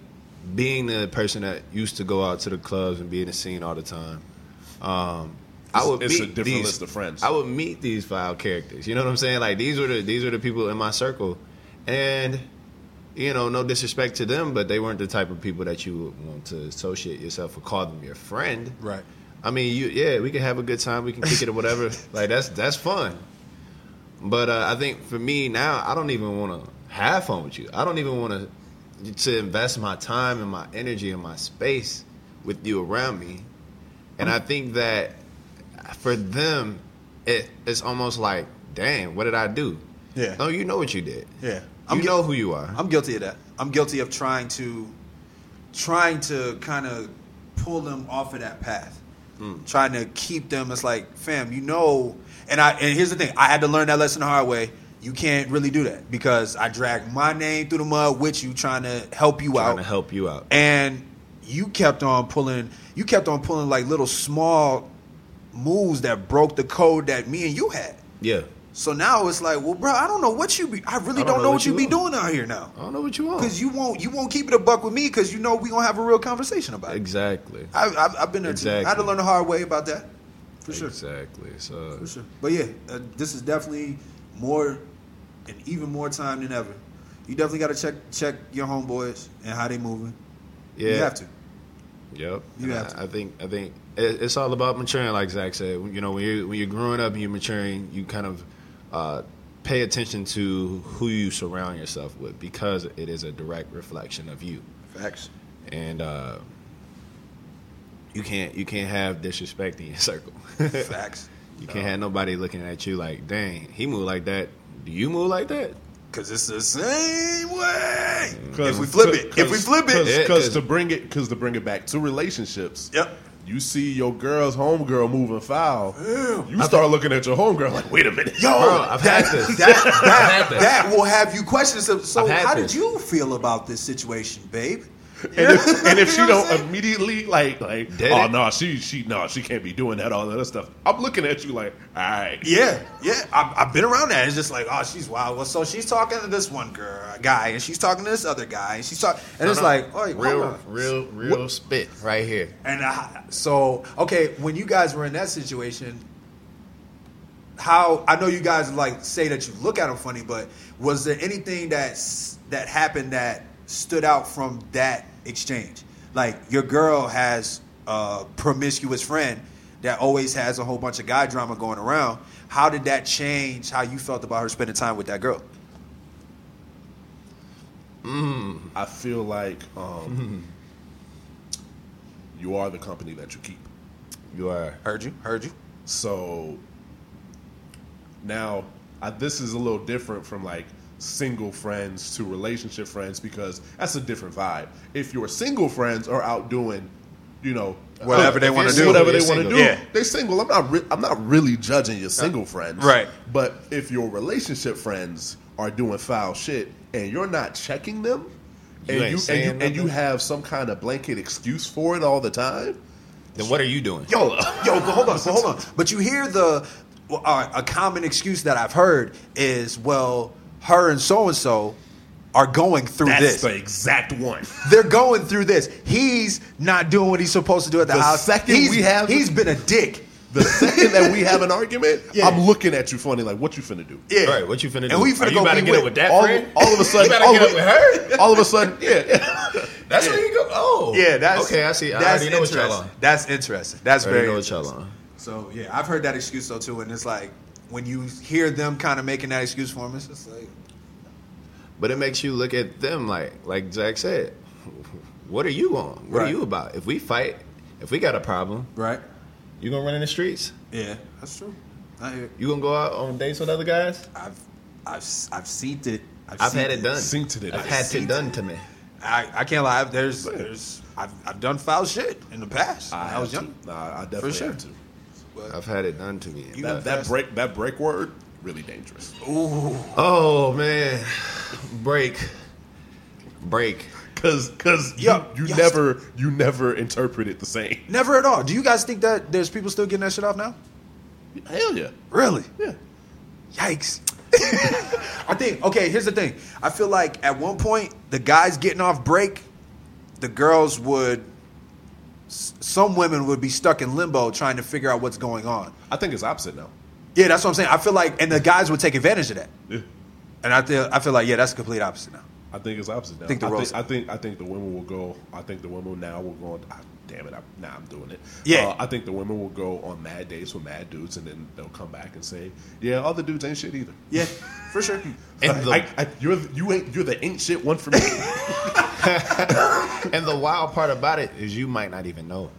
B: being the person that used to go out to the clubs and be in the scene all the time, um, I would
C: It's-
B: meet
C: it's a different
B: these,
C: list of friends.
B: I would meet these five characters. You know what I'm saying? Like these were the these were the people in my circle, and you know, no disrespect to them, but they weren't the type of people that you would want to associate yourself or call them your friend.
A: Right.
B: I mean, you yeah, we can have a good time, we can kick it or whatever. like that's that's fun. But uh, I think for me now, I don't even want to have fun with you. I don't even want to to invest my time and my energy and my space with you around me. And I think that for them, it, it's almost like, damn, what did I do?
A: Yeah.
B: No, you know what you did.
A: Yeah.
B: i
A: I'm
B: you
A: gui-
B: know who you are.
A: I'm guilty of that. I'm guilty of trying to, trying to kind of pull them off of that path,
B: Hmm.
A: trying to keep them. It's like, fam, you know. And I and here's the thing. I had to learn that lesson the hard way. You can't really do that because I dragged my name through the mud with you, trying to help you
B: trying
A: out.
B: to help you out.
A: and you kept on pulling you kept on pulling like little small moves that broke the code that me and you had
B: yeah.
A: so now it's like well bro i don't know what you be i really don't, know, what you, be
B: want.
A: doing out here now
B: I don't know what you want.
A: because you won't you won't keep it a buck with me because you know we gonna have a real conversation about it
B: exactly.
A: I, I've, I've been there too. i had to
B: Exactly.
A: learn the hard way about that for sure
B: Exactly. So
A: for sure. But yeah, uh, this is definitely more and even more time than ever. You definitely got to check check your homeboys and how they moving.
B: yeah.
A: You have to.
B: Yep.
A: You
B: And
A: have
B: I,
A: to.
B: I think I think it, it's all about maturing, like Zach said. You know, when you're when you're growing up and you're maturing, you kind of uh, pay attention to who you surround yourself with because it is a direct reflection of you,
A: Facts.
B: and uh, you can't you can't have disrespect in your circle.
A: Facts.
B: You can't have nobody looking at you like, dang, he moved like that. Do you move like that?
A: Cause it's the same way.
C: Mm. 'Cause-
A: If we flip it, if we
C: cause-
A: flip
C: cause,
A: it,
B: Yeah,
C: 'cause
B: 'cause-
C: to bring it, because to bring it back to relationships,
A: yep.
C: you see your girl's homegirl moving foul, you start looking at your homegirl like, wait a minute.
A: Yo,
B: Bro, I've had this.
A: Oh, That, that,
B: I've had this.
A: that will have you question. So, so
B: I've had
A: how
B: this.
A: did you feel about this situation, babe?
C: And if, and if
A: You
C: she
A: know what I'm
C: don't
A: saying?
C: immediately like like
B: Dead
C: oh
B: it.
C: no she she no she can't be doing that all that other stuff I'm looking at you like all right
A: Yeah, yeah. I've, I've been around that. It's just like, oh, she's wild. Well, so she's talking to this one girl, guy, and she's talking to this other guy, and she's talking, and it's like, oh,
B: real, real, real spit right here.
A: And I, so, okay, when you guys were in that situation, how I know you guys like say that you look at them funny, but was there anything that's that happened that stood out from that exchange? Like your girl has a promiscuous friend that always has a whole bunch of guy drama going around. How did that change how you felt about her spending time with that girl?
C: I feel like um, you are the company that you keep.
B: You are
A: Heard you, heard you.
C: So now I, this is a little different from like single friends to relationship friends because that's a different vibe. If your single friends are out doing, you know,
A: Whatever they
C: if
A: wanna
C: you're
A: do.
C: whatever they
B: You're
C: want to
B: single.
C: do,
A: Yeah. Uh,
C: they're single. I'm not. Re- I'm not really judging your single friends,
A: right.
C: But if your relationship friends are doing foul shit and you're not checking them.
B: You ain't
C: and you,
B: saying
C: and, you, and you
B: nothing?
C: have some kind of blanket excuse for it all the time.
B: Then what are you doing?
A: Yo, yo, but hold on, but hold on. But you hear the well, uh, a common excuse that I've heard is, well, her and so and so are going through this.
C: exact one.
A: They're going through this. He's not doing what he's supposed to do at the,
C: The
A: house.
C: second
A: He's-
C: we have-
A: he's been a dick.
C: The second that we have an argument,
A: Yeah.
C: I'm looking at you funny, like, what you finna do?
A: Yeah.
B: All right, what you finna do?
A: And we
B: are
A: finna
B: you
A: go
B: about
A: be
B: to get
A: with
B: up with that
C: all,
B: friend?
C: all of a
B: you
C: sudden,
B: about to
C: all,
B: get up
C: of,
B: with her?
C: all of a sudden, yeah, yeah.
B: That's where you go. Oh,
A: Yeah, that's
B: okay. I see. I
A: that's
B: already know what y'all
A: interesting.
B: on.
A: That's interesting. That's
B: I already
A: very
B: know what y'all
A: interesting.
B: on.
A: So yeah, I've heard that excuse though too, and it's like when you hear them kind of making that excuse for him, it's just like
B: But it makes you look at them like, like Jack said, what are you on? What
A: Right.
B: are you about? If we fight, if we got a problem,
A: right.
B: you gonna run in the streets?
A: Yeah, that's true. I hear.
B: You gonna go out on dates with other guys?
A: I've, I've, I've seen it.
B: I've
A: seen
B: had it done.
C: Seen to the
B: I've
C: day.
B: had
A: Seen
B: it done to me.
A: I, I can't lie. I've- There's, there's, I've, I've done foul shit in the past. when I, was
C: have
A: young.
C: To. Nah, I definitely
A: For sure.
C: have to.
B: I've had it done to me.
A: You
C: That, that break, that break word, really dangerous.
B: oh man, break, break.
C: Because, because
A: Yeah,
C: you, you
A: yes.
C: never, you never interpret it the same.
A: Never at all. Do you guys think that there's people still getting that shit off now?
C: Hell yeah,
A: Really?
C: yeah.
A: Yikes. I think. Okay, here's the thing. I feel like at one point the guys getting off break, the girls would. s- Some women would be stuck in limbo trying to figure out what's going on.
C: I think it's opposite now.
A: Yeah, that's what I'm saying. I feel like, and the guys would take advantage of that.
C: Yeah.
A: And I feel, I feel like, yeah, that's the complete opposite now.
C: I think it's opposite now. I
A: Think
C: think,
A: the
C: I,
A: roles-
C: think, I think the women will go. I think the women now will go on. ah, damn it! I, now I'm doing it.
A: Yeah.
C: Uh, I think the women will go on mad dates with mad dudes, and then they'll come back and say, "Yeah, other dudes ain't shit either."
A: Yeah, for sure.
B: And the-
C: I, I, you're you ain't you're the ain't shit one for me.
B: And the wild part about it is you might not even know.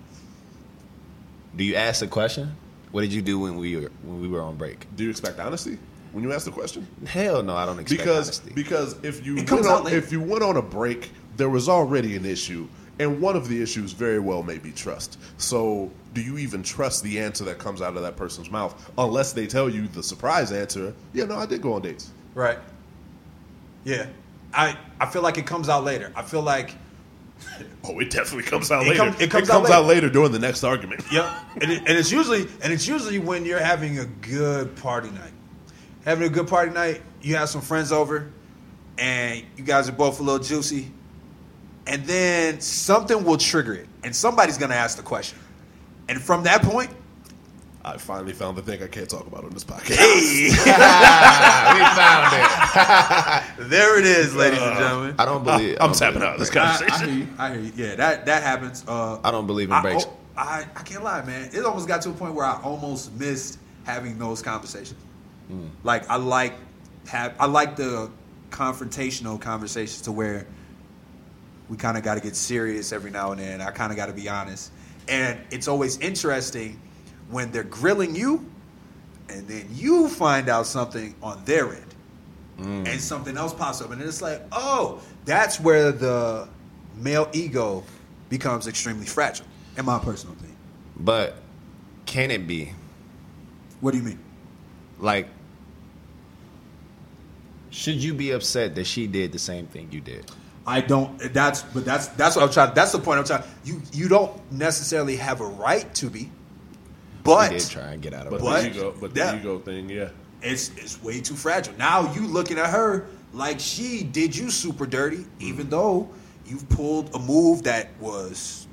B: Do you ask the question? What did you do when we were when we were on break?
C: Do you expect honesty when you ask the question?
B: Hell no, I don't expect
C: because
B: honesty.
C: because if you
A: It
C: went
A: comes out
C: on,
A: later.
C: if you went on a break, there was already an issue, and one of the issues very well may be trust. So, do you even trust the answer that comes out of that person's mouth unless they tell you the surprise answer? Yeah, no, I did go on dates.
A: Right. Yeah. I, I feel like it comes out later. I feel like,
C: Oh, it definitely comes out
A: It
C: later.
A: come- it
C: it
A: comes
C: comes,
A: out
C: out, later. during the next argument.
A: yeah, and, it, and it's usually and it's usually when you're having a good party night. Having a good party night, you have some friends over, and you guys are both a little juicy, and then something will trigger it, and somebody's gonna ask the question, and from that point,
C: I finally found the thing I can't talk about on this podcast.
B: Ah,
A: there it is, ladies and gentlemen.
B: we found it. I don't believe. I
C: I'm
B: don't
C: tapping
B: believe
C: out of this
B: in break.
A: I, I
C: conversation.
A: hear you. I hear you. Yeah, that that happens. Uh,
B: I don't believe in
A: I,
B: breaks.
A: oh, I I can't lie, man. It almost got to a point where I almost missed having those conversations.
B: Hmm.
A: Like I like have I like the confrontational conversations to where we kind of got to get serious every now and then. I kind of got to be honest, and it's always interesting when they're grilling you, and then you find out something on their end and something else pops up, and it's like, oh, that's where the male ego becomes extremely fragile. In my personal thing,
B: But can it be
A: what do you mean?
B: like? Should you be upset that she did the same thing you did?
A: I don't. That's but that's that's what I'm trying. That's the point I'm trying. You you don't necessarily have a right to be,
B: I
A: but
B: did try and get out of
C: But
B: it.
A: What?
C: the ego, but the
A: Yeah.
C: ego thing, yeah.
A: it's it's way too fragile. Now you looking at her like she did you super dirty,
B: Mm-hmm.
A: even though you've pulled a move that was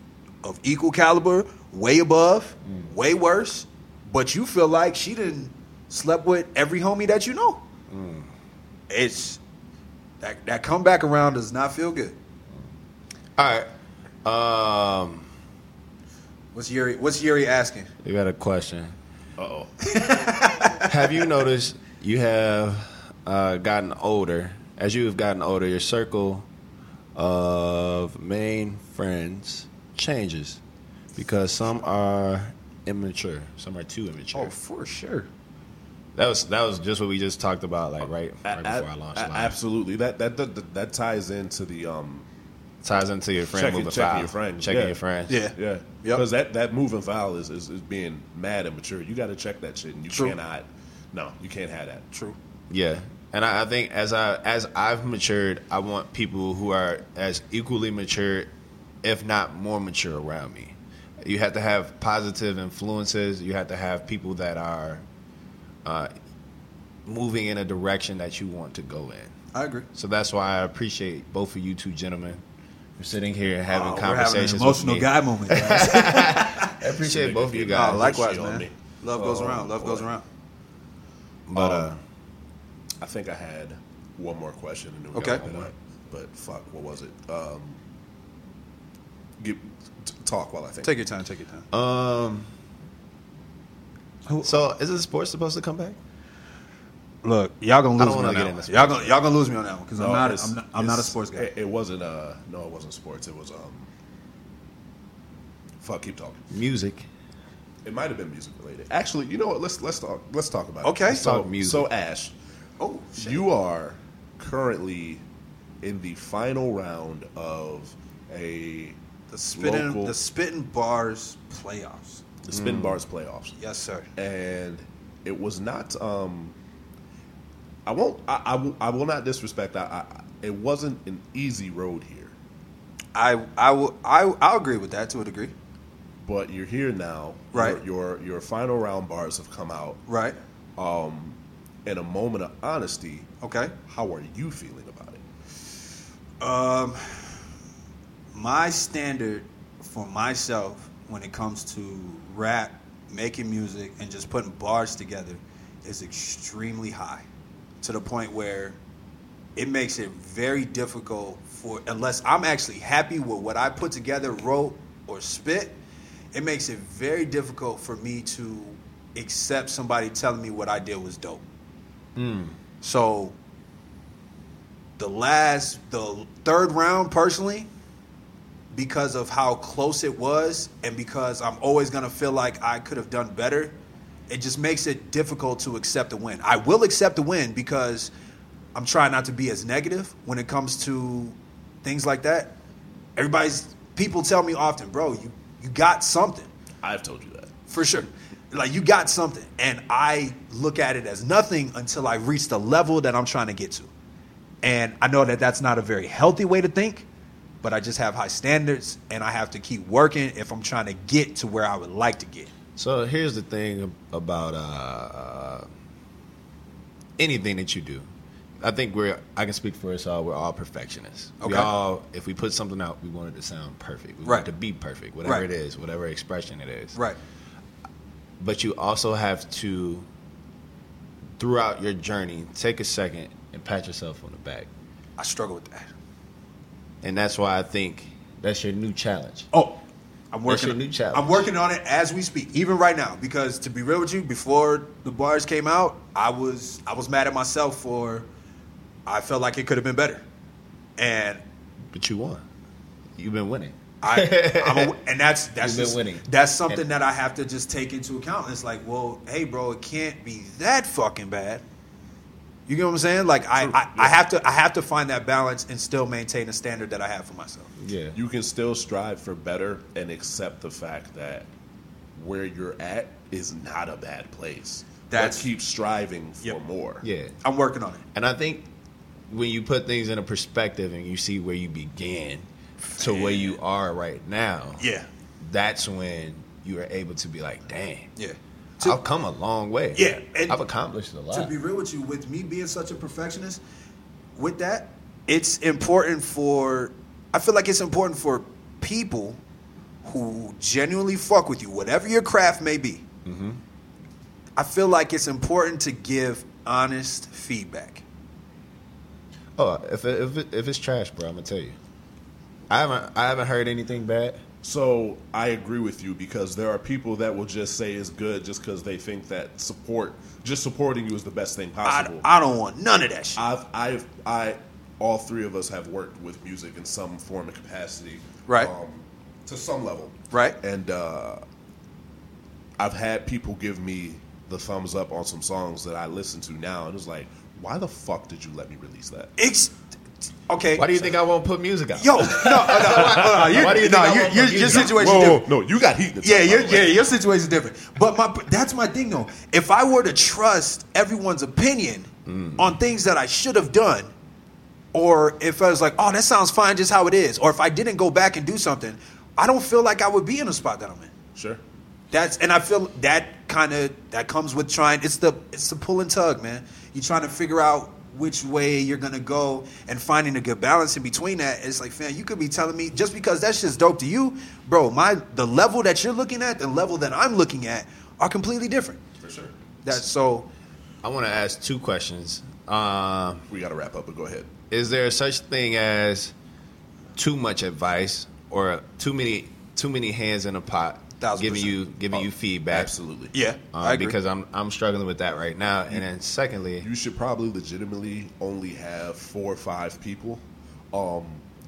A: of
B: Mm.
A: equal caliber, way above, way worse, but you feel like she didn't slept with every homie that you know.
B: Mm.
A: It's that that comeback around does not feel good.
B: All right. Um,
A: What's Yuri? What's Yuri asking?
B: we got a question.
C: Uh-oh.
B: have you noticed you have uh, gotten older? As you have gotten older, your circle of main friends changes because some are immature, some are too immature.
C: Oh.
A: for sure.
B: That was that was just what we just talked about, like right, right before I, launched.
C: A-
B: live.
C: Absolutely. That, that that that ties into the um
B: Ties into your friend
C: Checking-
B: moving
C: checking
B: file.
C: your friends,
B: Checking
C: yeah.
B: your friends.
A: Yeah.
C: yeah
A: Yep.
C: because that that moving file is, is is being mad immature. You got to check that shit, and you
A: True.
C: cannot. No, you can't have that. True.
B: Yeah, and I, I think as I as I've matured, I want people who are as equally mature, if not more mature, around me. You have to have positive influences. You have to have people that are uh, moving in a direction that you want to go in.
A: I agree.
B: So that's why I appreciate both of you two gentlemen for sitting here and having
A: Oh, we're having an
B: conversations.
A: emotional
B: with me.
A: guy moment. guys.
B: I appreciate both of you guys.
A: oh, likewise,
C: shit on
A: man.
C: me.
A: Love goes
C: Oh,
A: around. Love goes
C: boy.
A: around.
B: but uh,
A: Oh.
C: I think I had one more question. And then we
A: Okay.
C: got one more. But fuck, what was it? Um, give, t- talk while I think.
A: Take your time. Take your time.
B: Um.
A: Who-
B: So is the sports supposed to come back?
A: Look, y'all gonna lose
B: I don't
A: me
B: wanna
A: on
B: get
A: that
B: into
A: one.
B: sports.
A: Y'all gonna y'all gonna lose me on that one because
C: No,
A: I'm not,
C: it's-
A: I'm not I'm not a
C: it's-
A: sports guy.
C: It, it wasn't. Uh, no, it wasn't sports. It was. um Fuck, keep talking.
B: Music.
C: It might have been music related. Actually, you know what? Let's let's talk. Let's talk about
A: Okay.
C: it.
A: Let's
C: so,
B: talk music.
C: So Ash,
A: Oh, shit.
C: you are currently in the final round of a
A: the spitting
C: local-
A: the spitting bars playoffs.
C: the
B: Mm.
C: Spin Bars playoffs.
A: Yes, sir.
C: and it was not. Um, I won't. I, I, will, I will not disrespect. I, I, it wasn't an easy road here,
A: I I will I I'll agree with that to a degree.
C: but you're here now.
A: Right.
C: Your your, your final round bars have come out.
A: Right.
C: In a moment of honesty,
A: Okay.
C: how are you feeling about it?
A: Um, my standard for myself when it comes to rap, making music, and just putting bars together is extremely high to the point where it makes it very difficult for, unless I'm actually happy with what I put together, wrote, or spit, it makes it very difficult for me to accept somebody telling me what I did was dope. So the last the third round personally because of how close it was and because I'm always going to feel like I could have done better it just makes it difficult to accept a win. I will accept a win because I'm trying not to be as negative when it comes to things like that. Everybody's people tell me often, "Bro, you you got something."
C: I've told you that.
A: for sure. Like you got something, and I look at it as nothing until I reach the level that I'm trying to get to. And I know that that's not a very healthy way to think, but I just have high standards, and I have to keep working if I'm trying to get to where I would like to get.
B: So here's the thing about uh, anything that you do. I think we're. I can speak for us all. We're all perfectionists. We
A: Okay.
B: all, if we put something out, we want it to sound perfect. We want
A: Right.
B: it to be perfect, whatever
A: Right.
B: it is, whatever expression it is.
A: Right.
B: but you also have to throughout your journey take a second and pat yourself on the back
A: I struggle with that.
B: and that's why i think that's your new challenge
A: Oh, I'm
B: That's
A: working.
B: your new challenge.
A: I'm working on it as we speak, even right now. Because to be real with you, before the bars came out, I was I was mad at myself for I felt like it could have been better, and
B: but you won you've been winning
A: I, I'm a, and that's that's
B: You've been
A: just-
B: winning.
A: that's something
B: And-
A: that I have to just take into account. It's like, well, hey, bro, it can't be that fucking bad. You get what I'm saying? Like, I, I, I have to I have to find that balance and still maintain a standard that I have for myself.
B: yeah
C: You can still strive for better and accept the fact that where you're at is not a bad place.
A: That's-
C: but keep striving for
A: Yep.
C: more.
B: yeah
A: I'm working on it.
B: and i think when you put things in a perspective and you see where you began to where you are right now
A: Yeah,
B: that's when you are able to be like dang
A: yeah. To-
B: i've come a long way
A: Yeah, and-
B: i've accomplished a lot
A: To be real with you, with me being such a perfectionist, with that, it's important for. I feel like it's important for people
B: Mm-hmm.
A: who genuinely fuck with you, whatever your craft may be. I feel like it's important to give honest feedback.
B: Oh, if it, if it, if it's trash, bro, I'm gonna tell you. I haven't I haven't heard anything bad.
C: So I agree with you because there are people that will just say it's good just because they think that support, just supporting you, is the best thing
A: I,
C: possible.
A: I don't want none of that shit.
C: I've, I've, I, all three of us have worked with music in some form of capacity, um,
A: Right.
C: to some level,
A: Right.
C: And uh, I've had people give me the thumbs up on some songs that I listen to now, and it's like, why the fuck did you let me release that?
A: It's okay.
B: Why do you think I won't put music out?
A: Yo, no, no, no, no, you,
B: Why do you
A: no,
B: think I
A: your-
B: want
A: your,
B: my
A: your
B: music?
A: situation different.
C: no, you got heat. in the
A: Yeah,
C: tank,
A: your,
C: by the way.
A: yeah, your situation's different. But my that's my thing though. If I were to trust everyone's opinion
C: Mm.
A: on things that I should have done, or if I was like, oh, that sounds fine just how it is, or if I didn't go back and do something, I don't feel like I would be in the spot that I'm in.
C: Sure.
A: That's and I feel that kind of that comes with trying. It's the it's the pull and tug, man. You're trying to figure out which way you're gonna go and finding a good balance in between that. It's like, man, you could be telling me just because that shit's dope to you, bro. My the level that you're looking at, the level that I'm looking at, are completely different.
C: For sure.
A: That's so.
B: I want to ask two questions. Um,
C: We got to wrap up, but go ahead.
B: is there such thing as too much advice or too many too many hands in a pot
A: Thousand
B: giving
A: percent.
B: you giving you feedback?
C: Oh, Absolutely.
A: Yeah,
B: Um, because I'm I'm struggling with that right now. And then secondly,
C: you should probably legitimately only have four or five people um,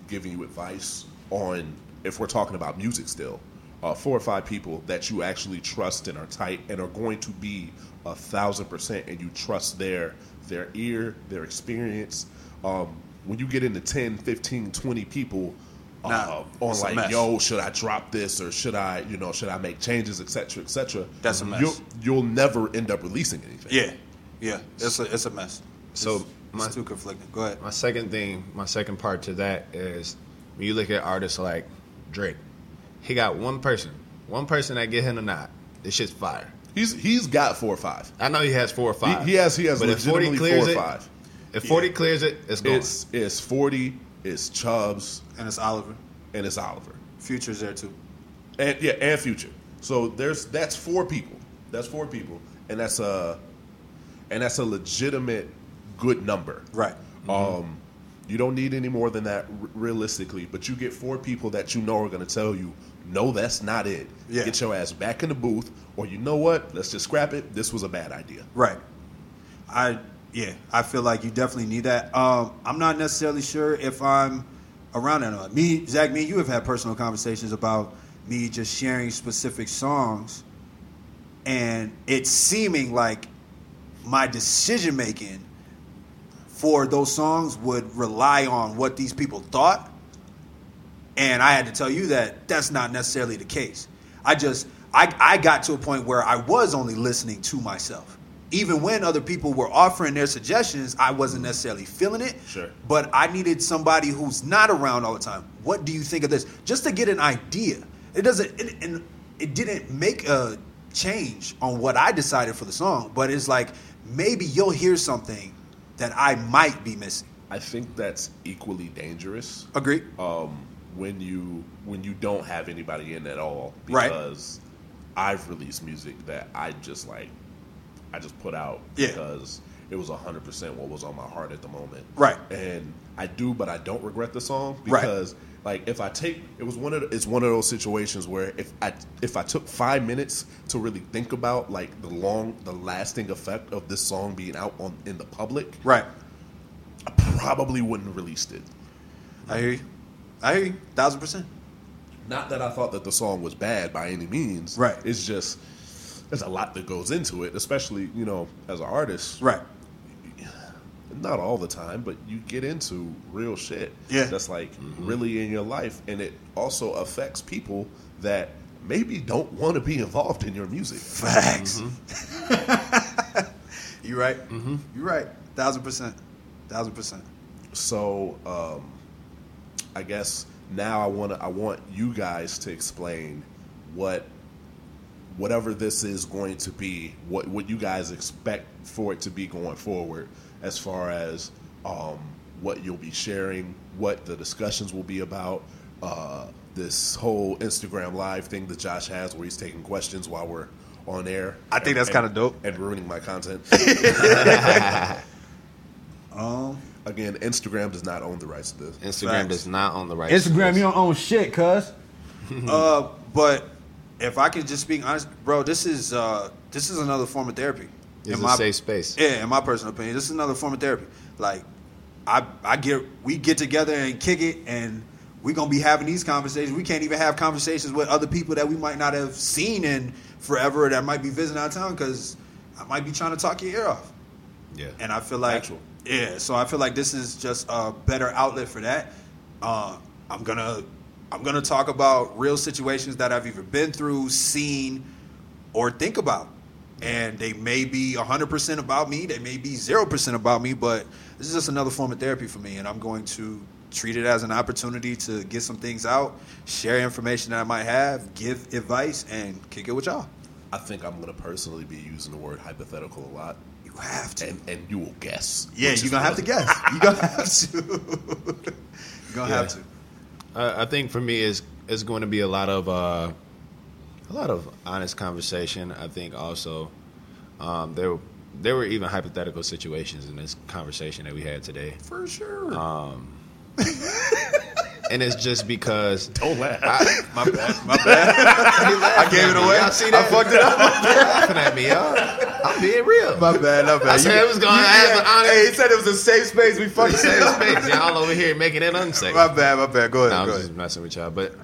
C: giving you advice on if we're talking about music still uh, four or five people that you actually trust and are tight and are going to be a thousand percent and you trust their their ear their experience um, when you get into 10 15 20 people
A: Nah,
C: uh, on
A: it's a
C: like
A: mess.
C: yo should i drop this or should i you know should i make changes etc etc
A: That's a mess.
C: you'll, you'll never end up releasing anything
A: yeah, yeah. It's a it's a mess.
B: So,
A: it's,
B: my-
A: it's too conflicting. Go ahead.
B: my second thing, my second part to that is when you look at artists like Drake, he got one person, one person that get him or not. This shit's fire.
C: He's he's got four or five.
B: I know he has four or five.
C: He, he has he has
B: But if 40
C: legitimately
B: clears
C: four or
B: it,
C: five.
B: If forty clears it, it's gone.
C: It's it's forty. It's Chubbs
A: And it's Oliver.
C: and it's Oliver
A: Future's there too.
C: and yeah and Future. So there's that's four people. That's four people, and that's a and that's a legitimate good number.
A: Right.
C: Um, you don't need any more than that r- realistically, but you get four people that you know are going to tell you, no, that's not it.
A: Yeah.
C: Get your ass back in the booth, or you know what? Let's just scrap it. This was a bad idea.
A: Right.
D: I yeah, I feel like you definitely need that. Um, I'm not necessarily sure if I'm around that or not. Me, Zach, me, and you have had personal conversations about me just sharing specific songs, and it seeming like my decision making for those songs would rely on what these people thought. And I had to tell you that that's not necessarily the case. I just I, I got to a point where I was only listening to myself. Even when other people were offering their suggestions, I wasn't necessarily feeling it.
C: Sure.
D: But I needed somebody who's not around all the time. What do you think of this? Just to get an idea. It doesn't it, and it didn't make a change on what I decided for the song, but it's like maybe you'll hear something that I might be missing.
C: I think that's equally dangerous.
D: Agree?
C: um, when you when you don't have anybody in at all
D: Right.
C: because I've released music that I just like I just put out
D: Yeah.
C: because it was 100% what was on my heart at the moment.
D: Right.
C: And I do but I don't regret the song
D: Right.
C: because like if I take it was one of the, it's one of those situations where if I if I took 5 minutes to really think about like the long the lasting effect of this song being out on in the public,
D: Right.
C: I probably wouldn't released it.
D: I hear you. I hear you. Thousand percent.
C: Not that I thought that the song was bad by any means.
D: Right.
C: It's just there's a lot that goes into it, especially you know as an artist.
D: Right.
C: Not all the time, but you get into real shit.
D: Yeah.
C: That's like really in your life, and it also affects people that maybe don't want to be involved in your music.
D: Facts. you right. Mm-hmm. You right. Thousand percent. Thousand percent.
C: So um, I guess now I want to I want you guys to explain what whatever this is going to be, what what you guys expect for it to be going forward, as far as um, what you'll be sharing, what the discussions will be about. Uh, this whole Instagram live thing that Josh has, where he's taking questions while we're on air.
A: I think that's
C: and-
A: kinda dope.
C: And ruining my content.
D: Um,
C: Again, Instagram does not own the rights to this.
B: Instagram
A: Facts.
B: does not own the right.
A: Instagram, you don't own shit, cuz.
D: uh,
A: But if I can just speak honest, bro, this is uh, this is another form of therapy.
B: It's
A: In
B: a
A: my-
B: safe space.
A: Yeah, in my personal opinion, this is another form of therapy. Like, I I get we get together and kick it, and we're gonna be having these conversations. We can't even have conversations with other people that we might not have seen in forever that might be visiting our town because I might be trying to talk your ear off.
B: Yeah.
A: And I feel like,
C: Factual.
A: yeah, so I feel like this is just a better outlet for that. Uh, I'm gonna, I'm gonna talk about real situations that I've either been through, seen, or think about, and they may be 100% about me, they may be 0% about me, but this is just another form of therapy for me, and I'm going to treat it as an opportunity to get some things out, share information that I might have, give advice, and kick it with y'all.
C: I think I'm going to personally be using the word hypothetical a lot,
A: You have to.
C: and and you will guess.
A: Yeah,
C: which
A: you're
C: is
A: gonna have to
C: good.
A: guess. You're gonna have to. you're gonna have
B: Yeah.
A: to.
B: I, I think for me is is going to be a lot of uh, a lot of honest conversation. I think also um, there there were even hypothetical situations in this conversation that we had today, Um,
A: For sure.
B: and it's just because
C: Don't laugh.
A: my bad. My bad. I gave it away.
B: Y'all see that?
A: I fucked it up.
B: laughing at me, y'all. I'm being real.
A: My bad. My bad.
B: I said it was going to have an honest
A: Hey, he said it was a safe space. We fucked it
B: safe
A: up.
B: space. Y'all over here making it unsafe.
A: My bad. My bad. Go ahead.
B: No, I'm
A: go
B: just
A: ahead.
B: messing with y'all, but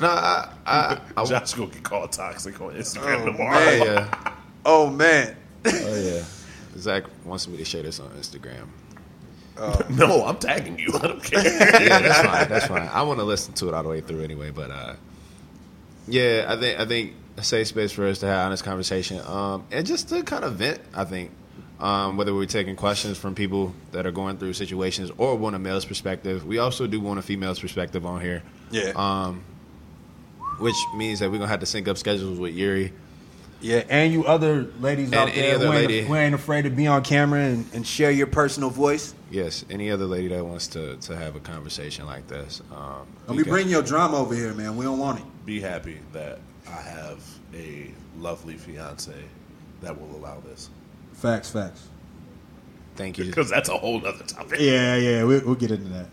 B: no, I, I, I, I
C: Josh gonna get called toxic on Instagram tomorrow.
A: man.
B: yeah.
A: Oh man.
B: Oh yeah. uh, Zach wants me to share this on Instagram.
C: No, I'm tagging you. I don't care.
B: Yeah, that's fine. That's fine. I want to listen to it all the way through anyway. But uh, yeah, I think I think a safe space for us to have honest conversation um, and just to kind of vent. I think um, whether we're taking questions from people that are going through situations or want a male's perspective, we also do want a female's perspective on here.
A: Yeah.
B: Um, which means that we're gonna have to sync up schedules with Yuri.
A: Yeah, and you other ladies
B: And any other lady.
A: ain't afraid to be on camera and, and share your personal voice.
B: Yes, any other lady that wants to, to have a conversation like this. Um,
D: don't
B: we
D: be
B: can-
D: bringing your drama over here, man. We don't want it.
C: Be happy that I have a lovely fiance that will allow this.
D: Facts, facts.
B: Thank you.
C: Because that's a whole other topic.
D: Yeah, yeah. We, we'll get into that.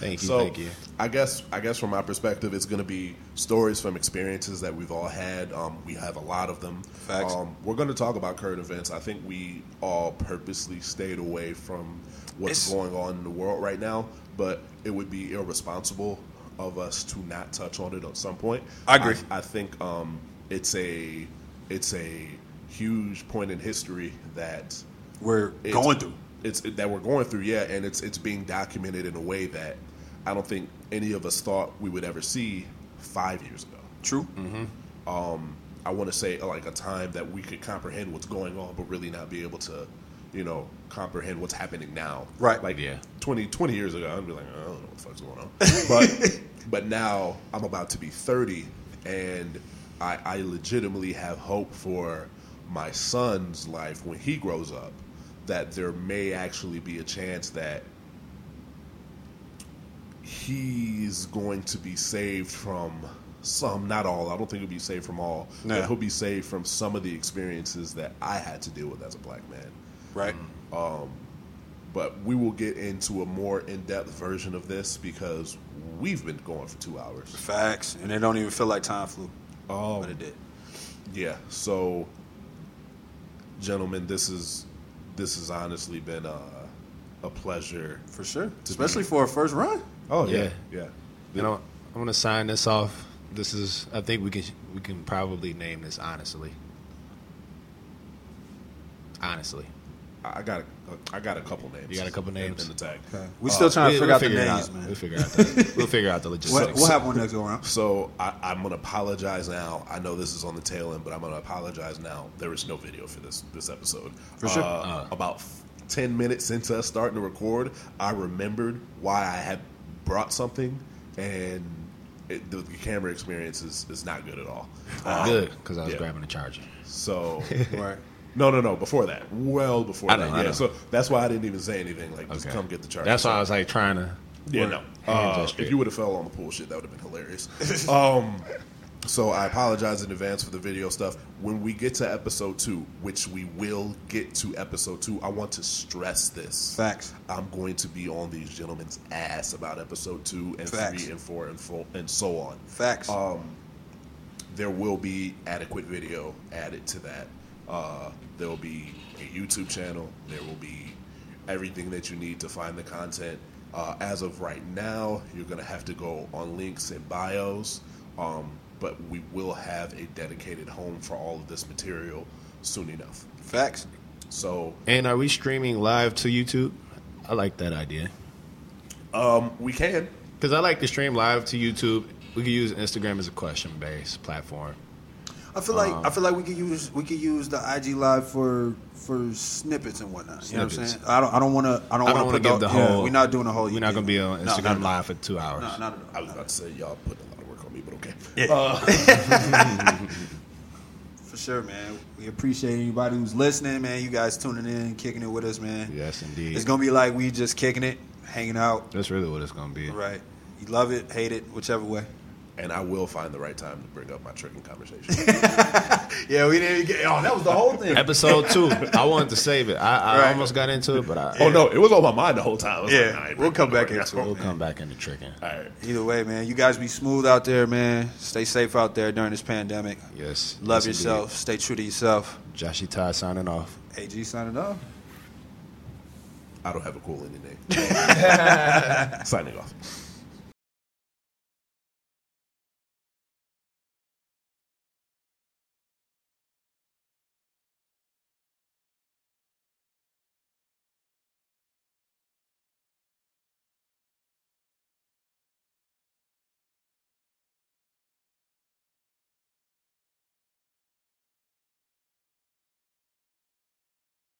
B: Thank you.
C: So
B: thank you.
C: I guess I guess from my perspective, it's going to be stories from experiences that we've all had. Um, we have a lot of them.
A: Facts.
C: Um, we're going to talk about current events. I think we all purposely stayed away from what's
A: It's-
C: going on in the world right now, but it would be irresponsible of us to not touch on it at some point.
A: I agree.
C: I, I think um, it's a it's a huge point in history that
A: We're
C: it's-
A: going through.
C: It's that we're going through, yeah, and it's it's being documented in a way that I don't think any of us thought we would ever see five years ago.
A: True.
B: Mm,
C: I want to say uh, like a time that we could comprehend what's going on, but really not be able to, you know, comprehend what's happening now.
A: Right.
C: Like
B: Yeah.
C: 20, 20 years ago, I'd be like, I don't know what the fuck's going on. But but now I'm about to be thirty, and I, I legitimately have hope for my son's life when he grows up that there may actually be a chance that he's going to be saved from some, not all. I don't think he'll be saved from all.
A: No.
C: But he'll be saved from some of the experiences that I had to deal with as a black man.
A: Right.
B: mm.
C: But we will get into a more in depth version of this because we've been going for two hours.
A: Facts. And it don't even feel like time flew.
C: Oh,
A: But it did.
C: yeah. So, gentlemen, this is this has honestly been a, a pleasure.
A: For sure. Especially for a first run.
C: Oh
B: yeah.
C: yeah.
B: You know, I'm gonna sign this off. This is, I think we can we can probably name this honestly. Honestly,
C: I I got a, I got a couple names.
B: You got a couple names?
C: in the tag.
A: Uh, We still trying to figure out the
B: it
A: names,
B: out.
A: man.
B: We'll figure out. The, we'll figure out the
D: We'll,
B: logistics.
D: we'll have one next go around.
C: So I, I'm gonna apologize now. I know this is on the tail end, but I'm gonna apologize now. There is no video for this this episode. For
A: sure.
B: Uh.
C: About f- ten minutes into us starting to record, I remembered why I had brought something, and it, the, the camera experience is, is not good at all. Uh,
B: Good, because I was
C: Yeah.
B: grabbing a charger.
C: So
A: Right.
C: no, no, no. Before that, well before
B: I know,
C: that,
B: I
C: yeah.
B: know.
C: So that's why I didn't even say anything. Like, just
B: Okay.
C: come get the charger.
B: That's why I was like trying to.
C: Yeah, no.
B: Hand
C: Uh,
B: gesture.
C: if you would have fell on the pool shit, that would have been hilarious. um, So I apologize in advance for the video stuff. When we get to episode two, which we will get to episode two, I want to stress this.
A: Facts.
C: I'm going to be on these gentlemen's ass about episode two and
A: Facts.
C: three and four and four and so on.
A: Facts.
B: Uh,
C: There will be adequate video added to that. Uh, there will be a YouTube channel. There will be everything that you need to find the content. Uh, as of right now, you're going to have to go on links and bios, um, but we will have a dedicated home for all of this material soon enough.
A: Facts.
C: So
B: And are we streaming live to YouTube? I like that idea.
C: um, we can.
B: Because I like to stream live to YouTube. We could use Instagram as a question based platform.
A: I feel like
B: uh,
A: I feel like we could use we could use the IG live for for snippets and whatnot. You know what I'm
B: Snippets.
A: saying? I don't I don't want to I don't,
B: I don't want
A: want
B: to give the whole.
A: We're not doing the whole.
B: We're not going to be
A: No,
B: on Instagram
A: not-
B: live for two hours.
A: No, not at
C: I
A: all.
C: was about to say y'all put a lot of work on me, but okay.
A: For sure, man. We appreciate anybody who's listening, man. You guys tuning in, kicking it with us, man.
B: Yes, indeed.
A: It's gonna be like we just kicking it, hanging out.
B: That's really what it's going to be.
A: Right. You love it, hate it, whichever way.
C: And I will find the right time to bring up my tricking conversation.
A: Yeah, we didn't get. Oh, that was the whole thing.
B: Episode two. I wanted to save it. I, I
A: Right.
B: almost got into it, but I,
C: Oh no, it was on my mind the whole time. I was like,
A: Yeah,
C: "Nah, I ain't
A: we'll come
C: bringing
A: back
C: it up
A: into it.
B: we'll come back into tricking.
C: right now." All right.
A: Either way, man. You guys be smooth out there, man. Stay safe out there during this pandemic.
B: Yes.
A: Love
B: yes,
A: yourself. Stay true to yourself.
B: indeed. Joshy Todd signing off.
A: AG signing off.
C: I don't have a cool ending name. Signing off.